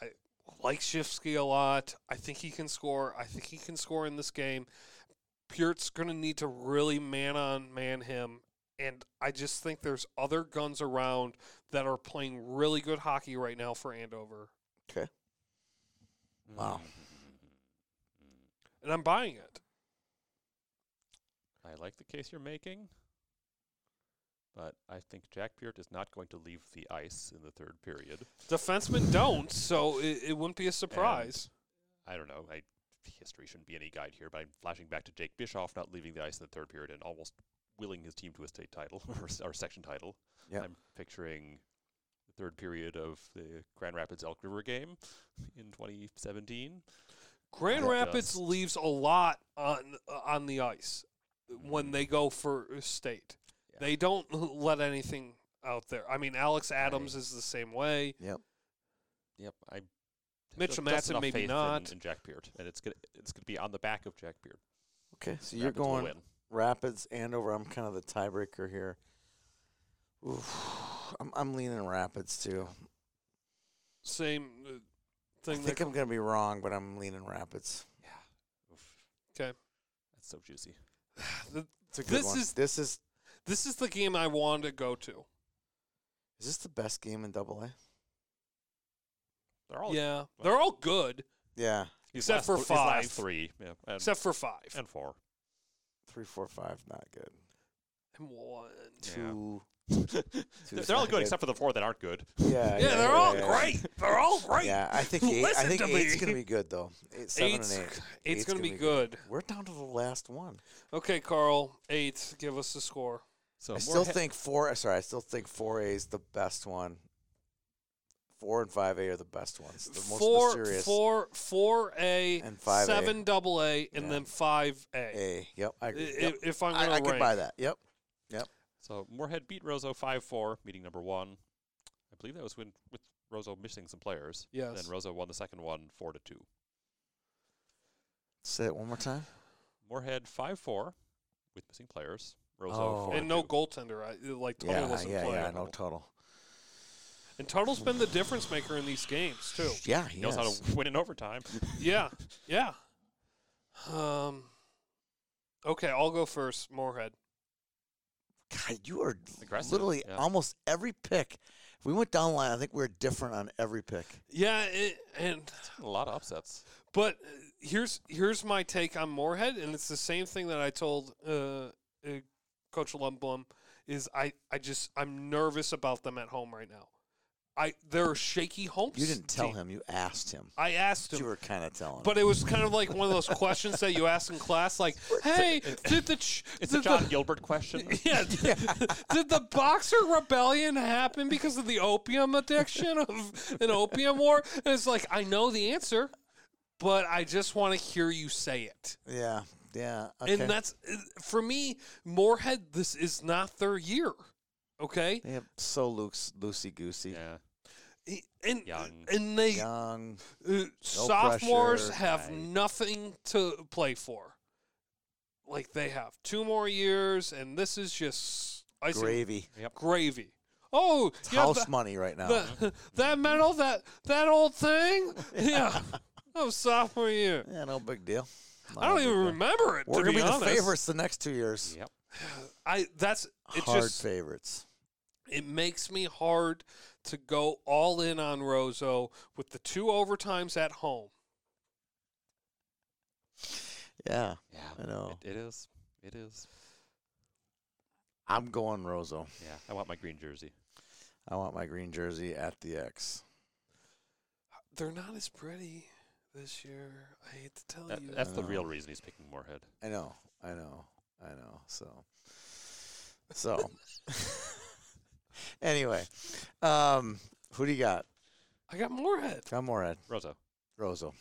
C: I like Shifsky a lot. I think he can score. I think he can score in this game. Purt's going to need to really man on man him. And I just think there's other guns around that are playing really good hockey right now for Andover.
F: Okay.
D: Hmm.
F: Wow.
C: And I'm buying it.
D: I like the case you're making, but I think Jack Beard is not going to leave the ice in the third period.
C: Defensemen don't, so it, it wouldn't be a surprise.
D: I don't know. I, history shouldn't be any guide here, but I'm flashing back to Jake Bischoff not leaving the ice in the third period and almost willing his team to a state title or, s- or section title.
F: Yep.
D: I'm picturing third period of the Grand Rapids Elk River game in 2017.
C: Grand
D: Yeah.
C: Rapids leaves a lot on on the ice when they go for state.
D: Yeah.
C: They don't let anything out there. I mean, Alex Adams is the same way.
D: Yep, I
C: Mitch
D: just
C: Matson
D: enough
C: maybe
D: faith in-
C: not.
D: in Jack Beard, and it's gonna it's gonna be on the back of Jack Beard.
F: Okay, so you're
D: Rapids will
F: going
D: win.
F: Rapids, Andover. I'm kind of the tiebreaker here. Oof. I'm, I'm leaning Rapids too.
C: Same uh,
F: I
C: thing.
F: think
C: that-
F: I'm going to be wrong, but I'm leaning Rapids.
D: Oof.
C: 'Kay.
D: that's so juicy.
C: th-
F: It's a good
C: This
F: one.
C: is-
F: this is
C: this is the game I want to go to.
F: is this the best game in Double A?
D: They're all
C: yeah, they're all good
F: Yeah,
D: his
C: except
D: last
C: for
D: th- his last
C: five.
D: three, yeah, and,
C: except for five
D: and four.
F: three, four, five, not good.
C: and one.
D: Yeah.
F: Two.
D: they're, they're all
F: not
D: good
F: good.
D: except for the four that aren't good.
F: Yeah,
C: Yeah, they're all
F: yeah.
C: great. They're all great.
F: Yeah, I think eight, I
C: Listen
F: think
C: to
F: eight's
C: me.
F: going to be good though. Eight, seven,
C: Eight's,
F: and
C: eight's
F: eight.
C: gonna, be, good.
F: We're down to the last one.
C: Okay, Carl, eight. Give us the score.
D: So
F: I
D: more
F: still
D: he-
F: think four. Sorry, I still think four A is the best one. Four and five A are the best ones. The most
C: four,
F: mysterious.
C: four, four A,
F: And five A.
C: seven double A, and
F: Yeah.
C: then five A.
F: A. Yep. I
C: I-
F: agree.
C: If,
F: Yep.
C: if I'm
F: I,
C: gonna
F: I could
C: rank.
F: buy that. Yep.
D: So Moorhead beat Roseau five four, meeting number one. I believe that was when with Roseau missing some players. And
C: Yes.
D: then Roseau won the second one four to two.
F: Say it one more time.
D: Moorhead five four with missing players. Roseau
F: Oh.
D: four
C: and no goaltender. I, like Tuttle
F: Yeah,
C: doesn't
F: yeah,
C: play.
F: yeah. No total.
C: And Tuttle's been the difference maker in these games too.
F: Yeah, he
D: He knows how
F: is.
D: to win in overtime.
C: yeah, yeah. Um. Okay, I'll go first. Moorhead.
F: God, you are
D: Aggressive,
F: literally
D: yeah.
F: almost every pick. If we went down the line, I think we are different on every pick.
C: Yeah, it, and
D: a lot of upsets.
C: But uh, here's here's my take on Moorhead, and it's the same thing that I told uh, uh, Coach Lumblum is I, I just I'm nervous about them at home right now. I they're a shaky home.
F: You didn't tell
C: team.
F: him. You asked him.
C: I asked
F: You
C: him,
F: were kind of telling.
C: but
F: him.
C: it was kind of like one of those questions that you ask in class, like, "Hey, did the ch-
D: It's
C: did
D: a John Gilbert question.
C: The, yeah, did the Boxer Rebellion happen because of the opium addiction of an opium war?" And it's like I know the answer, but I just want to hear you say it.
F: yeah, yeah. Okay.
C: And that's for me, Moorhead. This is not their year, okay?
F: they have so Luke's loosey goosey.
D: yeah.
C: And
D: Young.
C: and they
F: Young.
C: uh, sophomores
F: pressure.
C: have
D: Right.
C: nothing to play for. Like they have two more years, and this is just icing
F: gravy.
C: gravy. Oh,
F: It's
C: yeah,
F: house
C: the-
F: money right now.
C: the- that medal, that that old thing, yeah. Oh, sophomore year.
F: yeah, no big deal.
C: I don't
F: No big
C: even
F: deal.
C: remember it. to
F: We're gonna
C: be,
F: be, the
C: honest.
F: favorites the next two years.
D: Yep.
C: I that's it's
F: Hard
C: just
F: favorites.
C: it makes me hard to go all in on Rozo with the two overtimes at home.
F: Yeah,
D: Yeah.
F: I know.
D: It, it is. It is.
F: I'm going Roso.
D: Yeah. I want my green jersey.
F: I want my green jersey at the X.
C: They're not as pretty this year. I hate to tell
D: That,
C: you.
D: that's the
F: Uh,
D: real reason he's picking Moorhead.
F: I know. I know. I know. So, so. anyway, um, who do you got?
C: I got Moorhead.
F: Come on, Ed.
D: Roseau.
F: Roso.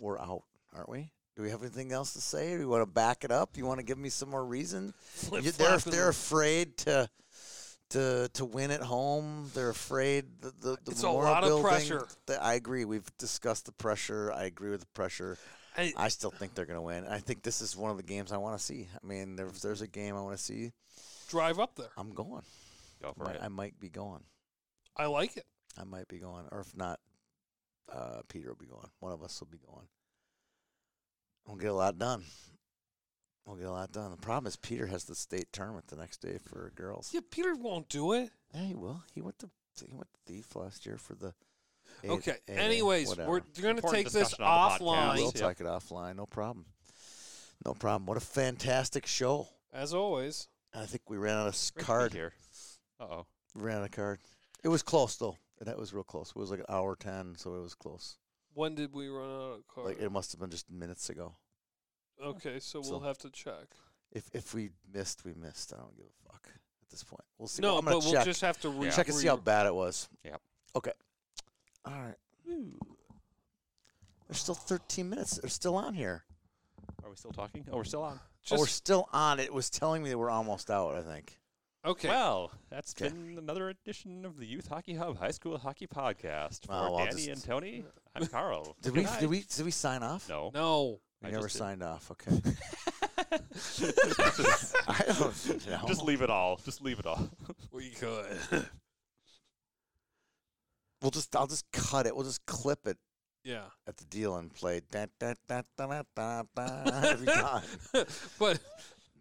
F: We're out, aren't we? Do we have anything else to say? Do you want to back it up? You want to give me some more reason?
C: Flip
F: You- they're they're afraid to to to win at home. They're afraid the the, the
C: It's a
F: morale
C: lot of
F: building-
C: pressure.
F: the- I agree. We've discussed the pressure. I agree with the pressure.
C: I,
F: I still think they're going to win. I think this is one of the games I want to see. I mean, there- if there's a game I want to see,
C: drive up there.
F: I'm going.
D: Go for
F: Might-
D: it.
F: I might be going.
C: I like it.
F: I might be going, or if not, uh, Peter will be going. One of us will be going. We'll get a lot done. We'll get a lot done. The problem is Peter has the state tournament the next day for girls.
C: Yeah, Peter won't do it.
F: Yeah, he will. He went to he went to thief last year for the. A-
C: Okay.
F: A-
C: Anyways,
F: whatever.
C: we're going to
D: Important
C: take this
D: discussion on the
F: we
D: podcast.
F: will
C: offline.
D: Yep.
F: take it offline. No problem. No problem. What a fantastic show!
C: As always,
F: I think we ran out of s-
D: Great to be
F: card.
D: here. Uh oh.
F: Ran out of card. It was close though. That was real close. It was like an hour ten, so it was close.
C: when did we run out of cards?
F: Like it must have been just minutes ago.
C: okay, so we'll
F: so-
C: have to check.
F: If if we missed, we missed. I don't give a fuck at this point. We'll see.
C: no,
F: I'm gonna
C: but
F: check.
C: we'll just have to re-
F: check and see how bad it was.
D: Yep.
F: All right. There's still 13 minutes. They're still on here.
D: Are we still talking? Oh, we're still on.
F: oh, we're
C: Just
F: still on. It was telling me that we're almost out, I think.
C: okay.
D: Well, that's
F: Okay.
D: been another edition of the Youth Hockey Hub High School Hockey Podcast. For
F: Well, I'll
D: Danny
F: just-
D: and Tony, I'm Carl.
F: Did
D: Good
F: we,
D: night.
F: did we did we sign off?
D: No.
C: no.
F: We
D: I
F: never
D: just did.
F: signed off. Okay. I don't know.
D: Just leave it all. Just leave it all.
C: We could.
F: we'll just I'll just cut it. We'll just clip it
C: yeah.
F: at the deal and play da da da da da da da every time.
C: but